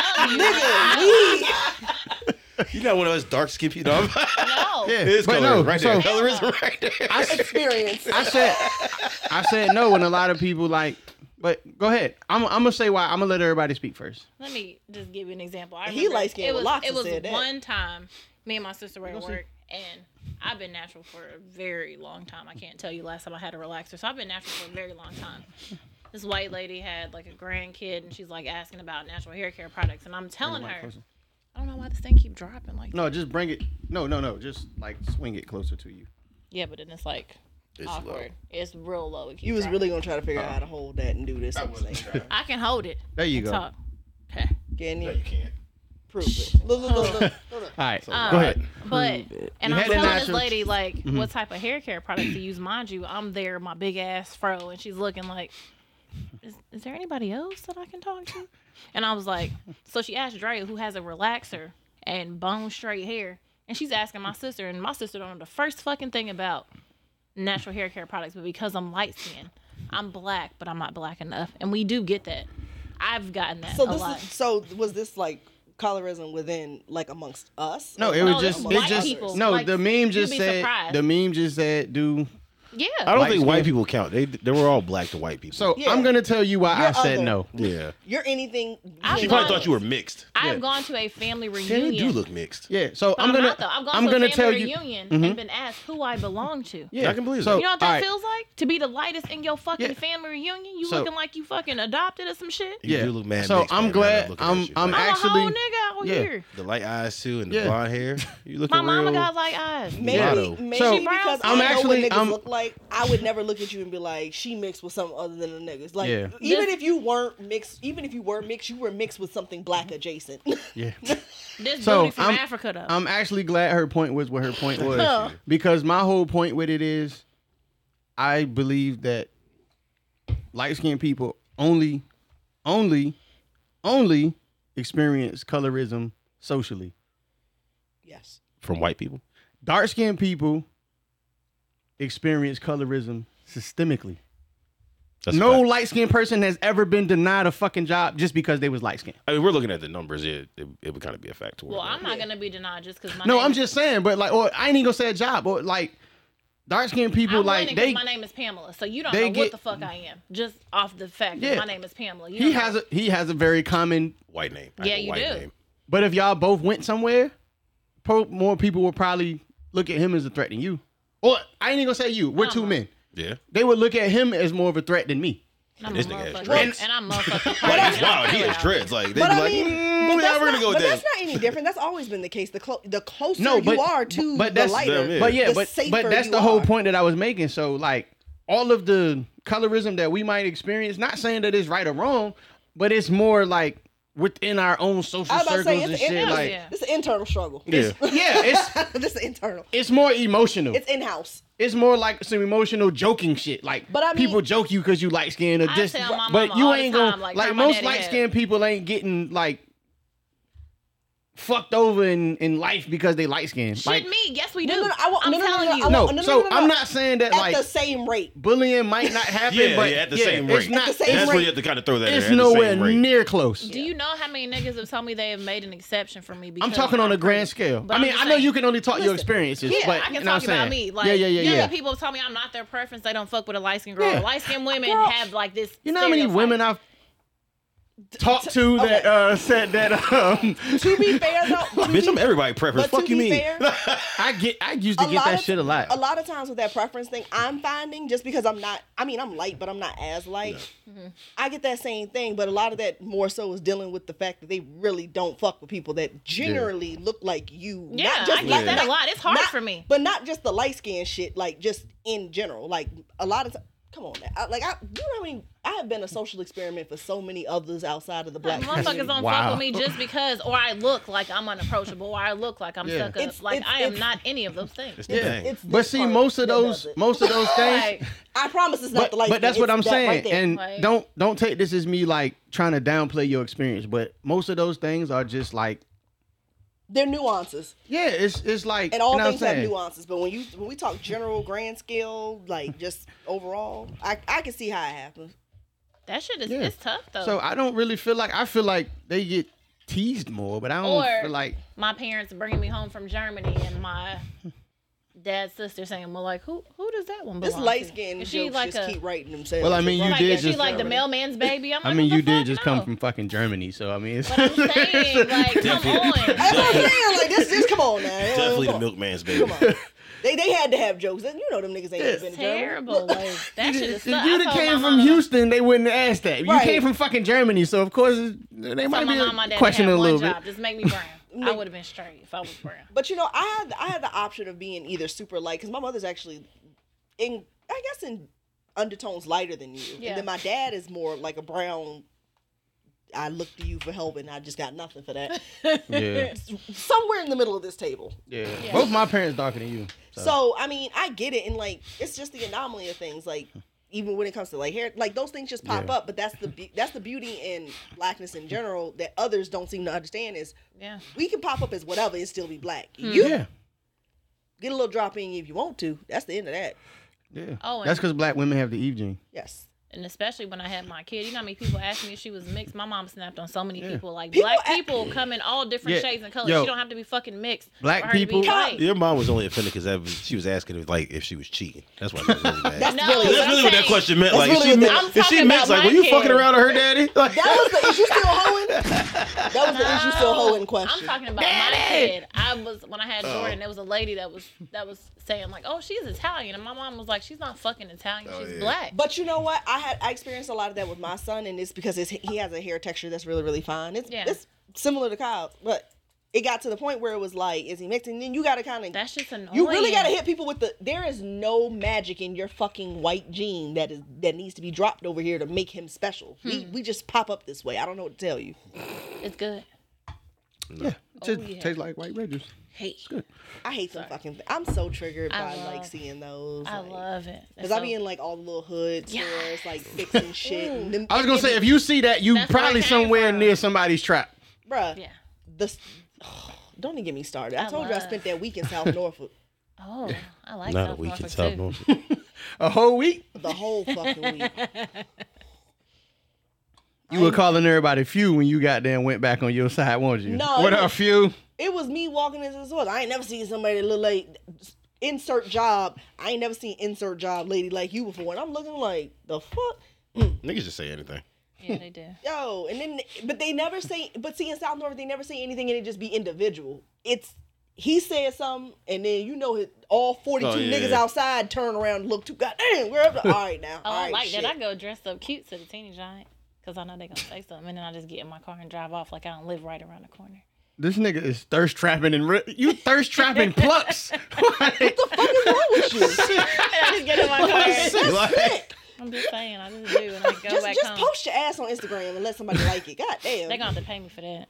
D: Nigga, we
B: you got one of us dark skinned people. No, I'm-
C: no.
A: yeah,
B: it is
A: but
B: colorism
A: no,
B: right
A: so
B: there. Colorism right there.
A: I, s-
D: experience.
A: I said i said no and a lot of people like but go ahead i'm, I'm gonna say why i'm gonna let everybody speak first
C: Let me just give you an example. I
D: He
C: remember
D: light-skinned
C: It
D: with
C: was,
D: locks
C: it
D: and
C: was
D: said that.
C: one time me and my sister were at
A: gonna see.
C: work, and I've been natural for a very long time. I can't tell you last time I had a relaxer, so I've been natural for a very long time. This white lady had like a grandkid, and she's like asking about natural hair care products, and I'm telling
A: Mic
C: her,
A: closer.
C: I don't know why this thing keep dropping. Like,
A: no just bring it no no no just like swing it closer to you
C: yeah, but then it's like
B: It's low.
C: awkward. It's real low. It keep
D: You was
C: dropping.
D: really gonna try to figure out how to hold that and do this. I'm saying.
C: I can hold it.
A: there you
C: and
A: go
C: Talk. Okay.
D: Can
B: No,
D: you
B: you can't.
D: prove it? Look, look, look, look.
A: all right
C: Um,
A: go ahead
D: Mm.
C: But and
A: You
C: I'm
A: had the
C: telling this
A: natural- Mm-hmm.
C: lady like what type of hair care product to use. Mind you, I'm there, my big ass fro, and she's looking like, is, is there anybody else that I can talk to? And I was like, so she asked Drea who has a relaxer and bone straight hair, and she's asking my sister, and my sister don't know the first fucking thing about natural hair care products, but because I'm light skinned, I'm black, but I'm not black enough, and we do get that. I've gotten that
D: So
C: a
D: this
C: lot.
D: is, so was this like colorism within like amongst us?
A: no,
D: Or
A: it was
C: No,
A: just
C: that's
A: it
C: white
A: just
C: people.
A: no.
C: Like,
A: the meme
C: you'd
A: just
C: be
A: said
C: surprised.
A: the meme just said do
C: yeah,
B: I don't
A: Light
B: think white
A: skin.
B: people count. They they were all black to white people.
A: so.
D: Yeah.
A: I'm gonna tell you why I
D: You're
A: said
D: other.
A: no.
B: yeah,
D: You're anything.
C: I
B: she
D: between
B: probably
D: us.
B: thought you were mixed.
C: I've
A: yeah.
C: gone to a family
B: Yeah,
C: reunion.
B: you do look mixed.
A: Yeah, so
C: But
A: I'm
C: I'm,
A: gonna
C: not though. I've gone
A: I'm
C: to a
A: gonna
C: family
A: tell you. Mm-hmm.
C: reunion and been asked who I belong to.
A: Yeah,
B: I can believe
A: so,
B: that.
C: You know what that
A: alright,
C: feels like? To be the lightest in your fucking
A: Yeah.
C: family reunion? You
A: So-
C: looking like you fucking adopted or some shit?
B: You
A: Yeah.
B: do look mad.
A: So
B: mixed,
A: I'm
B: man,
A: glad-
B: now looking at
A: I'm-
B: you,
A: I'm
B: like,
C: I'm a
A: Actually,
C: whole nigga out
A: yeah.
C: here.
B: the light eyes too and the
A: Yeah.
B: blonde hair. You look.
C: My mama
B: real,
C: got uh, light eyes.
D: Maybe,
B: Lotto.
D: maybe
A: So-
D: because
A: I'm
D: I
A: actually-
D: know what niggas
A: I'm-
D: look like, I would never look at you and be like, "She mixed with something other than the niggas." Like,
A: Yeah.
D: even
C: This-
D: if you weren't mixed, even if you were mixed, you were mixed with something black adjacent.
A: Yeah,
C: This
A: So,
C: booty from
A: I'm-
C: Africa though.
A: I'm actually glad her point was what her point was
C: Oh.
A: because my whole point with it is, I believe that light skinned people only, only, only experience colorism socially.
D: yes,
B: from white people.
A: Dark skinned people experience colorism systemically.
B: That's
A: no
B: fact.
A: light skinned person has ever been denied a fucking job just because they was light skinned.
B: I mean, we're looking at the numbers. It it, it would kind of be a factor.
C: well, I'm not
D: Yeah.
C: gonna be denied just because my
A: No,
C: name
A: I'm just saying, but like, or I ain't even gonna say a job, but like, dark skinned people,
C: I'm
A: like
C: like
A: they,
C: my name is Pamela, so you don't
A: they
C: know
A: get-
C: what the fuck I am. Just off the fact
A: Yeah.
C: that my name is Pamela. You
A: he
C: don't know.
A: has a he has a very common.
B: white name. I
C: Yeah,
B: have a
C: you
B: white
C: do.
B: Name.
A: But if y'all both went somewhere, pro, more people would probably look at him as a threat than you. Or I ain't even gonna say you. We're two
C: Uh-huh.
A: men.
B: Yeah.
A: They would look at him as more of a threat than me.
C: And I'm a
B: This nigga has
C: motherfucker.
B: dreads.
C: And I'm motherfucking.
B: But
C: And
B: he's
C: I'm
B: wild. He
C: proud.
B: has dreads. Like they
D: but
B: be
D: I
B: like,
D: mean,
B: "Mm,
D: but
B: we're not
D: that's,
B: gonna
D: not,
B: go
D: but
B: there.
D: that's not any different. That's always been the case. The clo- the closer
A: No, but
D: you are to
A: but
D: the
A: that's
D: lighter,
B: them, yeah.
A: But yeah,
D: the
A: but
D: safer
A: but that's
D: you
A: the whole
D: are.
A: point that I was making. So like all of the colorism that we might experience, not saying that it's right or wrong, but it's more like within our own social
D: I was about to
A: circles
D: say
A: and
D: it's,
A: shit.
D: an internal,
A: like
C: Yeah.
D: it's an internal struggle.
B: Yeah.
A: yeah, it's
D: this is internal.
A: it's more emotional.
D: It's in house.
A: It's more like some emotional joking shit. Like
D: But I mean-
A: people joke you because you light skinned or
C: I
A: just,
C: tell my
A: but
C: mama
A: you
C: all the
A: ain't
C: time,
A: gonna like,
C: like, turn my
A: most
C: daddy
A: light skinned people ain't getting like fucked over in in life because they light skinned.
C: Shit,
A: Like
C: me. Yes, we do.
D: No, no, no, I want-
C: I'm
D: no, no, no,
C: telling
D: no,
C: you.
D: I
A: no,
D: want- no, no,
A: so
D: no, no,
A: I'm
D: no.
A: not saying that
D: At
A: like
D: the same rate,
A: bullying might not happen.
B: Yeah,
A: but
B: yeah, at the
A: yeah,
B: same
A: it's
B: rate.
A: Not,
D: At the same
A: it's
B: That's
D: rate.
B: where you have to kind of throw that. in
A: it's
B: there, at the
A: nowhere
B: same rate.
A: near close.
C: Do you know how many niggas have told me they have made an exception for me? Because
A: I'm talking on a
C: I'm
A: grand
C: pretty?
A: scale. I
C: But I'm
A: mean,
C: just
A: I know
C: saying-
A: you can only talk your
D: Listen,
A: experiences,
C: Yeah,
A: but
C: I
A: you
C: can
A: know
C: talk
A: what I'm
C: about
A: saying?
C: me. Like,
A: yeah, yeah, yeah,
C: you know
A: yeah.
C: how people tell me I'm not their preference. They don't fuck with a light skinned girl.
A: Yeah.
C: Light skinned women
D: Girl,
C: have like this.
A: You know how many
C: stereotype.
A: women I've talked to
D: okay.
A: that uh, said that um,
D: to be fair though, to
B: Bitch, I'm
D: be-
B: everybody preference.
D: but
B: Fuck
D: to
B: you,
D: be
B: mean?
D: fair,
A: I get I used to get that
D: of,
A: shit a lot.
D: A lot of times with that preference thing, I'm finding just because I'm not. I mean, I'm light, but I'm not as light. I get that same thing, but a lot of that more so is dealing with the fact that they really don't fuck with people that generally look like you.
C: Yeah,
D: not just
C: I get
D: light-
C: that
D: not-
C: a lot. It's hard
D: not-
C: for me.
D: but not just the light skin shit. Like just in general, like a lot of. T- Come on, man. I, like I, you know, what I mean, I have been a social experiment for so many others outside of the black
C: Motherfuckers
D: community.
C: don't
A: Wow.
C: fuck with me just because, or I look like I'm unapproachable, or I look like I'm
A: Yeah.
C: stuck up.
D: It's-
C: like
D: it's-
C: I am
D: it's-
C: not any of those things.
B: It's the
A: Yeah,
B: thing.
D: It's
A: but
D: this
A: see,
D: part
A: most of
D: that
A: those,
D: does it.
A: most of those things,
C: Like,
D: I promise it's not
A: but,
D: the light.
A: but that's
D: skin,
A: what
D: it's
A: I'm
D: that
A: saying.
D: right there.
A: and
C: Like-
A: don't don't take this as me like trying to downplay your experience. But most of those things are just like
D: they're nuances,
A: yeah, it's it's like
D: and all
A: you know what I'm
D: things have
A: saying?
D: nuances. But when you when we talk general, grand scale, like just overall, I I can see how it happens.
C: that shit is
A: Yeah.
C: it's tough though.
A: So I don't really feel like I feel like they get teased more, but I don't
C: Or-
A: feel like
C: my parents bringing me home from Germany and my dad's sister saying, "Well, like who who does that one belong
D: This light
C: to?"
D: skin
C: Is
D: jokes
C: she like
D: just
C: a
D: keep writing themselves.
A: Well, I mean, you
C: like,
A: did
C: is she
A: just-
C: like the mailman's baby? I'm like,
A: I mean
C: what
A: you
C: the
A: did
C: fuck?
A: just come
C: No.
A: from fucking Germany, so I mean it's
C: But I'm saying, like, come on.
D: That's what I'm saying. Like this, this. Come on now.
B: Definitely
D: come
B: the
D: on.
B: milkman's baby.
D: Come on. They, they had to have jokes. You know them niggas ain't
A: It's
D: been
C: Terrible. Like, that shit is
A: If
C: tough. I
A: you'd have
C: told my
A: came from
C: mama-
A: Houston, they wouldn't have asked that. You
D: Right.
A: came from fucking Germany, so of course it- they
C: I
A: might
C: told my mom, my
A: be
C: dad,
A: questioning
C: had
A: a
C: one
A: little bit.
C: job. Just make me brown. I would have been straight if I was brown.
D: But you know, I had I had the option of being either super light because my mother's actually in I guess in undertones lighter than you,
C: Yeah.
D: and then my dad is more like a brown. I look to you for help, and I just got nothing for that.
A: Yeah,
D: Somewhere in the middle of this table.
A: yeah.
C: Yeah.
A: Both my parents darker than you. So,
D: So I mean, I get it, and like it's just the anomaly of things, like. Even when it comes to like hair, like those things just pop
A: Yeah.
D: up. But that's the be- that's the beauty in blackness in general that others don't seem to understand is
C: Yeah.
D: we can pop up as whatever and still be black. You
A: yeah,
D: get a little drop in if you want to. That's the end of that.
A: yeah.
C: Oh, and-
A: that's because black women have the Eve gene.
D: Yes.
C: And especially when I had my kid, you know how many people asked me if she was mixed. My mom snapped on so many
A: Yeah.
C: people. Like
D: People
C: black
D: a-
C: people come in all different
A: Yeah.
C: shades and colors.
A: Yo.
C: She don't have to be fucking mixed.
A: Black
C: for her to be
A: people-
C: white.
B: Your mom was only offended because she was asking if, like if she was cheating. That's why she was really mad.
D: That's
C: No,
D: really-
C: but
B: That's
C: I'm
B: really what that
C: saying-
B: question meant.
D: That's
B: Like, if
D: really
B: she,
D: what
B: mixed,
C: that-
B: if
C: I'm
B: she
C: talking
B: mixed,
C: about
B: like, were
C: my
B: you fucking
C: kid.
B: around with her daddy? Like,
D: That was the is you still hoeing? That was the is you still hoeing
C: I'm
D: question.
C: talking about my kid. I was when I had
B: Oh.
C: Jordan, there was a lady that was that was saying like, "Oh, she's Italian," and my mom was like, "She's not fucking Italian.
B: Oh,
C: she's
B: yeah.
C: black."
D: But you know what? I had I experienced a lot of that with my son, and it's because his, he has a hair texture that's really really fine. It's
C: Yeah.
D: it's similar to Kyle's, but it got to the point where it was like, is he mixed? And then you got to kind of
C: That's just annoying.
D: you really got to hit people with the. There is no magic in your fucking white gene that is that needs to be dropped over here to make him special. We
C: Hmm.
D: we just pop up this way. I don't know what to tell you.
C: It's good.
A: Yeah, it just
C: Oh, yeah.
A: tastes like white Rangers.
C: Hey,
D: I hate them fucking. I'm so triggered
C: I
D: by like
C: love-
D: seeing those.
C: I
D: like-
C: love it. It's
D: Cause I
C: so-
D: be in like all the little hood
C: Yes.
D: stores, like fixing shit. and them-
A: I was gonna say if you see that, you
C: That's where I
A: probably
C: came
A: somewhere
C: from.
A: near somebody's trap.
D: bruh,
C: yeah.
D: the s- don't even get me started. I,
C: I
D: told you I
C: love-
D: spent that week in South Norfolk,
C: Oh, I like
B: not a
C: South
B: week in
C: Norfolk,
B: South
C: too.
B: Norfolk.
A: A whole week,
D: the whole fucking week.
A: you were calling everybody few when you got there and went back on your side, weren't you?
D: No,
A: what
D: it
A: up,
D: was-
A: few?
D: It was me walking into the store. I ain't never seen somebody that look like insert job. I ain't never seen insert job lady like you before, and I'm looking like the fuck.
B: Niggas just say anything.
C: Yeah, they do.
D: Yo, and then but they never say but see in South Norfolk they never say anything and it just be individual. It's he says something and then you know his, all forty two
B: Oh, yeah,
D: niggas
B: yeah.
D: outside turn around and look too goddamn we're up to all right now.
C: Oh,
D: all
C: I
D: right,
C: like
D: shit.
C: that. I go dressed up cute to the teeny giant because I know they're gonna say something, and then I just get in my car and drive off like I don't live right around the corner.
A: This nigga is thirst trapping and re- you thirst trapping plucks. Like,
D: What's wrong with you?
C: And I just get in my car.
A: like,
C: I'm just saying, I just do, and I go
D: just
C: back
D: just
C: home.
D: post your ass on Instagram and let somebody like it. God damn.
C: They're gonna have to pay me for that.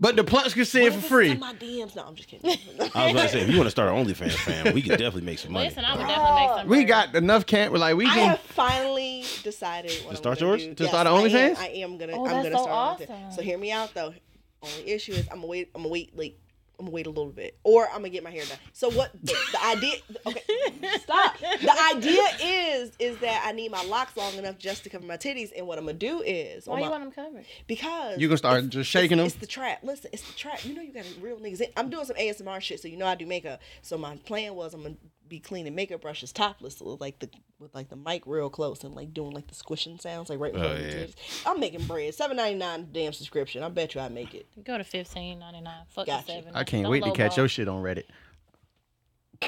A: but the plucks can see it for free.
D: My DMs. No, I'm just kidding.
B: I was about to say, if you want to start an OnlyFans, fam, we could definitely make some money.
C: Listen, I would definitely make some.
A: We
C: bread.
A: got enough camp. Like we
D: I
A: can.
D: have finally decided what I'm
B: start
D: gonna
B: yours?
D: do.
A: To start
D: I
A: an
D: am-
A: OnlyFans?
D: I am gonna.
C: Oh,
D: I'm
C: that's
D: gonna
C: so
D: start. an OnlyFans.
C: awesome.
D: So hear me out though. Only issue is I'm gonna wait. I'm gonna wait like. I'm gonna wait a little bit, or I'm gonna get my hair done. So what? The, the idea? Okay, stop. The idea is is that I need my locks long enough just to cover my titties, and what I'm gonna do is
C: Why
D: on
C: you
D: my-
C: want them covered?
D: because
A: You can start just shaking
D: it's,
A: them?
D: It's the trap. Listen, it's the trap. You know you got real niggas. In. I'm doing some ASMR shit, so you know I do makeup. So my plan was I'm gonna be cleaning makeup brushes topless, so like the with like the mic real close and like doing like the squishing sounds, like right in front of
B: Oh,
D: your
B: yeah.
D: titties. I'm making bread. Seven ninety nine damn subscription. I bet you I make it.
C: Go to fifteen ninety nine. Fuck
D: Gotcha.
C: the seven.
A: I can't
C: Don't
A: wait to
C: lowball.
A: catch your shit on Reddit.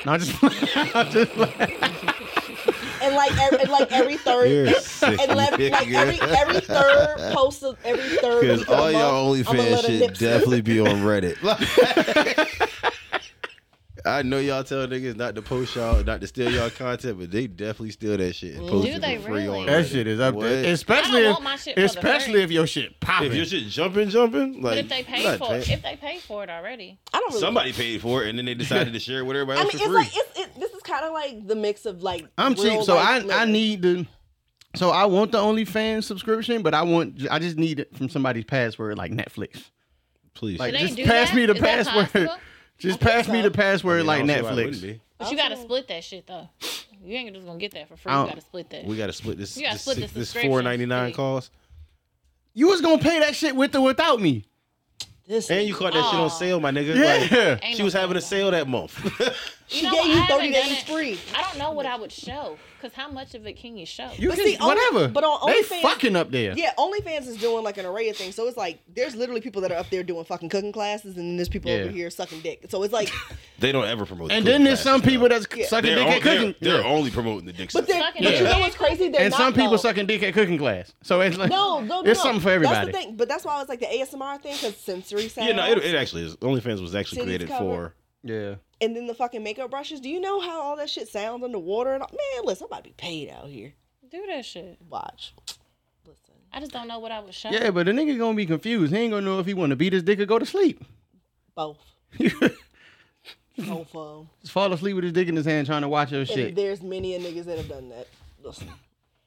A: No, I'm just, I'm just
D: And like every, and like every third.
B: You're sick,
D: And like,
B: you
D: like
B: nigga.
D: every every third post of every third
B: Because
D: week of
B: all
D: the month,
B: y'all
D: I'ma let
B: OnlyFans
D: a
B: shit
D: nip slip.
B: definitely be on Reddit. I know y'all tell niggas not to post y'all, not to steal y'all content, but they definitely steal that shit and
C: Ooh.
B: post
C: Do
B: it
C: they
B: for free
C: really?
B: on
A: That
B: Reddit.
A: shit is up
B: What?
A: there,
C: I
A: especially
C: don't
A: if,
C: want my shit for the
A: especially
C: free.
A: if your shit
B: If your
A: popping.
B: shit jumping, jumping,
C: But
B: like
C: if they
B: not
C: paid for
B: paying-
C: it, if they paid for it already,
D: I don't really.
B: somebody paid for it and then they decided to share it with everybody
D: I mean,
B: else
D: it's
B: for free.
D: like it's, it, this is kind of like the mix of like
A: I'm cheap,
D: real
A: so I
D: life
A: I
D: living.
A: need the. So I want the OnlyFans subscription, but I want I just need it from somebody's password like Netflix.
B: Please,
A: Like
C: They
A: just
C: do
A: pass
C: that?
A: me the
C: Is that
A: password.
C: possible?
A: Just
D: I think
A: pass me
D: so.
A: the password
B: I
A: like
B: don't see why it wouldn't
A: Netflix.
B: be.
C: but you gotta split that shit though. You ain't just gonna get that for free.
A: I
C: You
A: don't-
C: gotta split that.
B: We gotta split this.
C: You gotta
B: this
C: split
B: six-
C: the
B: this
C: subscription
B: four ninety nine
C: fee.
B: cost,
A: You was gonna pay that shit with or without me.
D: This
B: and you caught that shit
C: Aw.
B: on sale, my nigga.
A: Yeah.
B: Like,
C: Ain't
B: she
C: no
B: was having a
C: point.
B: sale that month.
D: she
C: know,
D: gave
C: I
D: you
C: haven't
D: thirty
C: done
D: days
C: it.
D: free.
C: I don't know what I would show, cause how much of it can you show?
A: You
D: But
A: can
D: see, only-
A: whatever.
D: but on
A: they
D: OnlyFans-
A: fucking up there.
D: Yeah, OnlyFans is doing like an array of things. So it's like there's literally people that are up there doing fucking cooking classes, and then there's people
A: Yeah.
D: over here sucking dick. So it's like,
B: they don't ever promote. the
A: And
B: cooking
A: then there's some
B: classes,
A: people
B: though.
A: that's
D: Yeah.
A: sucking
B: they're,
A: dick
B: on-
A: at
B: they're-
A: cooking.
B: they're
A: yeah.
B: only promoting the dick.
D: but,
B: stuff.
D: they're,
C: Sucking
D: but you
A: dick.
D: know what's crazy? They're
A: And
D: not,
A: some people
D: though.
A: sucking dick at cooking class. So it's like
D: No, no, no.
A: it's something for everybody.
D: That's the thing. But that's why I was like the ASMR thing because sensory sound.
B: yeah, no, it, it actually is. OnlyFans was actually
D: Titties
B: created
D: covered.
B: for.
A: Yeah.
D: and then the fucking makeup brushes. Do you know how all that shit sounds underwater? And all? man, listen, I'm about to be paid out here.
C: Do that shit.
D: Watch. Listen,
C: I just don't know what I would show.
A: Yeah, but the nigga gonna be confused. He ain't gonna know if he wanna beat his dick or go to sleep.
D: both,
A: just
D: both of 'em.
A: fall asleep with his dick in his hand trying to watch your
D: And
A: shit.
D: there's many a niggas that have done that. Listen,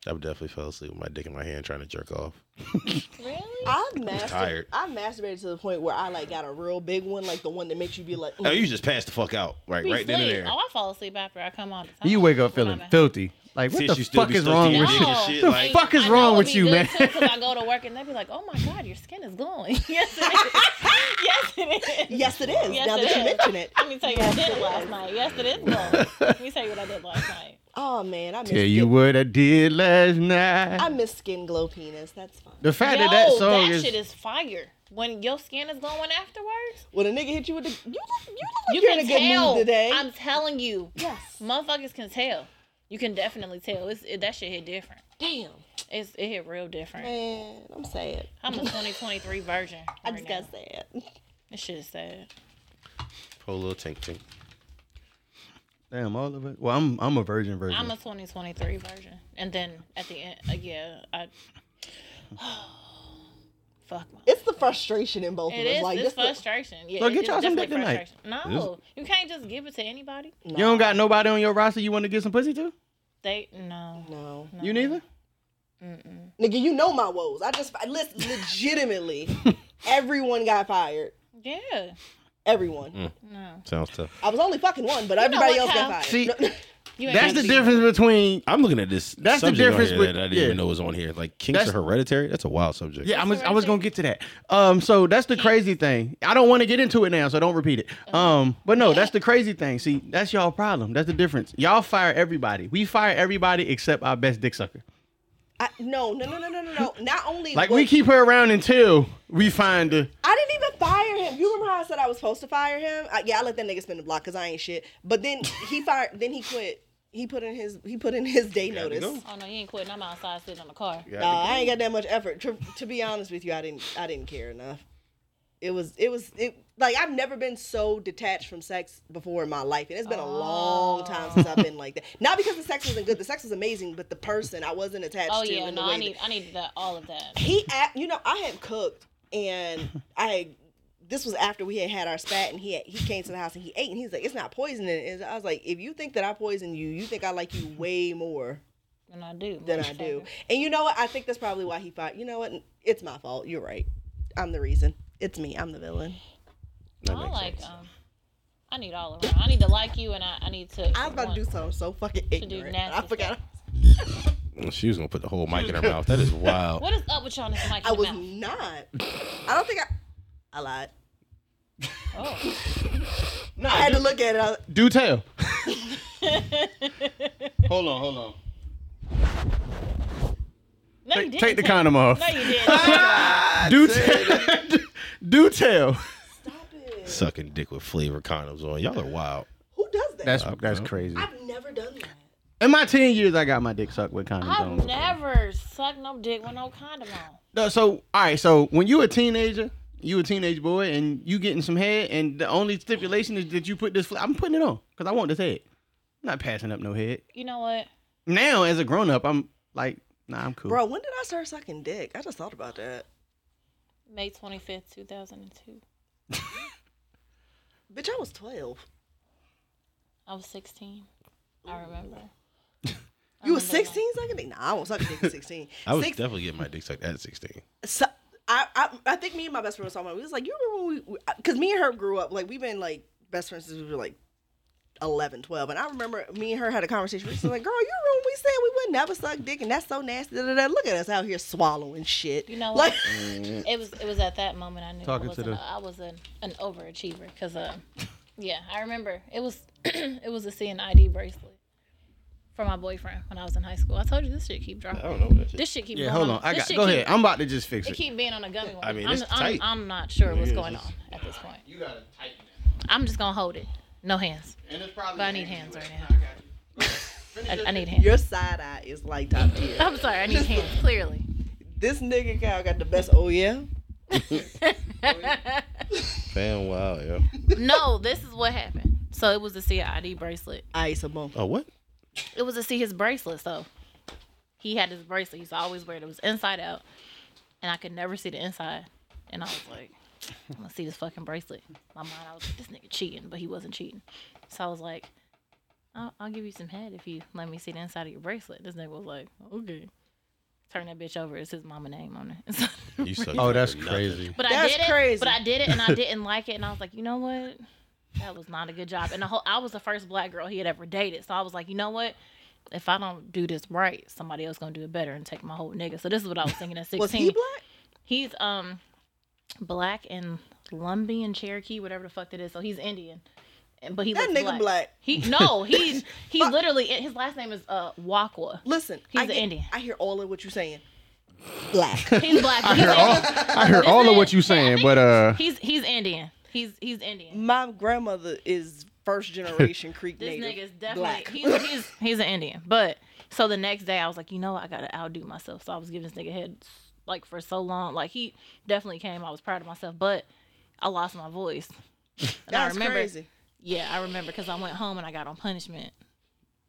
B: I definitely fell asleep with my dick in my hand trying to jerk off.
C: Really?
D: I've masturbated.
B: tired.
D: I've masturbated to the point where I like got a real big one, like the one that makes you be like, "Mm,
B: Oh, you just passed the fuck out, right,
C: Be
B: right then and
C: asleep.
B: there.
C: Oh, I fall asleep after I come on.
D: Oh,
A: You wake up feeling filthy. Like what the
B: Tissue still
A: fuck
B: be
A: is
B: stuck to
A: wrong
B: your
A: with
B: dick
A: you?
B: and shit,
A: The
B: like-
A: fuck is
C: I know
A: wrong
C: it'd
A: with
C: be
A: you,
C: good
A: man?
C: too, 'cause I go to work and they be like, "Oh my god, your skin is glowing." yes, it is. yes, it is.
D: yes, it is.
C: Yes,
D: now
C: it
D: that you
C: is.
D: mention it,
C: Let me tell you what I did last night. Yes, it is glowing. Let me tell you what I did last night.
D: oh man, I miss.
A: Tell you
D: skin-
A: what I did last night.
D: I miss skin glow penis. That's fine.
A: the fact
C: Yo,
A: that that song is
C: shit is fire. When your skin is glowing afterwards,
D: When a nigga hit you with the, you look, you look like
C: you
D: you are
C: can
D: in a good
C: tell.
D: mood today.
C: I'm telling you,
D: yes.
C: motherfuckers can tell. You can definitely tell. It's it, that shit hit different.
D: Damn.
C: It's it hit real different.
D: Man, I'm sad.
C: I'm a 2023 virgin.
D: I
C: right
D: just
C: now.
D: got sad.
C: This shit is sad.
B: Whole little tink tink.
A: Damn, all of it. Well, I'm I'm a virgin virgin.
C: I'm a 2023 version, and then at the end, uh, yeah, I. fuck. My,
D: It's the frustration in both
C: it
D: of us.
C: is.
D: Like
C: it's
D: this,
C: frustration. Yeah,
A: So
C: it
A: get
C: is
A: y'all some
C: definitely
A: dick tonight.
C: frustration. No, you can't just give it to anybody.
A: you don't got nobody on your roster you want to get some pussy to?
C: They no.
D: No,
C: no.
A: You neither?
D: nigga, you know my woes. I just I, listen. Legitimately, everyone got fired.
C: Yeah.
D: Everyone.
A: Mm.
C: No.
B: Sounds tough.
D: I was only fucking one, but
C: know
D: everybody
C: what,
D: else got
C: Kyle?
D: fired.
A: See,
D: No-
C: You ain't
A: that's the
C: gonna be-
A: difference between.
B: I'm looking at this.
A: That's the
B: subject on
A: difference
B: here
A: with-
B: that I didn't
A: yeah.
B: even know was on here. Like kinks
A: That's-
B: are hereditary. That's a wild subject.
A: Yeah, I was
C: That's
A: I was
C: the right
A: gonna
C: thing.
A: get to that. Um, so that's the crazy thing. I don't want to get into it now, so don't repeat it. Um, but no, that's the crazy thing. See, that's y'all problem. That's the difference. Y'all fire everybody. We fire everybody except our best dick sucker.
D: I, no, no, no, no, no, no, no. Not only
A: Like
D: was-
A: we keep her around until we find the.
D: I didn't even fire him. You remember how I said I was supposed to fire him? I, yeah, I let that nigga spin the block because I ain't shit. But then he fired. then he quit. He put in his he put in his day
B: Gotta
D: notice.
B: go.
C: Oh no, you ain't quitting. I'm outside sitting on the car.
B: Yeah, I
D: No,
B: think-
D: I ain't got that much effort. To, to be honest with you, I didn't. I didn't care enough. It was. It was. It like I've never been so detached from sex before in my life, and it's been a long time since I've
A: Oh.
D: been like that. Not because the sex wasn't good. The sex was amazing, but the person I wasn't attached
C: Oh
D: to.
C: yeah,
D: in the
C: no,
D: way
C: I
D: that-
C: need I need that all of that.
D: he a you know i had cooked and i had this was after we had had our spat and he had, he came to the house and he ate and he's like it's not poisoning and i was like if you think that i poisoned you you think i like you way more
C: And I do.
D: than i do and you know what i think that's probably why he fought you know what it's my fault you're right i'm the reason it's me i'm the villain
B: that
C: I
B: makes
C: like
B: sense.
C: um. I need all around. I need to like you, and I, I need to.
D: i was about to do something so fucking ignorant but i
C: nasty
D: forgot
B: She was gonna put the whole mic in her mouth. That is wild.
C: What is up with y'all in this mic?
D: i
C: in the
D: was
C: mouth?
D: not i don't think i i lied
C: Oh.
A: No,
D: i had to look at it I was-
A: do tell. hold on, hold on.
C: No, you
A: Take,
C: didn't
A: take the
C: tell-
A: condom off.
C: No, you didn't.
A: do tell. do tell.
D: stop it
B: Sucking dick with flavor condoms on. Y'all are wild.
D: who does that
A: That's that's crazy.
D: i've never done that
A: Oh, In my ten years, I got my dick sucked with condoms on.
C: I've never sucked no dick with no condom on.
A: No, so all right, so when you a teenager, you a teenage boy and you getting some head, and the only stipulation is that you put this. Fl- I'm putting it on because I want this head. I'm not passing up no head.
C: You know what?
A: Now as a grown up, I'm like, nah, I'm cool.
D: Bro, when did I start sucking dick? I just thought about that.
C: May twenty fifth, two thousand and two.
D: Bitch, I was 12.
C: I was sixteen. I remember. I
D: You was
C: remember that.
D: 16 sucking dick? Nah, I won't suck dick at 16.
B: I was
D: Six-
B: definitely getting my dick sucked at 16.
D: so, I, I I think me and my best friend was talking about. We was like, you remember when we? Because me and her grew up like we've been like best friends since we were like 11, 12. and I remember me and her had a conversation. We was like, girl, you remember when we said we would never suck dick, and that's so nasty. Da, da, da. Look at us out here swallowing shit.
C: You know
D: like
C: what?
B: Mm.
C: It was it was at that moment I knew
A: Talking
C: I
A: to
C: wasn't
A: the-
C: a- I was an, an overachiever because uh, yeah I remember it was it was a CNID bracelet for my boyfriend when I was in high school. I told you this shit keep dropping.
B: I don't know what that shit.
C: This shit keep
A: yeah,
C: going
A: hold on. I
C: This
A: got.
C: shit
A: Go
C: keep-
A: ahead. I'm about to just fix
C: It
A: it.
C: keep being on a gummy one.
B: I mean,
C: I'm,
B: it's
C: I'm,
B: tight.
C: I'm not sure what's
B: is,
C: going
B: it's-
C: on at this point.
A: You gotta tighten
C: I'm just gonna hold it. No hands.
A: it. And it's probably.
C: But I need hands right now.
A: I got you.
C: I, I need hands.
D: your side eye is like top tier.
C: I'm sorry. I need hands. Clearly.
D: This nigga Kyle got the best. Oh yeah.
B: Fan, wow, yo.
C: no, this is what happened. So it was a CID bracelet.
D: Ice a bump.
B: Oh, what?
C: It was to see his bracelet. So he had his bracelet. He used to always wear it. It was inside out, and I could never see the inside. And I was like, I'm gonna see this fucking bracelet. In my mind, I was like, this nigga cheating, but he wasn't cheating. So I was like, I'll, I'll give you some head if you let me see the inside of your bracelet. This nigga was like, okay. Turn that bitch over. It's his mama name on it.
B: You suck.
A: Oh, that's
B: dick for nothing.
A: crazy.
C: But
D: That's
C: I did
D: crazy.
C: it. But I did it, and I didn't like it, and I was like, you know what? That was not a good job. And the whole, I was the first black girl he had ever dated, so I was like, you know what? If I don't do this right, somebody else gonna do it better and take my whole nigga. So this is what I was thinking at sixteen.
D: Was he black?
C: He's um black and Lumbian Cherokee, whatever the fuck that is. So he's Indian. And- But he
D: That
C: looks
D: nigga black.
C: He no, he he literally his last name is uh Wakwa.
D: Listen,
C: He's
D: I
C: an Indian.
D: I hear all of what you're saying. Black.
C: He's black. but
A: I
C: he's
A: hear all.
C: Indian.
A: I hear all of what you saying, but uh,
C: He's he's Indian. He's he's Indian.
D: My grandmother is first generation Creek
C: This
D: native.
C: nigga's definitely
D: black.
C: he's, he's he's an Indian. But so the next day I was like, you know, what? I gotta outdo myself. So I was giving this nigga head like for so long. Like he definitely came. I was proud of myself, but I lost my voice. And I
D: That's
C: remember,
D: crazy.
C: Yeah, I remember because I went home and I got on punishment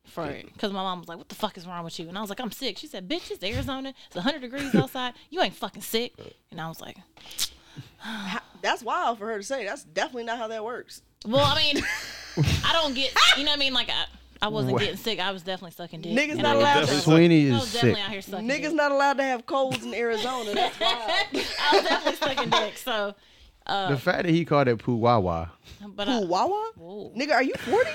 C: for it. Because my mom was like, "What the fuck is wrong with you?" And I was like, "I'm sick." She said, "Bitch, it's Arizona. It's 100 degrees outside. You ain't fucking sick." And I was like,
D: How- That's wild for her to say. That's definitely not how that works.
C: "Well, I mean, I don't get. You know what I mean? Like I, I wasn't getting sick. I was definitely sucking dick.
D: Niggas
C: and
D: not
C: I-
D: allowed
B: definitely
D: to.
B: suck-
A: Sweeney
C: I
A: is
C: was definitely
A: sick.
C: out here sucking dick.
D: Niggas not allowed to have colds in Arizona. That's wild.
C: I was definitely sucking dick. So, Uh,
A: The fact that he called it poo wah wah.
C: but
D: Ooh,
C: I,
D: Wawa?
C: Whoa.
D: Nigga, are you 40?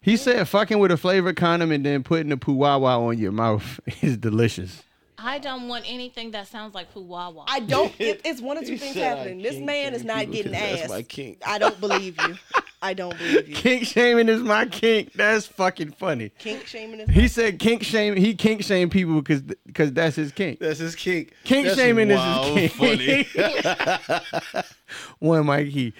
A: He said fucking with a flavored condom and then putting the poo wah wah on your mouth is delicious.
C: I don't want anything that sounds like Puwawa.
D: I don't. It, it's one of two
B: He
D: things
B: said I
D: happening. This
B: kink
D: man
B: shame
D: is not
B: people
D: getting
B: 'cause
D: ass.
B: that's my kink.
D: I don't believe you. I don't believe you.
A: Kink shaming is my kink. That's fucking funny.
D: Kink shaming is.
A: He said kink shame. He kink shame people because because that's his kink.
B: That's his kink.
A: Kink
B: That's
A: shaming is his
B: wild
A: kink.
B: funny.
A: One Mikey.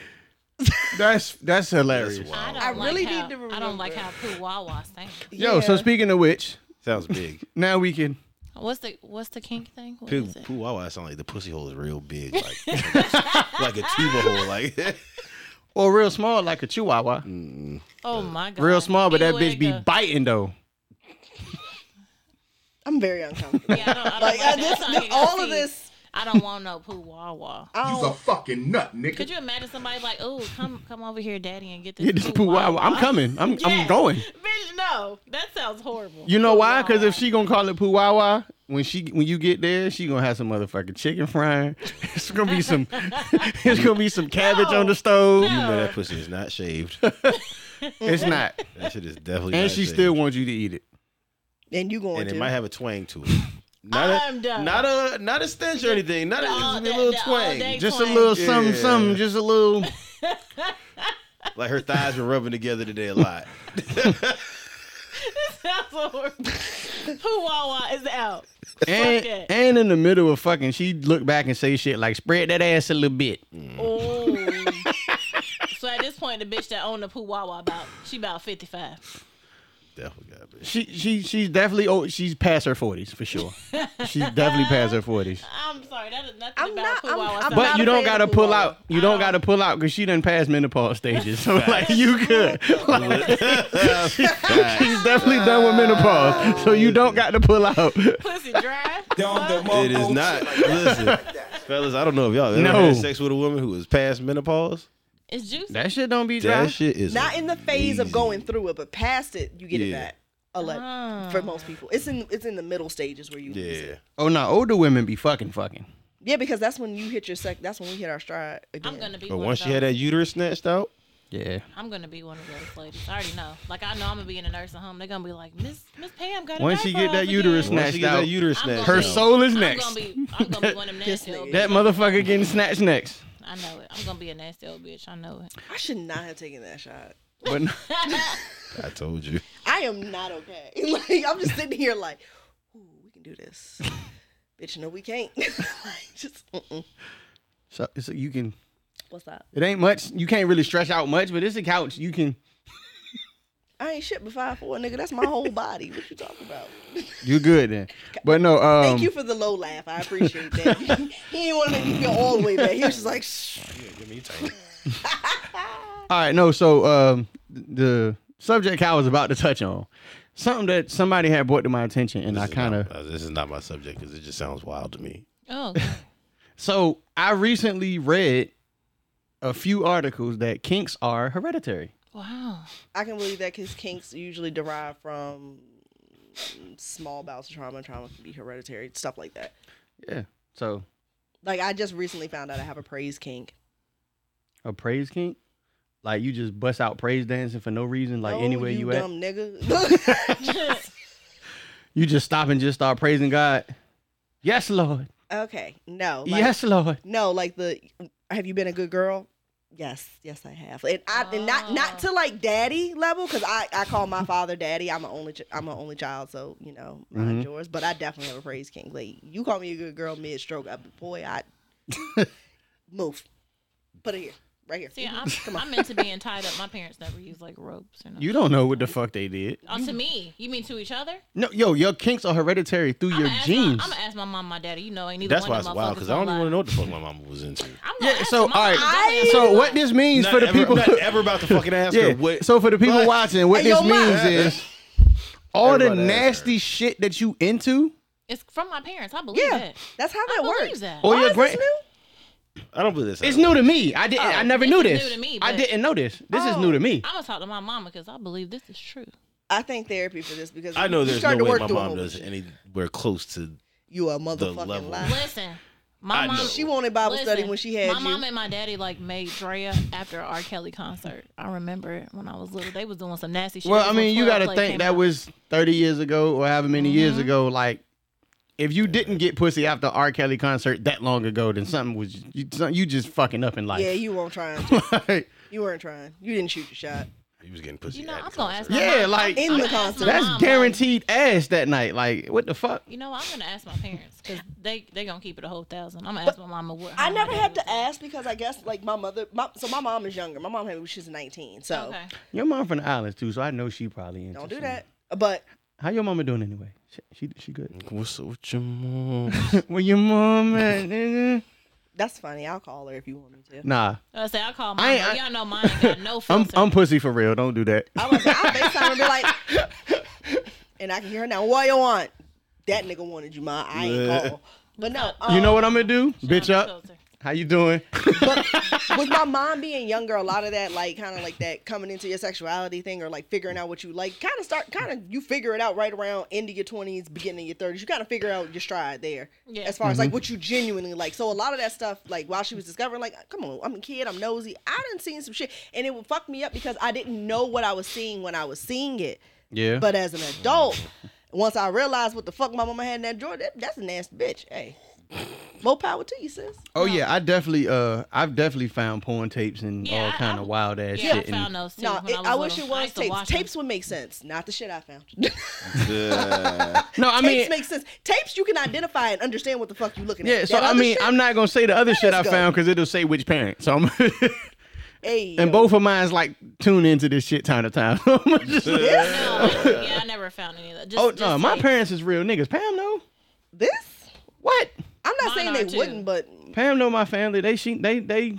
A: That's that's hilarious.
B: That's
C: I
B: wild.
C: don't
D: I
C: like
D: really
C: how,
D: need to
C: I don't like how
D: remember.
C: Puwawa sounds.
A: Yo, so
D: Yeah.
A: speaking of which,
B: Sounds big.
A: now we can.
C: What's the what's the kink thing? What
B: Poo,
C: is it?
B: poo wow, wow, sound like the pussy hole is real big, like like a tuba hole, like
A: Or real small like a chihuahua.
C: Oh my god.
A: Real small, but that bitch be
C: Ew,
A: biting though.
D: I'm very uncomfortable.
C: Yeah, I don't, I don't
D: Like,
C: like
D: I, this,
C: that.
D: this, all of this.
C: I don't want no Puwawa.
D: I
E: He's a
D: don't,
E: fucking nut, nigga.
C: Could you imagine somebody like, oh, come come over here, daddy, and get this,
A: Get this poo wah
C: Puwawa?
A: wah. I'm coming. I'm I'm
C: Yes.
A: going.
C: Bitch, no. That sounds horrible.
A: You know why? Because
C: Puwawa.
A: if she gonna call it puwawa, when she when you get there, she gonna have some motherfucking chicken frying. It's gonna be some. it's gonna be some cabbage on the stove.
B: you know that pussy is not shaved.
D: Mm-hmm.
A: It's not,
B: That shit is definitely.
A: and
B: not
A: she
B: shaved.
A: still wants you to eat it.
D: and you going
B: and it
D: to.
B: might have a twang to it. Not
C: I'm done.
B: Not a not a stench or anything. Not a,
C: All
B: just a
C: that-
B: little
C: the all
B: twang.
C: day
A: Just a
C: twang.
A: little something,
B: Yeah.
A: something. Just a little.
B: Like her thighs were rubbing together today a lot.
C: Sounds horrible. Puwawa is out.
A: And,
C: that.
A: and in the middle of fucking, she look back and say shit like, "Spread that ass a little bit."
C: Oh. so at this point, the bitch that owned the Puwawa about she about fifty five.
B: definitely got me.
A: She she she's definitely oh she's past her forties for sure. she's definitely past her forties.
C: I'm sorry, that is nothing
D: I'm
C: about
D: not-
C: who
D: I'm-
C: I was.
D: I'm
C: talking
A: But
D: not
A: you
D: a
A: don't
D: fan
A: gotta
D: of Uh-uh.
A: pull
D: Luau.
A: out. You don't gotta pull out because she done passed menopause stages. So like you could. Like, she's definitely done with menopause. So you don't got to pull out.
C: Pussy dry. Fuck.
A: Oh,
B: It is not. Listen, fellas, I don't know if y'all ever
A: No.
B: had sex with a woman who was past menopause.
C: It's juicy.
A: That shit don't be dry.
B: That shit is
D: Not in the phase of
B: crazy.
D: going through it, but past it, you get it
B: Yeah.
D: back. Ele-
C: Ah.
D: For most people, it's in it's in the middle stages where you lose it.
B: Yeah,
A: Oh no, older women be fucking fucking.
D: yeah, because that's when you hit your sec. That's when we hit our stride again.
C: I'm gonna be
B: but
C: one
B: once
C: of
B: she had
C: those.
B: that uterus snatched out,
A: Yeah.
C: I'm gonna be one of those ladies. I already know. Like I know I'm gonna be in a nursing home. They're gonna be like, Miss Miss Pam got. a
A: Once she get
C: diaper
A: that
C: off
A: uterus
C: again.
A: Snatched
B: once she gets
A: out.
B: that uterus
C: I'm
B: snatched
C: gonna-
A: Her
B: out,
A: soul is
C: I'm
A: next.
C: gonna be. I'm gonna be one of them
D: This
C: nasty. old
D: nigga.
A: That
C: bitches.
A: motherfucker getting snatched next.
C: I know it. I'm gonna be a nasty old bitch. I know it.
D: I should not have taken that shot.
A: But no-
B: I told you.
D: I am not okay. Like I'm just sitting here like, Ooh, we can do this, bitch. No, we can't. Like, just mm-mm.
A: so, so you can.
D: what's up?
A: It ain't much. You can't really stretch out much, but it's a couch. You can.
D: I ain't shit but five four, nigga. That's my whole body. What you talking about?
A: You're good then. But no. Um,
D: Thank you for the low laugh. I appreciate that. he didn't want to make me feel all the way back. He was just like, Shh.
A: All right, no. So um, th- the subject I was about to touch on, something that somebody had brought to my attention, and I
B: This is
A: kind
B: not-
A: of
B: uh, This is not my subject because it just sounds wild to me.
C: Oh,
A: so I recently read a few articles that kinks are hereditary.
C: wow.
D: I can believe that because kinks usually derive from mm, small bowels of trauma. Trauma can be hereditary, stuff like that.
A: Yeah. So
D: Like I just recently found out I have a praise kink.
A: a praise kink, like you just bust out praise dancing for no reason, like
D: No,
A: anywhere you, at,
D: Oh, dumb nigga.
A: you just stop and just start praising God. Yes, Lord.
D: okay, no, like,
A: yes, Lord.
D: no, like the have you been a good girl? Yes, yes, I have, and I and not not to like daddy level because I I call my father daddy. I'm a only ch- I'm an only child, so you know mind
B: Mm-hmm.
A: Mhm.
D: yours. But I definitely have a praise kink. Like you call me a good girl mid stroke, boy, I move, put it here, right here.
C: See,
D: Mhm.
C: I'm, I'm meant to being tied up. My parents never used like ropes or nothing.
A: You don't know what the fuck they did.
C: Oh, to me, you mean to each other?
A: No, yo, your kinks are hereditary through your genes.
C: I'm gonna ask my mom, my daddy. You know, ain't neither
B: That's why
C: one
B: it's
C: of them
B: wild because I don't even want to know what the fuck my mama was into.
C: I'm gonna
A: Yeah,
C: ask
A: so all
C: them. I'm
A: right.
C: gonna ask them.
A: So what this means
B: Not
A: for the
B: ever-
A: people
B: not ever about to fucking ask her
A: Yeah.
B: what.
A: So for the people
B: What?
A: watching, what
D: Hey,
A: this
D: yo, Ma.
A: means is all the
B: Everybody has
A: nasty shit that you into
C: It's from my parents. I believe
D: Yeah,
C: it.
D: that's how
C: I
D: that
C: believe
D: works.
C: that.
B: Oh,
A: or
D: Why
A: your
D: is
A: grand
D: this new?
B: I don't believe this.
A: It's new to me. I didn't I never
C: this
A: knew
C: is
A: this.
C: new to me,
A: I
C: but-
A: didn't know this. This is
D: Oh.
A: new to me.
C: I'm gonna talk to my mama because I believe this is true.
D: I think therapy for this because
B: I know
D: you
B: there's
D: start
B: no
D: to
B: way
D: work
B: my
D: through a
B: mom
D: whole-
B: does anywhere close to.
D: You a
B: level.
D: motherfucking liar.
C: Listen, my
B: I
C: mom.
B: know.
D: She wanted Bible study
C: listen,
D: when she had
C: my
D: you.
C: mom and my daddy like made Drea after our R. Kelly concert. I remember it when I was little. They was doing some nasty shit.
A: Well,
C: This
A: I
C: was
A: mean, you
C: before
A: got to
C: Play
A: think
C: came
A: that
C: out.
A: was 30 years ago or however many years
D: Mm-hmm.
A: ago like if you didn't get pussy after R. Kelly concert that long ago, then something was you, something- you just fucking up in life.
D: yeah, you weren't trying. To.
A: Like,
D: You weren't trying. You didn't shoot your shot.
B: He was getting pussy.
C: You know,
B: at the
C: I'm gonna ask
B: concert.
C: my
A: Yeah,
C: mom-
A: like-
C: I'm
D: Uh-huh. In the
C: gonna ask
D: concert.
C: my
A: that's
C: mom, like,
A: guaranteed ass that night. Like, what the fuck?
C: You know, I'm gonna ask my parents because they they gonna keep it a whole thousand. I'm gonna ask my mama what.
D: I
C: how my
D: never
C: daddy
D: had to
C: was.
D: ask because I guess like my mother. My, so my mom is younger. My mom had she's 19. So
C: Okay.
A: Your mom from the islands too, so I know she probably into
D: don't do
A: some-
D: that. But
A: How your mama doing anyway? She she, she good.
B: What's up with your mom?
A: Where your mom at, nigga?
D: that's funny. I'll call her if you want me to.
A: Nah,
C: I say I call
A: I
C: mine.
A: ain't-
C: but
A: I-
C: y'all know mine ain't got no
A: I'm
C: filter.
A: I'm pussy for real. Don't do that.
D: I was like, I'll FaceTime and be like, and I can hear her now. What you want? That nigga wanted you, ma. I ain't call. But no, um,
A: You know what I'm gonna do?
C: Nah,
A: Bitch up.
C: filter.
A: How you doing?
D: with my mom being younger, a lot of that, like, kind of like that coming into your sexuality thing or like figuring out what you like, kind of start, kind of you figure it out right around end of your 20s, beginning of your 30s. You kind of figure out your stride there
C: Yeah.
D: as far as like what you genuinely like. So, a lot of that stuff, like, while she was discovering, like, come on, I'm a kid, I'm nosy, I done seen some shit. And it would fuck me up because I didn't know what I was seeing when I was seeing it.
A: Yeah.
D: But as an adult, once I realized what the fuck my mama had in that drawer, that, that's a nasty bitch. Hey, more power to you, sis.
A: oh yeah, I definitely uh I've definitely found porn tapes and
C: Yeah,
A: all
C: I-
A: kind
C: I-
A: of wild ass
C: Yeah, I
A: shit.
C: found uh,
A: and,
C: those too.
D: No,
C: when
D: it,
C: was
D: I wish it
C: little. I
D: was
C: used to
D: tapes.
C: watch 'em.
D: Tapes would make sense, not the shit I found. tapes
B: Yeah.
A: no, I mean,
D: make sense. Tapes you can identify and understand what the fuck you looking at.
A: yeah. So
D: That
A: I
D: other
A: mean,
D: shit,
A: I'm not gonna say the other shit I
D: go.
A: found because it'll say which parent. So I'm.
D: Hey,
A: And both of mine's like tune into this shit time to time. Just-
C: No, yeah, I never found any of that. Just,
A: oh no,
C: just
A: my
C: like-
A: parents is real niggas. Pam know
D: this.
A: what?
D: I'm not
C: Mine
D: saying
C: are
D: they
C: too.
D: wouldn't, but
A: Pam know my family. They she they they.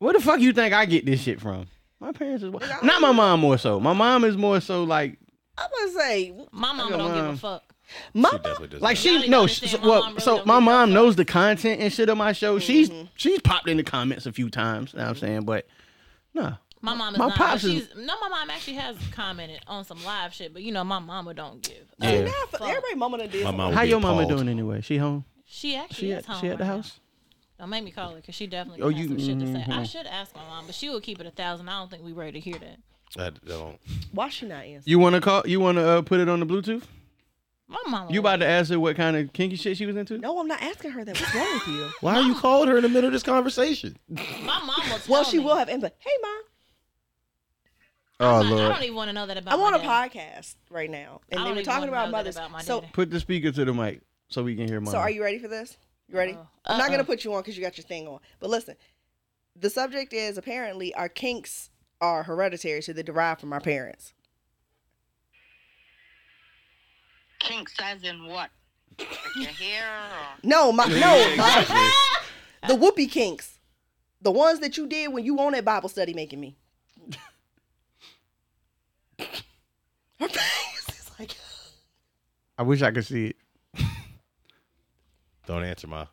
A: Where the fuck you think I get this shit from? My parents is
D: Nigga, I-
A: not my mom more so. My mom is more so like
D: I'm gonna say
C: My mom
A: Your
C: don't give a
A: mom.
C: fuck.
D: my
B: She definitely does
A: like
B: that.
C: Y'all
A: she
C: need to
A: no
C: understand
A: so,
C: my
A: well
C: mom really
A: so
C: don't
A: my
C: give a
A: mom
C: fuck.
A: knows the content and shit of my show.
C: Mm-hmm.
A: She's she's popped in the comments a few times. know what I'm saying, but nah.
C: My mom is
A: My
C: not.
A: pops
C: Pops
A: is-
C: she's, no, my mom actually has commented on some live shit, but you know, my mama don't give. a
A: Yeah.
D: nah, fuck.
C: fuck.
D: everybody mama done did.
B: My
D: something.
B: mom- I would
A: How
B: be
A: your mama
B: appalled.
A: doing anyway? She home?
C: She actually
A: She
C: is
A: at,
C: home.
A: she at the
C: right now.
A: house?
C: Don't make me call her because she definitely
A: Oh,
C: oh, you,
A: you-
C: some shit to say. I
A: mhm.
C: should ask my mom, but she will keep it a thousand. I don't think we ready to hear that.
B: I don't.
D: Why she not answer?
A: You wanna call? You wanna uh, put it on the Bluetooth?
C: My mama.
A: You about to ask her what kind of kinky shit she was into?
D: No, I'm not asking her that. What's wrong with you?
B: Why you called her in the middle of this conversation?
C: My mom will.
D: Well,
C: tell
D: she
C: me.
D: will have input. Hey, mom,
B: Oh
C: I- I
B: lord.
C: don't even want to know that about.
D: I'm
C: my
D: on a
C: dad.
D: podcast right now,
C: I
D: and they
C: don't
D: were
C: even
D: talking
C: wanna
D: about
C: know that
D: mothers.
C: about my
D: so,
C: daddy.
A: Put the speaker to the mic so we can hear mom.
D: so are you ready for this? You ready?
C: Uh-oh.
D: I'm not gonna
C: Uh-oh.
D: put you on because you got your thing on. But listen, the subject is apparently our kinks are hereditary, so they derive from our parents.
E: Kinks as in what? Like your hair or
D: No, my no, my, the whoopee kinks, the ones that you did when you on that Bible study making me. Her face is like,
A: I wish I could see it.
B: Don't answer my.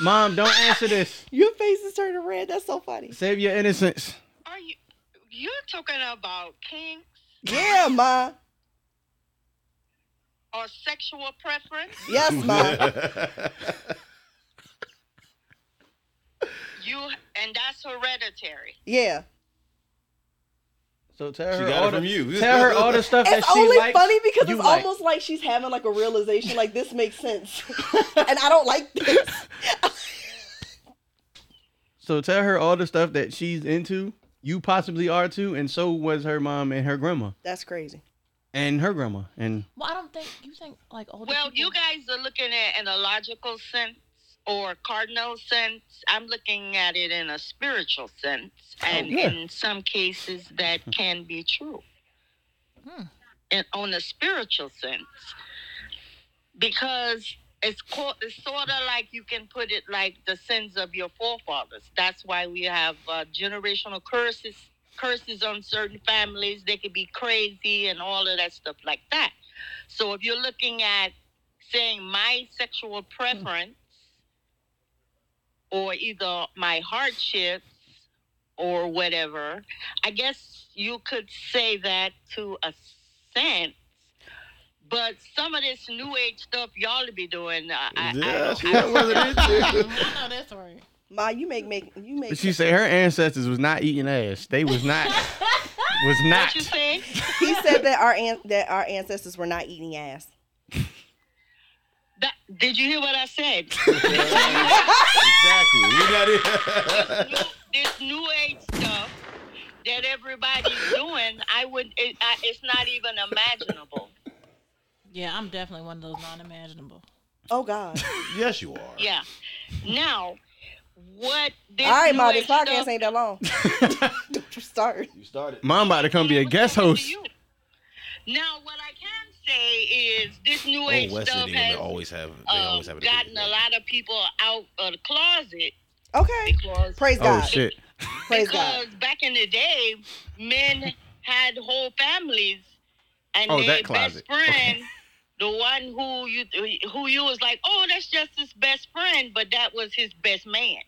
A: Mom, don't answer this.
D: your face is turning red. That's so funny.
A: Save your innocence.
E: are you you're talking about kinks
D: Yeah, ma.
E: or sexual preference?
D: Yes, ma.
E: You and that's hereditary.
D: Yeah.
A: So tell
B: She
A: her
B: got it
A: all
B: from
A: the,
B: you.
A: Tell her all the stuff that
D: It's
A: she
D: only
A: likes.
D: funny because
A: you
D: it's
A: like.
D: almost like she's having like a realization, like this makes sense, and I don't like this.
A: So tell her all the stuff that she's into. You possibly are too, and so was her mom and her grandma
D: That's crazy.
A: and her grandma and
C: Well, I don't think you think like older.
E: Well, you
C: people-
E: guys are looking at it in a logical sense or cardinal sense. I'm looking at it in a spiritual sense. And
A: yeah.
E: in some cases that can be true. And on a spiritual sense. Because it's called it's sort of like you can put it like the sins of your forefathers. That's why we have uh, generational curses curses on certain families. They could be crazy and all of that stuff like that. So if you're looking at saying my sexual preference or either my hardships or whatever, I guess you could say that to a sense. But some of this new age stuff y'all be doing, uh, I, I
B: yeah,
E: don't-
B: she got one of them too.
C: I know that's right.
D: Ma, you make make you make.
A: But she said her ancestors was not eating ass. They was not was not
E: What you say?
D: he said that our an- that our ancestors were not eating ass.
E: That, did you hear what I said?
B: Exactly. You got it.
E: new- this new age stuff that everybody's doing, I would. It, I, it's not even imaginable.
C: Yeah, I'm definitely one of those non-imaginable.
D: Oh God!
B: yes, you are.
E: Yeah. Now, what? This
D: All right,
E: new
D: Ma, this
E: age
D: podcast
E: stuff-
D: ain't that long. don't you start.
B: You started.
A: Mom about to come be a guest host.
E: Now, what I can say is this new
B: Oh,
E: age
B: West
E: stuff
B: City, they
E: has
B: always have. They
E: uh,
B: always have it.
E: gotten a lot of people out of the closet
D: Okay.
E: because
D: Praise
A: Oh
D: God.
A: shit.
D: Praise
E: because
D: God.
E: back in the day, men had whole families, and
A: Oh,
E: their
A: that
E: best
A: closet.
E: friend, the one who you who you was like, oh, that's just his best friend, but that was his best man.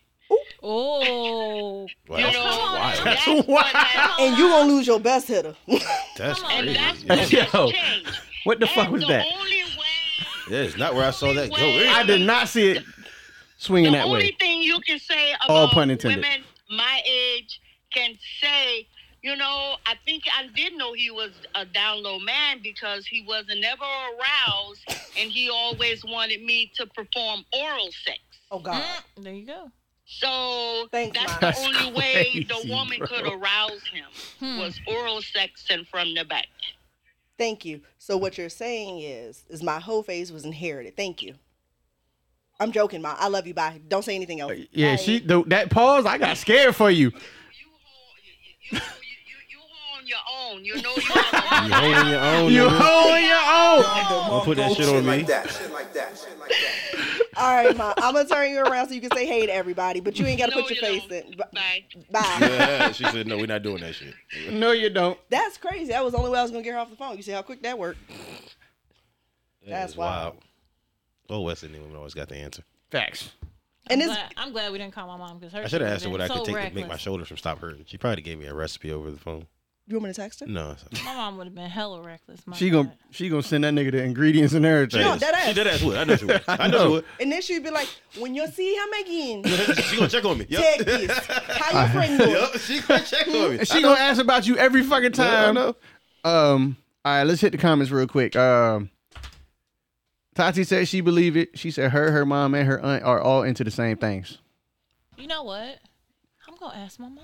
C: Oh,
B: Wow,
E: you
B: that's
E: know,
B: wild.
E: that's
A: That's
E: what
A: wild.
E: has-
D: And you gonna lose your best hitter.
B: That's
C: Come on.
E: and that's
B: crazy.
E: what
A: Yo,
E: has changed.
A: What the fuck
E: And
A: was
E: the
A: that?
E: Only way,
B: Yeah, it's not where I saw that go.
A: I
B: It-
A: did not see it swinging
E: the
A: that
E: only
A: way.
E: thing you can say about
A: All pun intended.
E: women my age can say, you know, I think I did know he was a down low man because he was not never aroused and he always wanted me to perform oral sex.
D: Oh
B: Uh.
D: God.
C: Mm, there you go.
E: So
D: Thanks,
E: that's
D: Ma.
E: the
A: That's
E: only way the
A: crazy,
E: woman
A: bro.
E: could arouse him
C: Hmm.
E: was oral sex and from the back.
D: Thank you. So what you're saying is, is my whole face was inherited. Thank you. I'm joking,
A: Uh,
D: Ma. I love you. Bye. Don't say anything else.
A: Yeah, she the, that pause. I got scared for you.
E: you, you, you, you on your own. You know you have
B: You holding your own.
A: You
B: nigga.
A: holding your own.
B: Don't put that shit on me.
F: Like that, shit like that, shit like that.
D: All right, mom. I'm gonna turn you around so you can say hey to everybody, but you ain't gotta
E: No,
D: put your
E: you
D: face
E: don't.
D: in. B-
E: Bye.
D: Bye.
B: Yeah, she said, "No, we're not doing that shit."
A: No, you don't.
D: That's crazy. That was the only way I was gonna get her off the phone. You see how quick that worked?
B: That
D: That's
B: is
D: wild.
B: Oh, West Indian women always got the answer.
A: Facts.
D: And
C: I'm
D: it's
C: glad, I'm glad we didn't call my mom because her.
B: I should have
C: shit
B: asked her
C: would've
B: what I
C: been
B: could
C: so
B: take
C: reckless.
B: to make my shoulders from stop hurting. She probably gave me a recipe over the phone.
D: you want me to text her?
B: No, it's-
C: My mom would have been hella reckless. My
A: She gonna
C: God.
A: she gonna send that nigga the ingredients and everything.
D: No, that ass.
B: She did ass would. I know she would. I know she would.
D: And then she'd be like, "When you see him again,
B: she gonna check on me. Yep.
D: take this. How your friend doing?
B: Yep. She gonna check on me.
A: And she gonna ask about you every fucking time.
B: Yeah,
A: Um. All right, let's hit the comments real quick. Um. Tati said she believed it. She said her, her mom, and her aunt are all into the same things.
C: You know what? I'm gonna ask my mom.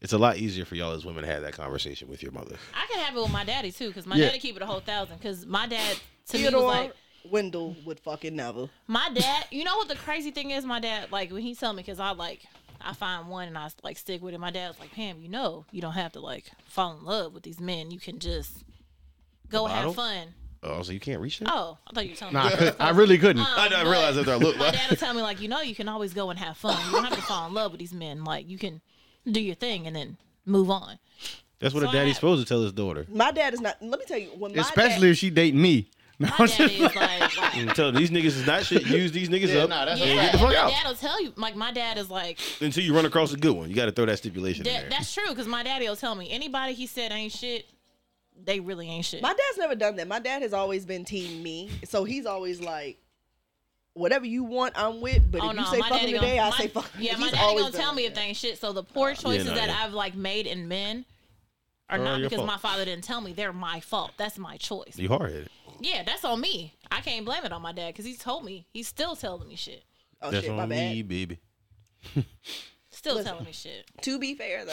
B: It's a lot easier for y'all as women to have that conversation with your mother.
C: I can have it with my daddy too, because my
A: Yeah.
C: daddy keep it a whole thousand. Because my dad to me was
D: Theodore
C: like,
D: Wendell would fucking never.
C: my dad. You know what the crazy thing is? My dad like when he tell me because I like I find one and I like stick with it. My dad's like, Pam, you know, you don't have to like fall in love with these men. You can just go
B: Bottle?
C: have fun.
B: Oh, so you can't reach that?
C: Oh, I thought you were telling
A: Nah, I,
C: me.
A: could, I really couldn't.
D: Uh,
B: I, I realized after I looked.
C: My dad will tell me like, you know, you can always go and have fun. You don't have to fall in love with these men. Like you can do your thing and then move on.
B: That's what
C: So
B: a
C: I
B: daddy's
C: have-
B: supposed to tell his daughter.
D: My dad is not. Let me tell you, when my
A: Especially if she date me. No,
C: My
A: I'm
C: dad
A: just
C: is like, like
B: And tell these niggas is not shit. Use these niggas up
C: yeah,
B: get the fuck
C: and
B: out.
C: my dad will tell you. Like my dad is like,
B: until you run across a good one. You got to throw that stipulation in
C: that,
B: there.
C: that's true because my daddy will tell me anybody he said ain't shit, they really ain't shit.
D: My dad's never done that. My dad has always been team me, so he's always like, whatever you want, I'm with. But
C: Oh
D: if
C: no,
D: you say
C: my
D: fucking
C: daddy gonna,
D: today, I
C: my-
D: say fucking.
C: Yeah, my
D: He's
C: daddy
D: always
C: gonna
D: been
C: tell
D: like
C: me if
D: that.
C: they ain't shit. So the poor choices
B: no,
C: that
B: yeah.
C: I've like made in men. Are
B: Are
C: not
B: your
C: because
B: fault.
C: my father didn't tell me they're my fault. That's my choice.
B: You hard headed.
C: Yeah, that's on me. I can't blame it on my dad because he told me. He's still telling me shit.
D: Oh
B: that's
D: shit, my
B: on
D: bad.
B: me, baby.
C: Still
D: Listen.
C: telling me shit.
D: To be fair though,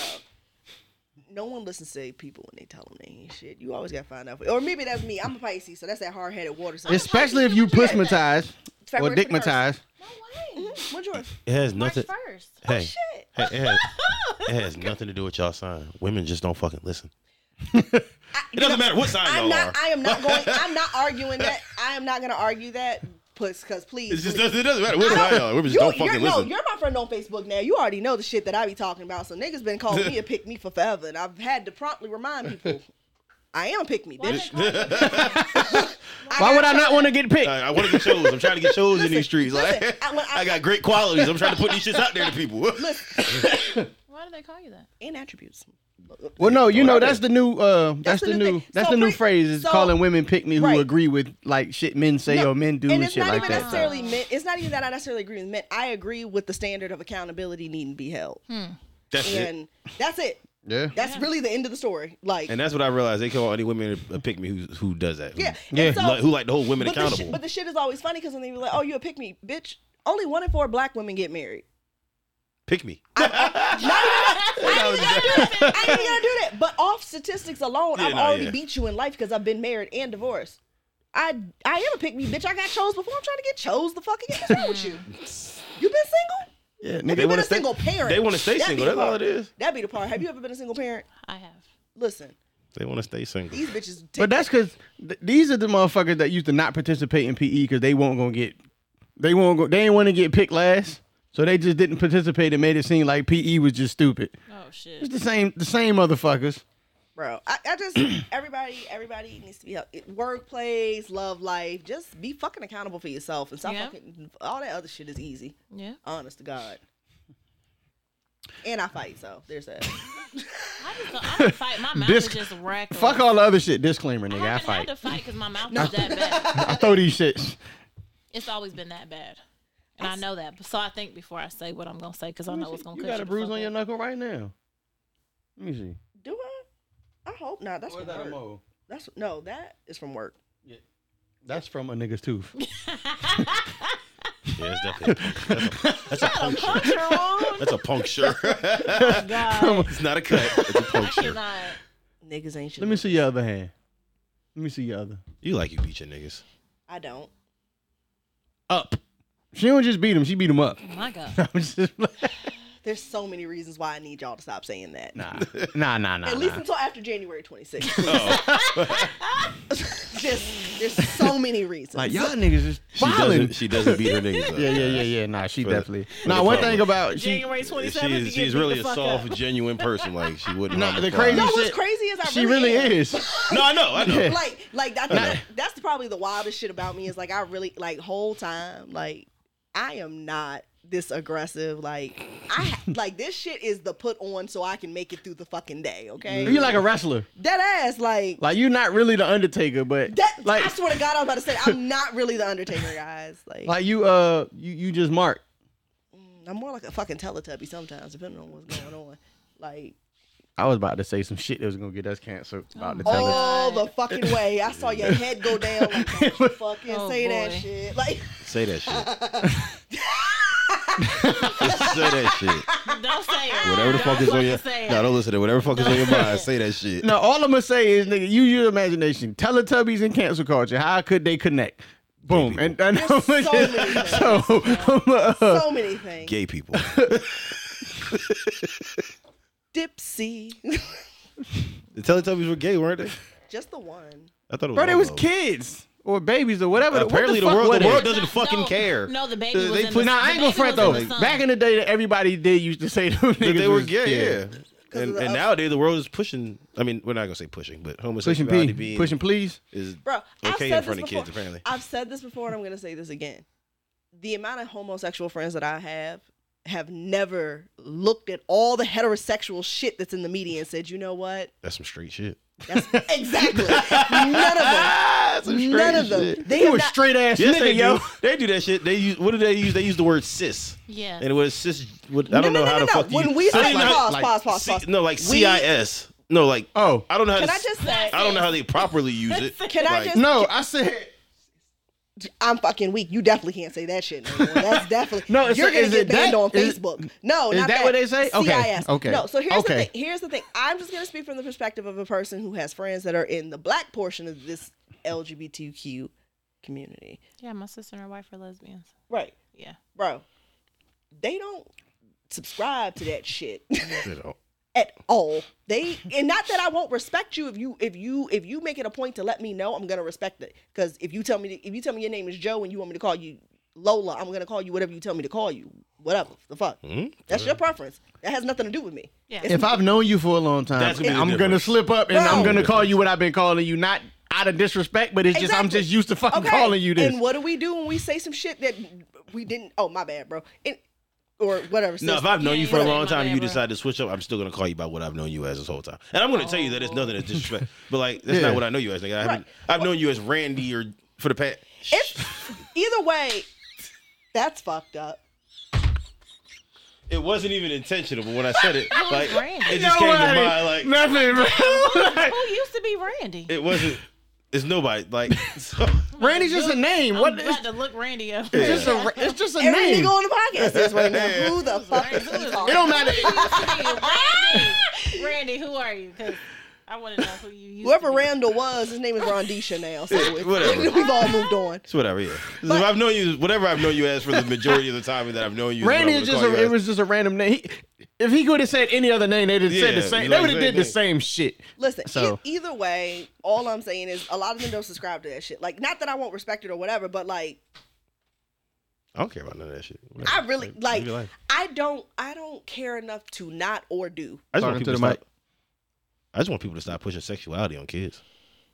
D: no one listens to people when they tell them they ain't shit. You always gotta find out. Or maybe that's me. I'm a Pisces, so that's that hard headed water. sign.
A: Especially if you pussmatized or
D: February 21st.
A: dickmatized.
C: No way.
D: What's yours?
B: It has
C: March
B: nothing.
C: first.
B: Hey,
D: Oh, Shit.
B: hey, it has, it has nothing to do with y'all sign. Women just don't fucking listen. it doesn't matter what sign
D: I'm
B: y'all
D: not.
B: are.
D: I am not going. I'm not arguing that. I am not gonna argue that. Puss, cause please.
B: It just
D: please.
B: doesn't, it doesn't matter what sign y'all are. Women just don't
D: you're,
B: fucking
D: no,
B: listen.
D: you're my friend on Facebook now. You already know the shit that I be talking about. So niggas been calling me a pick me for forever, and I've had to promptly remind people I am a pick me,
C: Why they
D: bitch.
C: call you
A: Why would I not want to get picked?
B: I, want to get shows. I'm trying to get shows in these streets. Like,
D: listen, I- when I-
B: I, got great qualities. I'm trying to put these shits out there to people.
C: Why do they call you that?
D: And attributes.
A: Well, no, you know that's the new uh, that's, the, new,
D: thing.
A: that's
D: So
A: the new
D: pre-
A: phrase is
D: so-
A: calling women pick me who
D: Right.
A: agree with like shit men say
D: No,
A: or men do
D: and
A: and,
D: it's
A: shit
D: not
A: like
D: even
A: that.
D: necessarily men. It's not even that I necessarily agree with men. I agree with the standard of accountability needing to be held,
B: That's it.
D: and that's it.
A: yeah,
D: That's really the end of the story. Like,
B: And that's what I realized. They call any women to pick me who who does that. Who,
D: yeah, and
A: Yeah.
D: so-
B: like, who like to hold women
D: but the,
B: accountable.
D: shit, but the shit is always funny because when they be like, "Oh, you a pick me, bitch." Only one in four black women get married.
B: pick me.
D: I ain't gonna do that. But off statistics alone,
B: Yeah,
D: I've
B: no,
D: already
B: yeah.
D: beat you in life because I've been married and divorced. I I am a pick me bitch. I got chose before. I'm trying to get chose. The fuck again? What's wrong with you? You been single?
A: yeah,
D: Have
A: nigga.
D: you been
B: wanna
D: a
B: stay-
D: single parent?
B: they wanna stay
D: That'd
B: single.
D: be the
B: That's all
D: part.
B: it is.
D: That'd be the part. Have you ever been a single parent?
C: I have.
D: Listen,
B: They want to stay single.
D: these bitches. Take
A: But that's because th- these are the motherfuckers that used to not participate in PE because they won't gonna get they won't go they ain't want to get picked last, so they just didn't participate and made it seem like PE was just stupid.
C: Oh shit.
A: It's the same the same motherfuckers.
D: bro. I, I just everybody everybody needs to be helped. It- Workplace, love life. Just be fucking accountable for yourself and stop
C: Yeah.
D: fucking. All that other shit is easy.
C: Yeah.
D: Honest to God. And I fight, so there's that.
C: I just don't, I don't fight. My mouth
A: This-
C: is just reckless.
A: Fuck all the other shit. Disclaimer,
C: I
A: nigga. I
C: haven't had
A: fight.
C: to fight because my mouth is that bad.
A: I throw these shits.
C: It's always been that bad, and I know that. So I think before I say what I'm gonna say because I know it's gonna.
A: You
C: cut
A: got
C: you
A: a
C: the
A: bruise
C: fuck
A: on your
C: up.
A: knuckle right now. Let me see.
D: Do I? I hope not. That's from work. That's no, that is from work.
A: That's from a nigga's tooth.
B: Yeah, it's definitely. That's a, that's a puncture.
C: Puncture wound.
B: That's a puncture.
C: God,
B: it's not a cut. It's a
C: I
B: puncture.
C: cannot.
D: Niggas ain't shit.
A: Let me see your other hand. Let me see your other.
B: You like you beat your niggas.
D: I don't.
A: Up. She don't just beat him, she beat him up.
C: My God.
A: I'm just like-
D: There's so many reasons why I need y'all to stop saying that.
A: Nah, nah, nah, nah.
D: At least
A: nah.
D: until after January 26th. Just there's so many reasons.
A: like y'all niggas is
B: She
A: violent.
B: doesn't, she doesn't beat her niggas. up.
A: Yeah, yeah, yeah, yeah. Nah, she
B: For the-
A: definitely.
B: for
A: Nah,
B: the
A: one
B: problem.
A: thing about she.
C: January twenty
B: She
C: seventh.
B: is, she's really a soft, genuine person. Like she wouldn't.
A: Nah,
B: harm
A: the
B: a fly.
A: crazy
D: no,
A: shit.
D: what's crazy is I
A: She really
D: am.
A: is.
B: No, I know, I know.
A: Yeah.
D: Like, like I think that, that's probably the wildest shit about me is like I really like whole time like I am not this aggressive. Like I like this shit is the put on so I can make it through the fucking day. Okay,
A: You like a wrestler.
D: that ass like
A: Mm-hmm. Like you're not really the Undertaker, but
D: that.
A: like
D: I swear to God, I was about to say I'm not really the Undertaker, guys. Like,
A: like you uh you you just mark.
D: I'm more like a fucking Teletubby sometimes, depending on what's going on. Like
A: I was about to say some shit that was gonna get us canceled about the
C: Oh.
A: talent.
D: all the fucking way. I saw your head go down. Like, don't you fucking
C: Oh,
D: say that
C: boy.
D: shit. Like.
B: Say that shit. Just say that shit.
C: Don't say it.
B: Whatever the
C: Don't
B: fuck is on
C: fucking
B: your
C: say it.
B: no, don't listen to it. whatever the fuck is on your mind. Say that shit.
A: No, all I'm gonna say is nigga, use your imagination. Teletubbies and cancel culture. How could they connect? Boom.
B: Gay
A: And, and
D: There's so many things.
A: so, uh,
D: so many things.
B: Gay people.
D: Dipsy.
B: The Teletubbies were gay, weren't they?
D: Just the one.
B: I thought it was.
A: bro, they was
B: homo.
A: kids or babies or whatever. What
B: Apparently, the,
A: fuck was
B: world the
A: it?
B: world doesn't fucking
C: no,
B: care.
C: No, the baby was
B: They
C: in
B: put-
C: the
A: Nah, I ain't gonna front though. Back in the day, that everybody did used to say them
B: That
A: niggas
B: they were
A: was-
B: gay. Yeah.
D: of
B: And,
D: the
B: and
D: up-
B: nowadays, the world is pushing. I mean, we're not gonna say pushing, but
A: Pushing
B: homosexuality
A: P,
B: being
A: pushing please.
B: is
D: Bro, I've
B: okay
D: said
B: in front
D: this
B: of
D: before.
B: kids. Apparently,
D: I've said this before and I'm going to say this again. The amount of homosexual friends that I have have never looked at all the heterosexual shit that's in the media and said, you know what?
B: that's some straight shit.
D: That's exactly. None of them.
B: Ah, That's some straight
D: None of them.
B: shit.
D: They
A: You
D: have
A: a
D: not-
A: straight ass
B: Yes,
A: nigga,
B: they
A: yo.
B: do. They do that shit. They use what do they use? They use the word cis.
C: Yeah.
B: And it was cis. What, I don't
D: no,
B: know
D: no,
B: how the
D: no, no.
B: fuck. you-
D: When we
B: I
D: say
B: don't know how-
D: pause,
A: like,
D: pause, pause,
B: C-
D: pause.
B: no, like
D: We-
B: CIS. No, like
A: Oh.
B: I don't know how.
D: Can
B: to
D: I
B: s-
D: just say,
B: I don't know how they properly use it.
D: Can I
B: Like,
D: just-
A: No, I said
D: I'm fucking weak. You definitely can't say that shit. No more. That's definitely
A: No,
D: no.
A: it's-
D: You're gonna
A: is
D: get
A: it that-
D: banned on
A: is-
D: Facebook. no,
A: is
D: not
A: that what they say? Okay,
D: CIS.
A: okay,
D: No. So here's
A: okay.
D: the thing. Here's the thing. I'm just gonna speak from the perspective of a person who has friends that are in the black portion of this LGBTQ community.
C: Yeah, my sister and her wife are lesbians.
D: Right,
C: Yeah.
D: bro. They don't subscribe to that shit
B: you know,
D: at all. They and not that I won't respect you if you if you if you make it a point to let me know, I'm gonna respect it. Because if you tell me if you tell me your name is Joe and you want me to call you Lola, I'm gonna call you whatever you tell me to call you. Whatever the fuck. That's your preference. That has nothing to do with me.
C: Yeah.
A: Hmm? if I've known you for a long time,
B: That's gonna be the
A: I'm gonna
B: difference.
A: slip up and I'm
D: Bro.
A: gonna call you what I've been calling you, not out of disrespect, but it's just I'm
D: Exactly.
A: just used to fucking
D: Okay,
A: calling you this.
D: And what do we do when we say some shit that we didn't? Oh my bad, bro. And, or whatever.
B: No,
D: sis.
B: if I've known
C: Yeah,
B: you for a
C: yeah,
B: long
C: my
B: time,
C: bad,
B: you
C: bro.
B: decide to switch up. I'm still gonna call you by what I've known you as this whole time, and I'm gonna tell you that it's nothing that's disrespect. but like, that's
A: Yeah.
B: not what I know you as. Nigga. I haven't, I've known you as Randy or for the past.
D: If, either way, that's fucked up.
B: It wasn't even intentional, but when I said it,
C: Who's
B: like
C: Randy?
B: it just came to mind. Like
A: nothing, bro. Like,
C: Who used to be Randy?
B: it wasn't. It's nobody. Like so,
A: Randy's just a name.
C: I'm
A: What?
C: about
A: It's,
C: to look Randy up.
A: it's just a. It's just a
D: Every
A: name.
D: nigga on the podcast is right now. Who the fuck is he
A: It
D: talking?
A: don't matter.
C: Randy, Randy, who are you? Because I want to know who you used
D: Whoever
C: to be.
D: Randall was, his name is Rondisha now. So it's-
B: whatever.
D: we've all moved on.
B: it's whatever. Yeah, So if I've known you. Whatever I've known you as for the majority of the time that I've known you. is what
A: Randy
B: I'm
A: is
B: gonna
A: just
B: call
A: a.
B: you
A: It
B: as.
A: was just a random name. He, if he could have said any other name, they'd have said the
B: Yeah,
A: same.
B: like
A: they would have
B: same
A: did the
B: thing.
A: same shit.
D: Listen, e-
A: So-
D: either way, all I'm saying is a lot of them don't subscribe to that shit. Like, not that I won't respect it or whatever, but like,
B: I don't care about none of that shit. Whatever.
D: I really
B: Live
D: like.
B: your life.
D: I don't. I don't care enough to not or do.
B: I
A: Talking
B: just want people
A: to
B: to
A: the
B: stop.
A: mic.
B: I just want people to stop pushing sexuality on kids.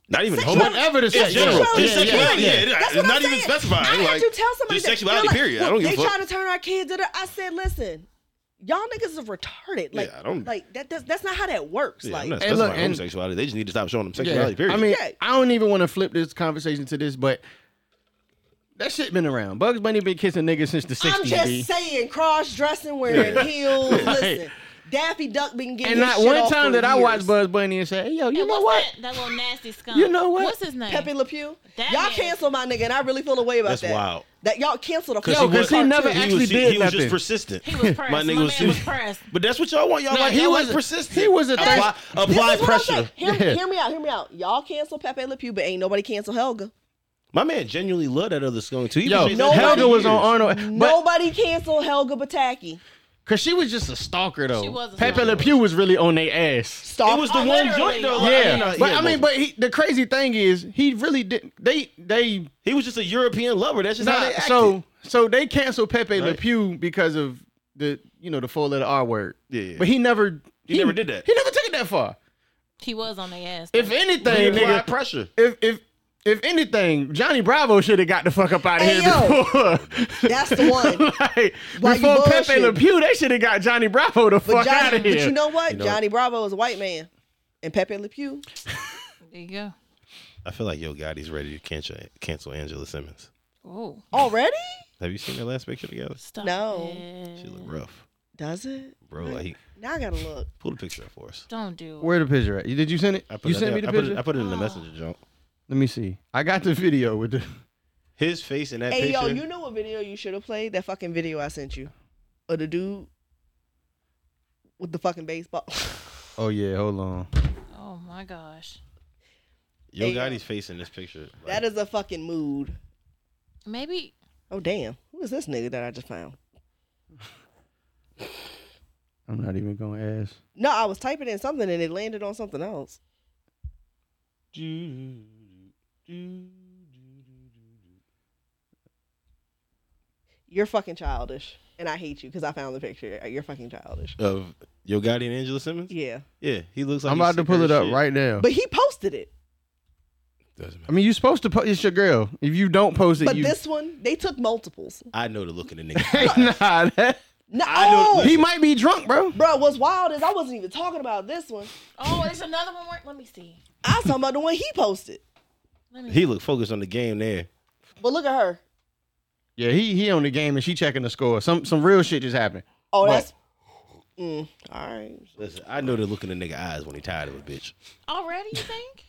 B: Not even
D: Sexual-
B: homo.
A: Whatever the
B: In general,
D: sexuality
B: Just
D: is
B: sexuality. Yeah,
A: yeah,
B: it-
D: That's
B: it's
D: what
B: not
D: I'm
B: even
D: saying.
B: specified.
D: I
B: like,
D: had to tell somebody
B: just
D: that.
B: sexuality.
D: They're like,
B: period. I
D: "Look,
B: don't give
D: They
B: a fuck.
D: trying to turn our kids into. I said, listen, y'all niggas is retarded. Like,
B: I don't-
D: like that. That's, that's not how that works.
B: Yeah,
D: like,
B: I'm not
A: And look,
B: specifying
A: and-
B: homosexuality. They just need to stop showing them
A: Yeah.
B: sexuality. Period.
A: I mean,
D: Yeah.
A: I don't even want to flip this conversation to this, but that shit been around. Bugs Bunny been kissing niggas since the 60s.
D: I'm just
A: B.
D: saying, cross dressing, wearing heels.
A: Like-
D: listen, Daffy Duck been getting
A: and
D: his
A: not
D: shit
A: one
D: off
A: time
D: for
A: that I watched
D: years.
A: Bugs Bunny and said, hey, yo, you
C: Hey,
A: know
C: what's
A: what?
C: That, that little nasty skunk.
A: You know what?
C: What's his name?
D: Pepe Le Pew.
C: That
D: y'all
C: man.
D: cancel my nigga, and I really feel a way about
B: That's
D: that.
B: wild.
D: That y'all canceled a
A: Yo,
D: fucking
A: 'cause he
D: cartoon.
A: never
B: he
A: actually
B: was, he,
A: did
B: he was
A: nothing.
B: just persistent.
C: He was pressed.
B: My nigga
C: My
B: was,
C: man was pressed.
B: But that's what y'all want. Y'all
A: No,
B: like
A: he
B: y'all
A: was-
B: like persistent.
A: he was a
B: apply,
A: thirst-
B: apply
D: This is what I'm saying.
B: pressure.
D: Hear,
A: Yeah.
D: hear me out. Hear me out. Y'all cancel Pepe Le Pew, but ain't nobody cancel Helga.
B: My man genuinely loved that other skunk too. He
A: Yo,
B: was chasing that
A: Helga
B: for
A: was on
B: years.
A: Arnold. But
D: nobody cancel Helga Bataki.
A: Cause she was just a stalker though.
C: She was a
A: Pepe
C: stalker.
A: Le Pew was really on their ass.
D: Stalk.
B: It was the
C: Oh,
B: one
C: literally.
B: joint though. like,
A: Yeah,
B: you know,
A: but
B: uh, yeah,
A: I mean, but he, the crazy thing is, he really didn't. They they
B: he was just a European lover. That's just how
A: nah,
B: they acted.
A: so so they canceled Pepe Le
B: Right.
A: Pew because of the you know the four letter R word.
B: Yeah, yeah.
A: But he never
B: He never did that.
A: He never took it that far.
C: He was on their ass.
A: If
C: though.
A: anything,
B: He applied
A: nigga,
B: pressure.
A: if if if anything, Johnny Bravo should have got the fuck up out of
D: Hey,
A: here
D: yo.
A: before.
D: That's the one.
A: like,
D: Why you
A: before Pepe
D: bullshit?
A: Le Pew, they should have got Johnny Bravo the
D: But
A: fuck out
D: Johnny,
A: of here.
D: but you know what?
B: You know-
D: Johnny Bravo is a white man, and Pepe Le Pew.
C: there you go.
B: I feel like Yo Gotti's ready to cancel cancel Angela Simmons.
C: Oh,
D: Already?
B: Have you seen their last picture together?
C: stop.
D: No.
C: it.
B: She look rough,
D: Does it?
B: bro. Like he
D: Now I gotta look.
B: pull the picture up for us.
C: Don't do it.
A: Where the picture at? Did you send it?
B: I put
A: You
B: it-
A: sent
B: I-
A: me the
B: I put it-
A: picture.
B: I put it in the
C: Oh.
B: messenger junk.
A: Let me see. I got the video with the.
B: His face in that
D: Hey
B: picture.
D: yo, you know what video you should have played? That fucking video I sent you, of the dude with the fucking baseball.
A: Oh yeah, hold on.
C: Oh my gosh.
B: Yo
D: Hey, yo.
B: Gotti's face in this picture. like,
D: that is a fucking mood.
C: Maybe
D: Oh damn, who is this nigga that I just found?
A: I'm not even gonna ask.
D: No, I was typing in something and it landed on something else. You're fucking childish, and I hate you because I found the picture. You're fucking childish.
B: of Yo Gotti and Angela Simmons.
D: Yeah,
B: Yeah, he looks like
A: I'm
B: he's
A: about to
B: sick
A: pull
B: as
A: it up
B: shit.
A: right now.
D: but he posted it.
B: Doesn't
A: I
B: matter.
A: mean, you're supposed to post. It's your girl. If you don't post it,
D: But
A: you.
D: this one, they took multiples.
B: I know the look in the nigga.
A: nah, that,
D: No,
B: I know-
D: oh,
A: he might be drunk, bro.
D: bro, what's wild is I wasn't even talking about this one.
C: Oh, there's another one. Where, let me see.
D: I was talking about the one he posted.
C: Let me.
B: he looked focused on the game there.
D: But look at her.
A: Yeah, he he on the game and she checking the score. Some some real shit just happened.
D: Oh,
A: Right.
D: that's mm, all right.
B: Listen, I know the look in the nigga eyes when he tired of a bitch.
C: Already, you think?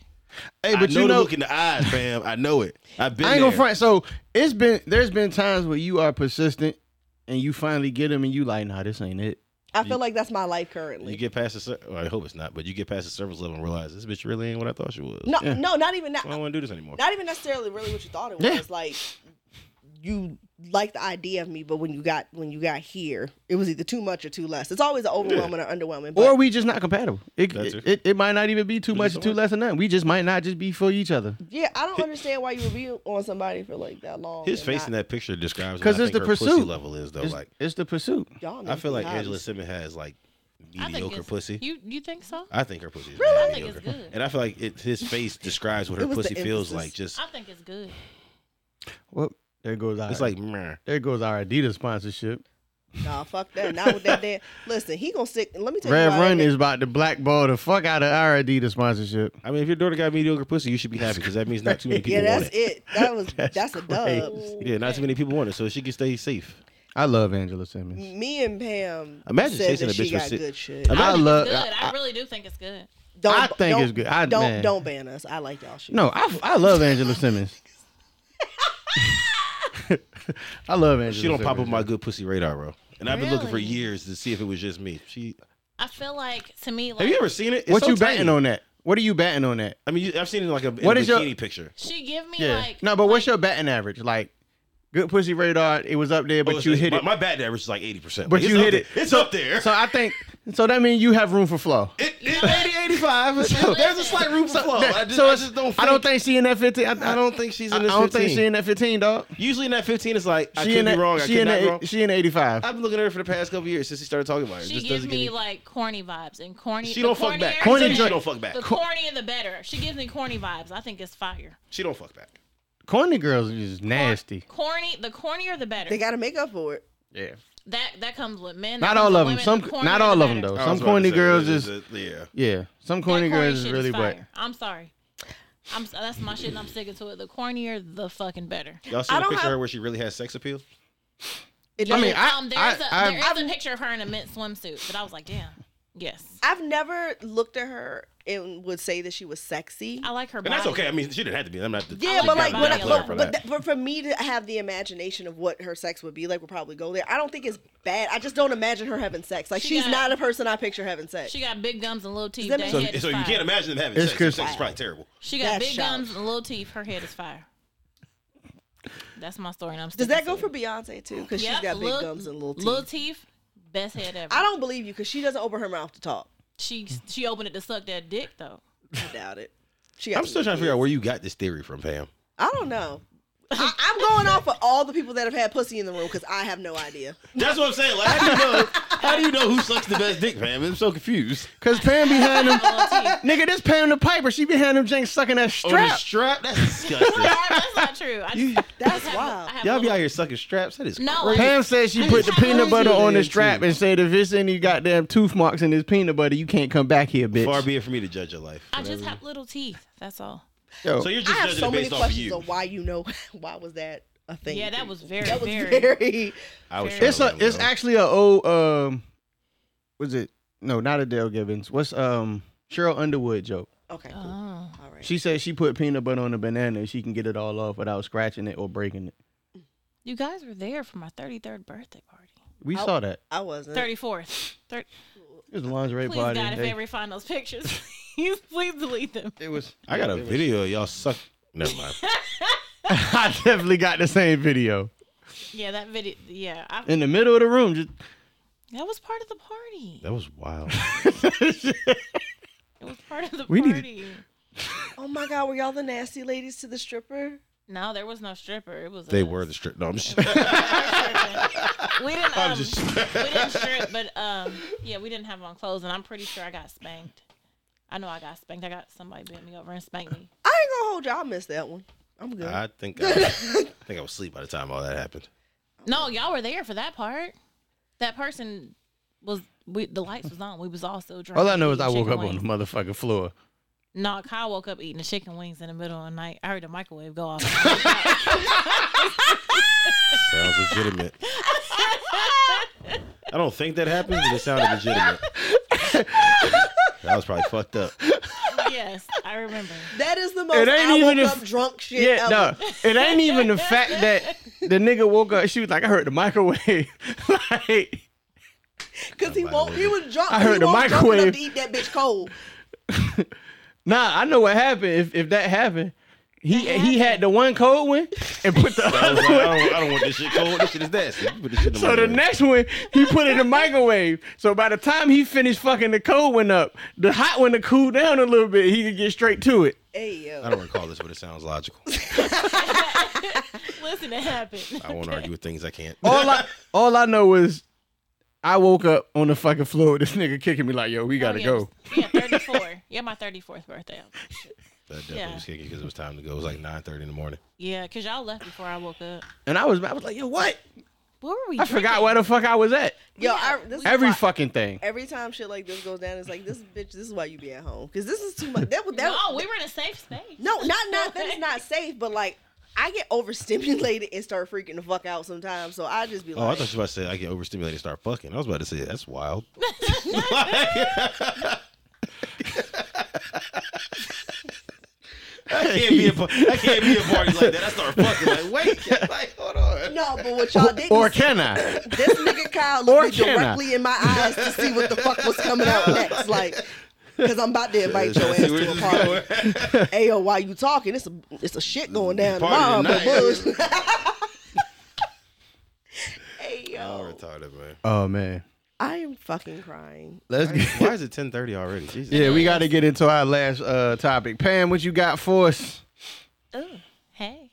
A: Hey, but
B: I know
A: you
B: the
A: know,
B: look in the eyes, fam. I know it. I've been
A: I ain't
B: there.
A: gonna front. So it's been there's been times where you are persistent and you finally get him and you like, nah, this ain't it.
D: I feel like that's my life currently.
B: You get past the, sur- well, I hope it's not, but you get past the service level and realize this bitch really ain't what I thought she was.
D: no, no, not even that.
B: I don't want to do this anymore.
D: Not even necessarily really what you thought it was.
A: Yeah.
D: Like you like the idea of me, but when you got when you got here, it was either too much or too less. It's always an overwhelming or underwhelming. But
A: or we just not compatible. It
B: That's
A: it,
B: it.
A: it, might not even be too
B: But
A: much,
B: it's
A: or too
B: alright.
A: less, or nothing. We just might not just be for each other.
D: yeah, I don't understand why you would be on somebody for like that long.
B: His
D: and
B: face
D: not-
B: in that picture describes
A: Because
B: what I
A: it's
B: think
A: the
B: her pussy
A: pursuit.
B: level is though.
A: It's,
B: like
A: it's the pursuit.
D: Y'all
B: I feel like
D: niggas be
B: Angela
D: honest.
B: Simmons has like
C: I think
B: mediocre
C: it's,
B: pussy.
C: You you think so?
B: I think her pussy is
D: Really?
B: really
C: I think it's
B: mediocre.
C: good.
B: And I feel like it, his face describes what
D: It
B: her
D: was
B: pussy
D: the
B: feels
D: emphasis.
B: like. Just
C: I think it's good.
A: Well, there goes our.
B: it's like meh.
A: there goes our Adidas sponsorship.
D: Nah, fuck that. Not with that damn. Listen, he gonna stick. Let me tell you
A: Red
D: why that
A: Run
D: nigga-
A: is about to blackball the fuck out of our Adidas sponsorship.
B: I mean, if your daughter got mediocre pussy, you should be happy because that means not too many people
D: Yeah, that's
B: want it.
D: it. That was that's, a dub.
A: crazy.
B: Yeah, not too many people want it, so she can stay safe.
A: I love Angela Simmons.
D: Me and Pam.
B: Imagine
D: said
B: chasing
D: that
B: a bitch
D: she
B: for
D: got
B: six-
D: good shit.
A: I
C: think
A: love.
C: it's good. I,
A: I,
C: really do think it's good.
A: I think it's good. I-
D: don't
A: man.
D: don't ban us. I like y'all shit.
A: no, I, I love Angela Simmons. I love Angela.
B: She don't pop up
A: Simmons.
B: my good pussy radar, bro. And I've been looking for
C: Really?
B: years to see if it was just me. She,
C: I feel like to me, like
B: have you ever seen it? It's
A: What
B: so
A: you
B: tiny.
A: batting on that? What are you batting on that?
B: I mean, you, I've seen it in like a, in
A: What
B: a
A: is your-
B: bikini picture.
C: she give me
A: Yeah.
C: like
A: no, but what's your batting average? Like, good pussy radar. It was up there,
B: Oh,
A: but
B: it's
A: you
B: like-
A: hit
B: my,
A: it.
B: My bat average is like eighty percent.
A: but you hit it.
B: It's
A: So-
B: up there.
A: So I think. So that means you have room for flow.
B: It-
C: You
B: it-
C: know-
A: 85. So,
B: there's a slight room for flaw. I just, I just don't. Think,
A: I don't think she in that 15. I, I
B: I
A: don't.
B: don't think she's
A: I
B: in this.
A: don't think
B: 15.
A: she in that 15, dog.
B: Usually in that fifteen, it's like I
A: she
B: could
A: in
B: be
A: that,
B: wrong. I
A: She
B: could
A: in
B: not
A: that,
B: be wrong.
A: She in the 85.
B: I've been looking at her for the past couple years since she started talking about her. It
C: she
B: just
C: gives
B: doesn't
C: me
B: get any-
C: like corny vibes and corny.
B: she
C: the
B: don't fuck back.
C: cornier
A: Corny
C: the
B: She
A: joint.
B: don't fuck back.
C: better. The cornier the better. She gives me corny vibes. I think it's fire.
B: She don't fuck back.
A: Corny girls is nasty.
C: Corny, the cornier the better.
D: They got to make up for it.
A: Yeah.
C: that that comes with men. that
A: Not
C: comes
A: all
C: with
A: of them.
C: women,
A: Some,
C: the cornier
A: not
C: the
A: all of them
C: better.
A: though.
B: I was
A: Some
B: about
A: corny
B: to say,
A: girls
B: it-
A: is.
B: it- yeah.
A: Yeah. Some
C: That
A: corny girls is
C: shit
A: really
C: fire.
A: wet.
C: I'm sorry. I'm s- that's my shit and I'm sticking to it. The cornier, the fucking better.
B: Y'all seen
D: I
B: a
D: don't
B: picture of
D: have-
B: her where she really has sex appeal?
D: It
A: I
D: I
A: mean, I-
C: um, there's,
A: I-
C: a, there
A: I've-
C: is a picture of her in a mint swimsuit, but I was like, damn, yes,
D: I've never looked at her and would say that she was sexy.
C: I like her.
B: And that's
C: body.
B: okay. I mean, she didn't have to be. I'm not. The,
D: Yeah,
C: I
D: but
C: like
D: like,
C: her
D: when I,
C: body a
D: but,
C: lot.
D: but, that- but for me to have the imagination of what her sex would be like, would probably go there. I don't think it's bad. I just don't imagine her having sex. Like
C: She
D: she's
C: got-
D: not a person I picture having sex.
C: She got big gums and little teeth.
D: that
C: That
D: make
B: so,
C: head is
B: so you
C: fire.
B: can't imagine them having
A: It's
B: sex. Their
A: Chris-
B: Sex is probably terrible.
C: She got
D: That's
C: big
D: shallow.
C: gums and little teeth. Her head is fire. That's my story, and I'm.
D: Does
C: sticking
D: that go
C: to
D: for
C: it.
D: Beyonce too? Because
C: Yep,
D: she's got big gums and little teeth.
C: Little teeth, Best head ever.
D: I don't believe you because she doesn't open her mouth to talk.
C: she she opened it to suck that dick though.
D: I doubt it. She got
B: I'm still trying to figure out where you got this theory from, Pam.
D: I don't know. I, I'm going off of all the people that have had pussy in the room because I have no idea.
B: That's what I'm saying. Like, how do you know? How do you know who sucks the best dick, Pam? I'm so confused.
A: Cause Pam behind him,
C: Little teeth.
A: nigga, this Pam the Piper. She behind him, Jenks sucking that
B: Oh, the
A: strap.
B: strap? That's disgusting.
C: That's not true. I just,
D: That's
C: I have a-
D: wild.
C: I have a
B: Y'all be
C: little-
B: out here sucking straps. That is.
C: No, like,
A: Pam said she put the peanut butter on the strap and said if it's any goddamn tooth marks in this peanut butter, you can't come back here, bitch.
B: Far be it for me to judge your life.
C: I just have little teeth. That's all.
A: Yo,
B: So you're
D: I
B: just
D: have
B: judging
D: so
B: it
D: many
B: based off of
D: questions
B: you.
D: on why you know why was that a thing.
C: Yeah, that was very,
D: that was
C: very.
D: very.
B: I was
A: it's a,
B: trying to
A: it's
B: let
A: actually a old um, was it? No, not Adele Gibbons. What's um Cheryl Underwood joke?
D: Okay, cool.
C: Oh.
D: all right.
A: She said she put peanut butter on a banana and she can get it all off without scratching it or breaking it.
C: You guys were there for my 33rd birthday party.
A: We
D: I-
A: saw that.
D: I wasn't.
C: 34th. Thir-
A: It was a lingerie
C: please, God,
A: party.
C: if
A: They-
C: they ever find those pictures, please, please delete them.
A: it was.
B: I got a video. of Y'all suck. Never mind.
A: I definitely got the same video
C: Yeah, that video. Yeah, I,
A: in the middle of the room. Just
C: that was part of the party.
B: That was wild.
C: It was part of the
A: We need to-
C: party.
D: Oh my God, were y'all the nasty ladies to the stripper?
C: No, there was no stripper. It was
B: They
C: us.
B: were the strip. No, I'm just.
C: We didn't.
B: I'm
C: Um,
B: just-
C: we didn't strip, but um, yeah, we didn't have on clothes, and I'm pretty sure I got spanked. I know I got spanked. I got somebody bent me over and spanked me.
D: I ain't gonna hold y'all. I missed that one. I'm good.
B: I think I, I think I was asleep by the time all that happened.
C: No, y'all were there for that part. That person was we, the lights was on. We was all still drunk.
A: all I know is I
C: eating
A: woke
C: chicken
A: up on the
C: wings.
A: motherfucking floor.
C: No, Kyle woke up eating the chicken wings in the middle of the night. I heard the microwave go off.
B: Sounds legitimate. I don't think that happened, but it sounded legitimate. That was probably fucked up.
C: Oh, yes, I remember.
D: that is the most.
A: It ain't
D: I
A: even
D: woke
A: if-
D: up drunk shit
A: Yeah,
D: ever.
A: no. It ain't even the fact that the nigga woke up. She was like, I heard the microwave. like,
D: Because he won't. He was drunk.
A: I heard
D: he
A: the
D: won't drunk enough
A: microwave.
D: to eat that bitch cold.
A: nah, I know what happened. If if that happened, he
C: That
A: he had the one cold one and put the
B: I
A: other
B: was like,
A: one.
B: I don't, I don't want this shit cold. This shit is nasty. You put this shit
A: So
B: in
A: the
B: microwave.
A: next one, he put it in the microwave. So by the time he finished fucking the cold one up, the hot one to cool down a little bit, he could get straight to it.
D: Hey
B: I
D: yo.
B: don't recall this, but it sounds logical.
C: Listen, it happened.
B: I won't argue with things I can't.
A: All I all I know is I woke up on the fucking floor with this nigga kicking me like, yo, we gotta
C: yeah,
A: go.
C: Oh, Yeah, 34. yeah, my 34th birthday.
B: That definitely
C: Yeah.
B: was kicking because it was time to go. It was like 9:30 in the morning.
C: Yeah, because y'all left before I woke up.
A: And I was I was like, yo, what?
C: Where were we?
A: I forgot where the fuck I was at.
D: Yo,
C: Yeah,
D: I, this is
A: Every
D: why-
A: fucking thing.
D: every time shit like this goes down, it's like this bitch. This is why you be at home because this is too much. That was that.
C: No, we were in a safe space.
D: no, not not that it's not safe, but like I get overstimulated and start freaking the fuck out sometimes. So I just be
B: Oh, I
D: like,
B: thought you were about to say I get overstimulated and start fucking. I was about to say that's wild. I can't be a par- I can't be a party like that. I start fucking like wait, like hold on.
D: no, but what y'all didn't
A: Or
D: see,
A: can I?
D: this nigga Kyle
A: Or
D: looked me
A: can I?
D: directly in my eyes to see what the fuck was coming out next, like. Cause I'm about to invite your ass
B: See where
D: to a
B: this
D: party.
B: going?
D: Hey, yo, while you talking, it's a it's a shit going down.
B: Party
D: Mom, but
B: tonight.
D: bush. hey,
B: I'm
D: yo,
B: retarded, man.
A: Oh man.
D: I am fucking crying.
A: Let's get
B: Why is it 10:30 already? Jesus.
A: Yeah, we gotta get into our last uh topic. Pam, what you got for us?
C: Ooh, hey.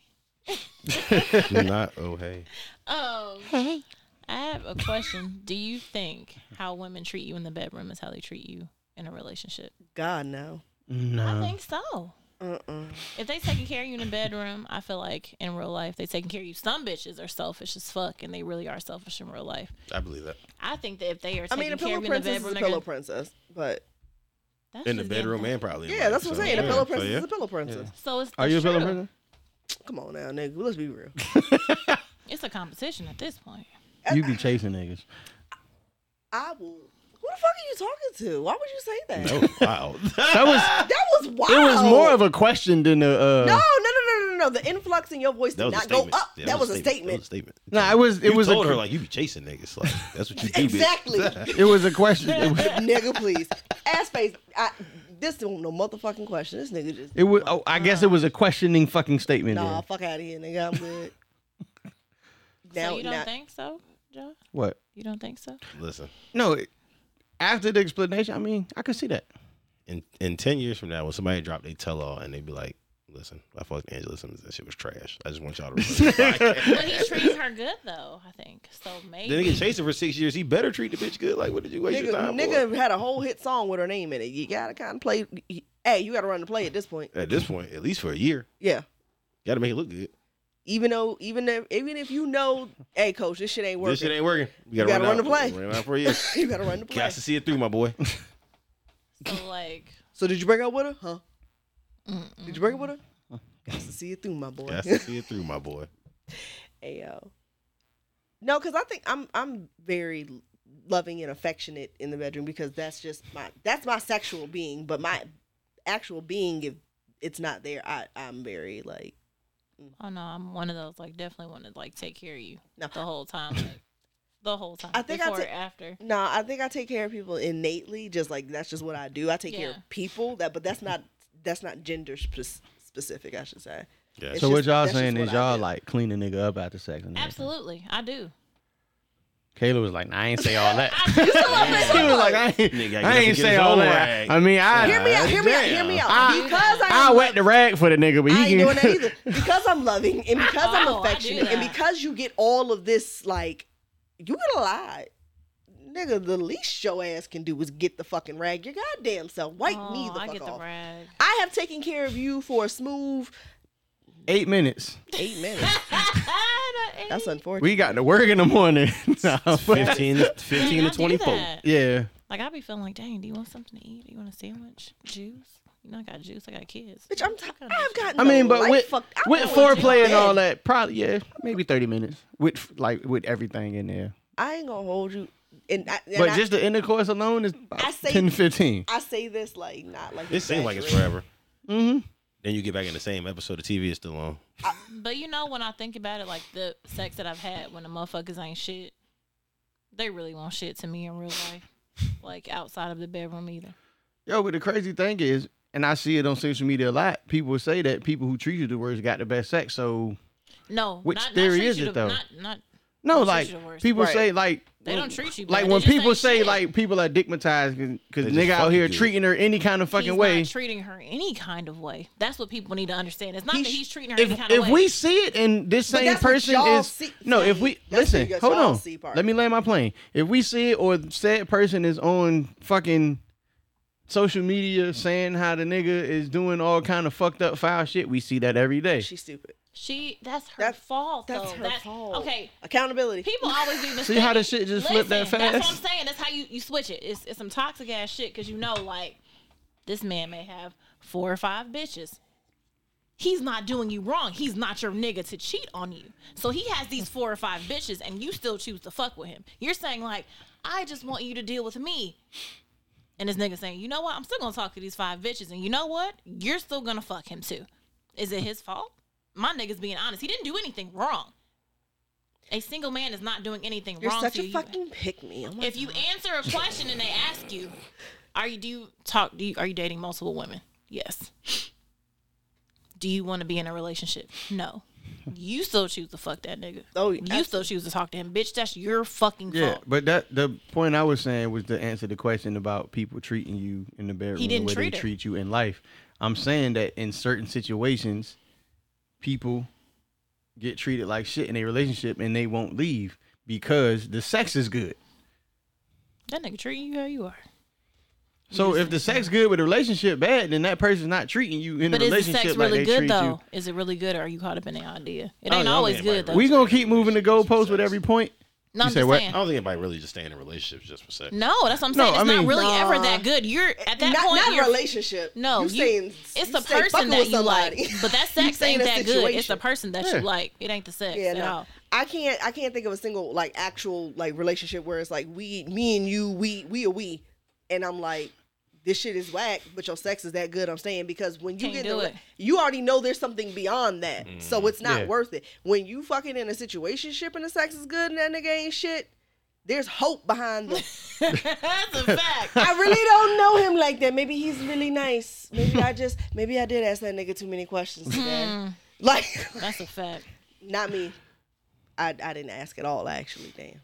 B: Not oh hey.
D: Oh.
C: Um, I have a question. Do you think how women treat you in the bedroom is how they treat you in a relationship?
D: God no.
C: I
A: No.
C: think so.
D: Uh-uh.
C: If they taking care of you in the bedroom, I feel like in real life they taking care of you. Some bitches are selfish as fuck, and they really are selfish in real life.
B: I believe that.
C: I think that if they are
D: I
C: taking
D: mean, a
C: care
D: pillow
C: of you in the
D: princess
C: bedroom,
D: is a
C: they're
D: pillow
C: gonna,
D: princess, but
C: that's
B: In the
C: just them.
B: bedroom and probably. in
D: yeah,
B: life,
D: that's what I'm
B: so,
D: saying. A
B: yeah.
D: pillow
B: So,
D: princess
B: yeah.
D: is a pillow princess.
C: So it's
A: Are you a
C: it's
A: fellow
C: true.
A: prisoner?
D: Come on now, nigga. Let's be real.
C: It's a competition at this point.
A: You be chasing niggas.
D: I will. Who the fuck are you talking to? Why would you say that?
B: Oh wow.
A: That was
D: That was wild.
A: it was more of a question than a uh
D: No, no, no, no, no, no. The influx in your voice
B: That
D: did
B: was a
D: not go
B: statement.
D: up.
B: Yeah,
D: that was a
B: That was
D: statement.
B: a statement.
A: Nah, it was- it
B: You
A: was a-
B: told her like you be chasing niggas. Like that's what you do. bitch.
D: Exactly.
A: it was a question. It was,
D: nigga, please. Ass face. I, this don't no motherfucking question. This nigga just.
A: it was oh, I guess it was a questioning fucking statement.
D: Nah,
A: then.
D: fuck out of here, nigga. I'm good.
C: so you don't
D: now,
C: think so? John?
A: What?
C: You don't think so?
B: Listen,
A: No. It, after the explanation, I mean, I could see that.
B: in in ten years from now, when somebody drop they tell all and they be like, "Listen, I fucked Angela Simmons. That shit was trash. I just want y'all to." remember the podcast."
C: But he treats her good though. I think so.
B: Then he
C: Maybe.
B: get chased her for six years. He better treat the bitch good. Like, what did you waste your
D: Nigga,
B: time
D: nigga had a whole hit song with her name in it. You gotta kind of play. Hey, you gotta run the play at this point.
B: for? At this point, at least for a year,
D: Yeah.
B: got to make it look good.
D: Even though, even if, even if you know, hey, coach, this shit ain't working.
B: This shit ain't working. We
D: You gotta run
B: out.
D: the play.
B: Run it out for a year.
D: you gotta run the play.
B: Got to see it through, my boy.
C: So like,
D: So did you break up with her? Huh?
C: mm-mm.
D: Did you break up with her? Got to see it through, my boy.
B: Got to see it through, my boy.
D: Ayo. No, because I think I'm I'm very loving and affectionate in the bedroom because that's just my that's my sexual being, but my actual being if it's not there, I I'm very like
C: oh no, I'm one of those like definitely want to like take care of you
D: No.
C: the whole time, like, the whole time.
D: I think I
C: before
D: took-
C: after.
D: no, I think I take care of people innately, just like that's just what I do. I take care
C: Yeah.
D: of people that, but that's not that's not gender spe- specific, I should say.
B: Yeah.
D: It's
B: So
A: so what
D: just-
A: y'all
D: that's just
A: saying
D: what
A: is
D: I
A: y'all
D: do.
A: like clean a nigga up after sex? And everything.
C: Absolutely, I do.
A: Kayla was like, nah, I ain't say all that.
C: I do.
A: she was like, I ain't,
B: Nigga,
A: I
B: he
A: ain't
B: doesn't
A: say
B: get his
A: all
B: own
A: that.
B: rag.
A: I mean, I
D: Hear me out, hear me out, hear
B: damn.
D: me out.
A: I-
D: because I,
A: I
D: am
A: wet the rag for the nigga, but he
D: I ain't
A: can-
D: doing that either. Because I'm loving and because I'm
C: Oh, I do
D: affectionate and
C: that.
D: because you get all of this, like, you get a lot. Nigga, the least your ass can do is get the fucking rag your goddamn self. Wipe me the
C: I
D: fuck
C: get
D: off.
C: the rag.
D: I have taken care of you for a smooth
A: Eight minutes.
D: eight minutes. That's unfortunate.
A: We got to work in the morning. Nah, but-
B: 15, to- 15
C: Dang, I
B: to
C: do
B: 24.
C: that.
A: Yeah.
C: Like I'd be feeling like, dang, do you want something to eat? Do you want a sandwich? Juice? You know I got juice. I got kids.
D: Bitch, I'm t-
C: What kind of
D: I've
C: bitch you-
D: got
A: I mean, but with
D: fuck, I'm
A: with
D: going to
A: foreplay and
D: bed.
A: all that, probably yeah, maybe thirty minutes with like with everything in there.
D: I ain't gonna hold you. And, I, and
A: But
D: I,
A: just the intercourse alone is about
D: I say-
A: 10, 15.
D: I say this like not like
B: It seems like it's
D: exaggerating.
B: forever.
A: Mm-hmm.
B: Then you get back in the same episode. The TV is still on.
C: But you know, when I think about it, like the sex that I've had when the motherfuckers ain't shit, they really want shit to me in real life, like outside of the bedroom either.
A: Yo, but the crazy thing is, and I see it on social media a lot. People say that people who treat you the worst got the best sex. So
C: No,
A: Which
C: not,
A: theory
C: not treat
A: is
C: you
A: it,
C: to-
A: though?
C: Not, not
A: no,
C: Don't treat
A: like
C: you the worst.
A: people
D: Right.
A: say like
C: They don't treat you
A: like
C: bad.
A: when
C: They just
A: people
C: ain't
A: say
C: shit.
A: like people are digmatized because
B: They just
A: nigga out
B: fucking
A: here
B: do it.
A: treating her any kind of fucking
C: he's
A: way.
C: not treating her any kind of way. That's what people need to understand. It's not
D: He's-
C: that he's treating her
A: if
C: any kind
A: if
C: of way.
A: we see it and this
D: But
A: same
D: that's what
A: person
D: y'all
A: is
D: see-
A: no, if we
D: That's
A: listen,
D: what
A: hold
D: y'all
A: on,
D: see part.
A: let me land my plane. If we see it or said person is on fucking social media saying how the nigga is doing all kind of fucked up foul shit, we see that every day.
D: She's stupid.
C: she that's her
D: That's-
C: fault.
D: That's
C: though.
D: her
C: that's,
D: fault.
C: Okay,
D: Accountability.
C: People always do mistakes.
A: See how the shit just flipped that
C: That's what
A: fast?
C: I'm saying. That's how you, you switch it. It's, it's some toxic ass shit because you know, like, this man may have four or five bitches. He's not doing you wrong. He's not your nigga to cheat on you. So he has these four or five bitches and you still choose to fuck with him. You're saying, like, I just want you to deal with me. And this nigga saying, you know what? I'm still gonna talk to these five bitches. And you know what? You're still gonna fuck him too. Is it his fault? My nigga's being honest. He didn't do anything wrong. A single man is not doing anything
D: You're
C: wrong
D: such
C: to
D: a
C: you.
D: fucking pick me. I'm like,
C: if you answer a question and they ask you, are you do you talk do you are you dating multiple women? Yes. Do you want to be in a relationship? No. You still choose to fuck that nigga.
D: Oh,
C: you still choose to talk to him, bitch. That's your fucking
A: Yeah,
C: fault.
A: but that the point I was saying was to answer the question about people treating you in the bedroom the
C: didn't
A: way
C: treat
A: they
C: her.
A: treat you in life. I'm saying that in certain situations, people get treated like shit in a relationship and they won't leave because the sex is good.
C: That nigga treating you how you are.
A: So if the sex good with the relationship bad, then that person's not treating you in
C: But
A: the
C: is the
A: relationship
C: sex
A: like
C: really
A: they
C: good
A: treat
C: though? Is it really good, or are you caught up in the idea? It
B: Oh,
C: ain't
B: yeah,
C: always
B: yeah,
C: good
B: right.
A: you.
C: though.
A: We gonna keep moving the goalpost with every point. you
C: no, I'm
A: say
C: just
A: what? Oh.
B: I
C: saying.
B: don't think anybody really just stay in a relationship just for sex.
C: No, that's what I'm
A: No,
C: saying.
A: I
C: it's
A: mean-
C: not really ever
D: Nah.
C: that good. You're at that
D: not,
C: point.
D: not a
C: you're,
D: relationship.
C: no,
D: you
C: you-
D: saying
C: it's
D: you
C: the
D: saying
C: person
D: fucking
C: that
D: with
C: you like,
D: somebody.
C: but that
D: You
C: sex
D: saying
C: ain't
D: a
C: that good. It's the
D: situation.
C: person that
A: Yeah.
C: you like. It ain't the sex
D: Yeah,
C: at
D: no.
C: all.
D: I can't. I can't think of a single like actual like relationship where it's like we, me and you, we, we are we, and I'm like, this shit is whack, but your sex is that good. I'm saying because when you
C: Can't
D: get
C: do
D: into
C: it.
D: you already know there's something beyond that, so it's not
A: Yeah.
D: worth it. When you fucking in a situationship and the sex is good and that nigga ain't shit, there's hope behind the
C: That's a fact.
D: I really don't know him like that. Maybe he's really nice. Maybe I just maybe I did ask that nigga too many questions
C: Hmm.
D: today. like
C: That's a fact.
D: not me. I I didn't ask at all actually, damn.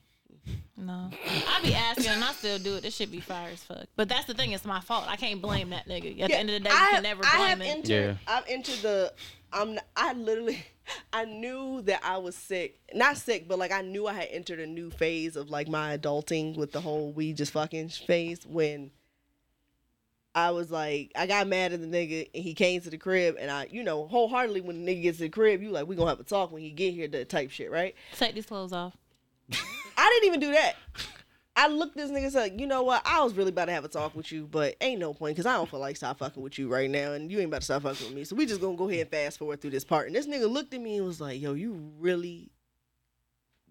C: No. I be asking and I still do it. This shit be fire as fuck. But that's the thing, it's my fault. I can't blame that nigga. At the end of the day, you
D: I,
C: can never
D: I
C: blame
D: have
C: it.
D: entered. I've entered the. I'm. n- I literally. I knew that I was sick. Not sick, but like I knew I had entered a new phase of like my adulting with the whole we just fucking phase when. I was like, I got mad at the nigga, and he came to the crib, and I, you know, wholeheartedly when the nigga gets to the crib, you like, we gonna have a talk when he get here, that type shit, right?
C: Take these clothes off.
D: I didn't even do that. I looked this nigga and said, you know what? I was really about to have a talk with you, but ain't no point because I don't feel like stop fucking with you right now, and you ain't about to stop fucking with me. So we just gonna go ahead and fast forward through this part. And this nigga looked at me and was like, yo, you really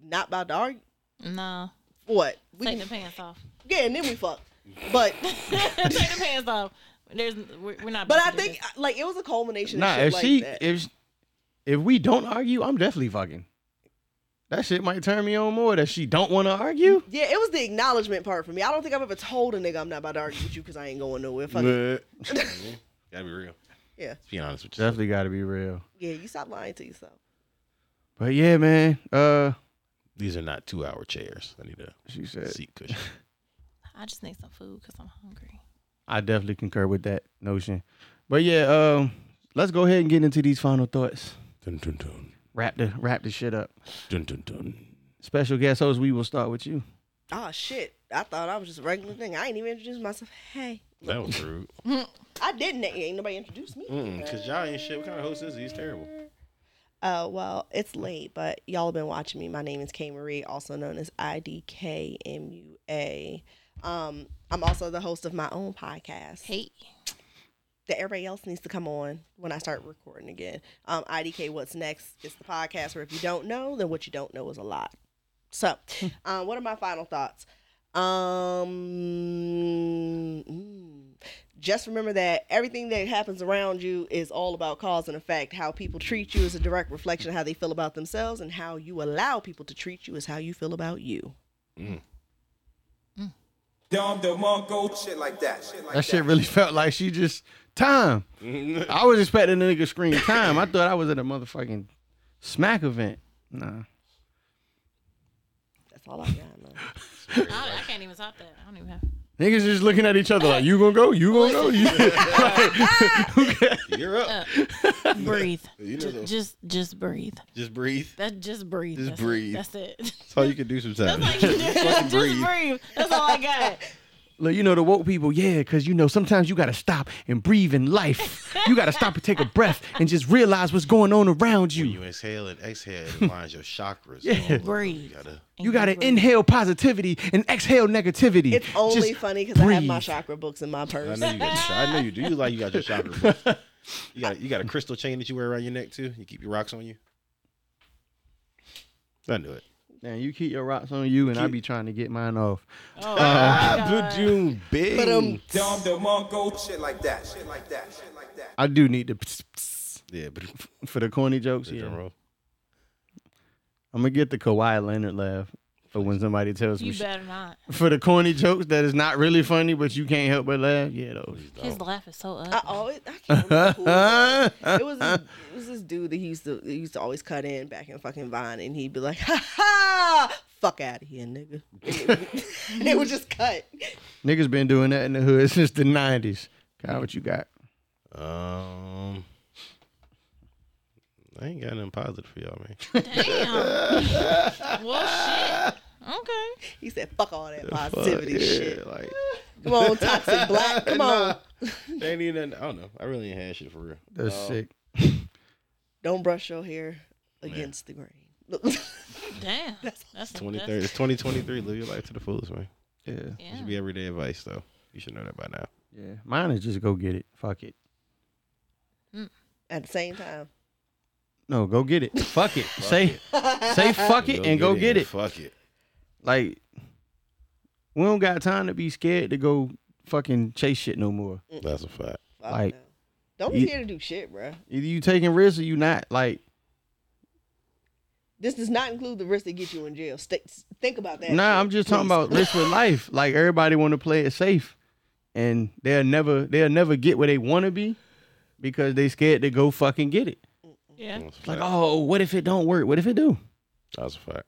D: not about to argue?
C: No.
D: What? We
C: Take
D: can-
C: the pants off.
D: yeah, and then we fucked. But
C: Take the pants off. There's we're, we're not.
D: but
C: about
D: I
C: to do
D: think like it was a culmination.
A: Nah,
D: of shit
A: if
D: like
A: she
D: that.
A: if if we don't argue, I'm definitely fucking. That shit might turn me on more that she don't want to argue.
D: yeah, it was the acknowledgement part for me. I don't think I've ever told a nigga I'm not about to argue with you because I ain't going nowhere. Fuck it.
B: Gotta be real.
D: Yeah.
B: Let's be honest with you.
A: Definitely got to be real.
D: Yeah, you stop lying to yourself.
A: But yeah, man. Uh,
B: These are not two hour chairs. I need a
A: she said
B: seat cushion.
C: that. I just need some food because I'm hungry.
A: I definitely concur with that notion. But yeah, um, let's go ahead and get into these final thoughts.
B: Dun, dun, dun.
A: Wrap the wrap the shit up.
B: Dun, dun, dun.
A: Special guest host, we will start with you.
D: Oh shit! I thought I was just a regular thing. I ain't even introduced myself. Hey,
B: That was rude.
D: I didn't. Ain't nobody introduced me.
B: Because y'all ain't shit. What kind of host is he? He's terrible.
D: Uh, well, it's late, but y'all have been watching me. My name is K Marie, also known as IDKMUA. Um, I'm also the host of my own podcast
C: Hey,
D: that everybody else needs to come on when I start recording again. Um, IDK What's Next is the podcast where if you don't know, then what you don't know is a lot. So, um, what are my final thoughts? Um, mm, just remember that everything that happens around you is all about cause and effect. How people treat you is a direct reflection of how they feel about themselves, and how you allow people to treat you is how you feel about you.
F: Dom the Mongo. Shit like that. Shit like
A: That shit really felt like she just time. I was expecting a nigga scream time. I thought I was at a motherfucking smack event. Nah.
D: That's all I got. man.
C: I, don't- I can't even top that. I don't even have.
A: Niggas just looking at each other like, you gonna go? You gonna go? You
B: You're up.
C: breathe.
B: You know
C: J-
B: those-
C: just just breathe.
B: Just breathe.
C: That just breathe.
B: Just
C: That's it.
B: breathe.
C: That's it.
B: That's all you can do sometimes.
C: just breathe. That's all I got.
A: Look, you know the woke people, yeah, because you know sometimes you gotta stop and breathe in life. You gotta stop and take a breath and just realize what's going on around
B: When
A: you.
B: you inhale and exhale, it aligns your chakras.
A: Yeah.
B: all over. You
C: Breathe.
B: gotta
A: You gotta
C: breathe.
A: inhale positivity and exhale negativity.
D: It's only
A: Just
D: funny because I have my
A: breathe.
D: chakra books in my
B: I
D: purse.
B: know you. Got, I know you do. You like you got your chakra. book. You got you got a crystal chain that you wear around your neck too. You keep your rocks on you. I knew it.
A: Man, you keep your rocks on you, and I be trying to get mine off. Uh,
C: Oh,
B: Badoom, big.
D: um,
F: Dom the Mongo. Shit like that. Shit like that. Shit like that.
A: I do need to pss, pss
B: yeah, but
A: for the corny jokes. Yeah.
B: yeah.
A: I'm gonna get the Kawhi Leonard laugh for when somebody tells me
C: you better not.
A: for the corny jokes that is not really funny, but you can't help but laugh. Yeah, those.
C: His laugh is so
D: I
C: ugly.
D: always I can't remember who it was. It was, this, it was this dude that he used to he used to always cut in back in fucking Vine, and he'd be like, "Ha ha, fuck out of here, nigga." And it would just cut.
A: Niggas been doing that in the hood since the '90s. God, what you got?
B: Um, I ain't got nothing positive for y'all, man.
C: Damn. well, shit. Okay.
D: He said, "Fuck all that
B: Fuck,
D: positivity
B: yeah,
D: shit.
B: Like,
D: Come on, toxic black. Come on,
B: they ain't even. I don't know. I really ain't had shit for real.
A: That's
B: Um,
A: sick.
D: don't brush your hair against the grain." Look,
C: Damn. That's
B: Twenty
C: that's-
B: thirty. It's twenty twenty three. Live your life to the fullest, man.
A: Yeah,
B: It
C: Yeah.
B: should be everyday advice, though. You should know that by now.
A: yeah. Mine is just go get it. Fuck it.
D: At the same time,
A: No, go get it. Fuck it. say, say fuck it and go get
B: and
A: it.
B: Fuck it.
A: Like, we don't got time to be scared to go fucking chase shit no more.
B: That's a fact.
D: fuck
A: Like,
D: no. don't be
A: you-
D: here to do shit, bruh.
A: Either you taking risks or you not. Like,
D: This does not include the risk that get you in jail. Stay, think about that.
A: nah,
D: shit,
A: I'm just talking
D: please.
A: about risk with life. Like everybody want to play it safe, and they'll never they'll never get where they want to be because they scared to go fucking get it.
C: Yeah.
B: That's a
A: Like,
B: fact.
A: oh, what if it don't work? What if it do?
B: That's a fact.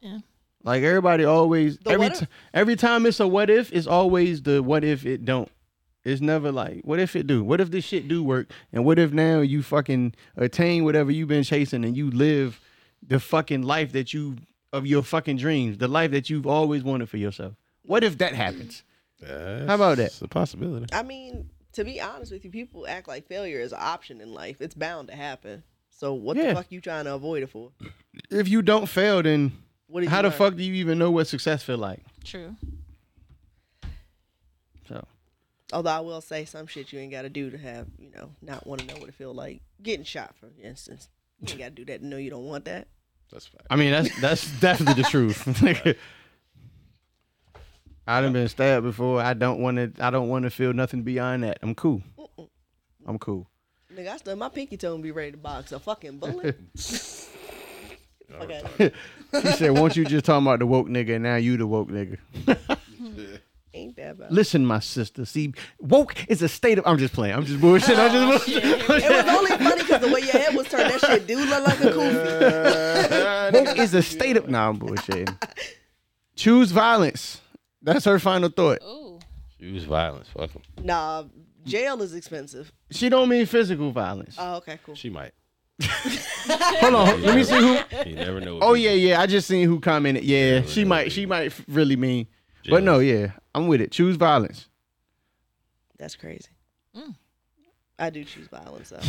C: Yeah.
A: Like everybody always
D: The
A: every
D: what
A: ti-
D: if?
A: every time it's a what if, it's always the what if it don't. It's never like what if it do? What if this shit do work? And what if now you fucking attain whatever you've been chasing and you live the fucking life that you of your fucking dreams, the life that you've always wanted for yourself. What if that happens? How about that?
B: It's a possibility.
D: I mean, to be honest with you, people act like failure is an option in life. It's bound to happen. So what
A: Yeah.
D: the fuck you trying to avoid it for?
A: If you don't fail, then
D: What did
A: how
D: you
A: the
D: learn?
A: fuck do you even know what success feel like?
C: True.
A: So
D: Although I will say some shit you ain't got to do to have you know not want to know what it feel like getting shot, for instance. You ain't got to do that to know you don't want that.
B: That's fine.
A: I mean, that's that's definitely the truth. I done been stabbed before. I don't want to. I don't want to feel nothing beyond that. I'm cool. I'm cool.
D: Nigga, I stood my pinky toe and be ready to box a fucking bullet. okay.
A: She said, "Won't you just talking about the woke nigga, and now you the woke nigga?"
D: Ain't that bad?
A: Listen, my sister. See, woke is a state of. I'm just playing. I'm just bullshit. I'm
D: Oh,
A: just bullshit.
D: It was only funny because the way your head was turned, that shit do look like a koofy.
A: woke is a state of. Nah, I'm bullshitting. Choose violence. That's her final thought.
C: Ooh.
B: Use violence. Fuck 'em.
D: Nah, jail is expensive.
A: She don't mean physical violence.
D: Oh, okay, cool.
B: She might.
A: Hold on. Let me see who.
B: You never know.
A: Oh yeah, yeah. I just seen who commented. Yeah, she might. She might f- really mean. But no, yeah, I'm with it. Choose violence.
D: That's crazy. I do choose violence though,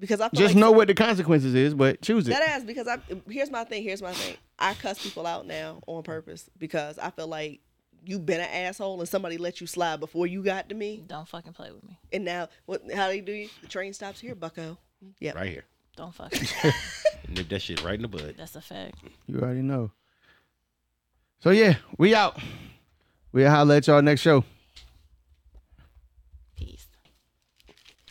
D: because I feel
A: Just
D: like
A: know what the consequences is, but choose it.
D: That ass because I here's my thing. Here's my thing. I cuss people out now on purpose because I feel like you been an asshole and somebody let you slide before you got to me,
C: Don't fucking play with me.
D: and now what? How they do you? The train stops here, Bucko. Yeah,
B: Right here.
C: Don't fucking.
B: Nip that shit right in the bud.
C: That's a fact.
A: You already know. So yeah, we out. We'll holler at y'all next show.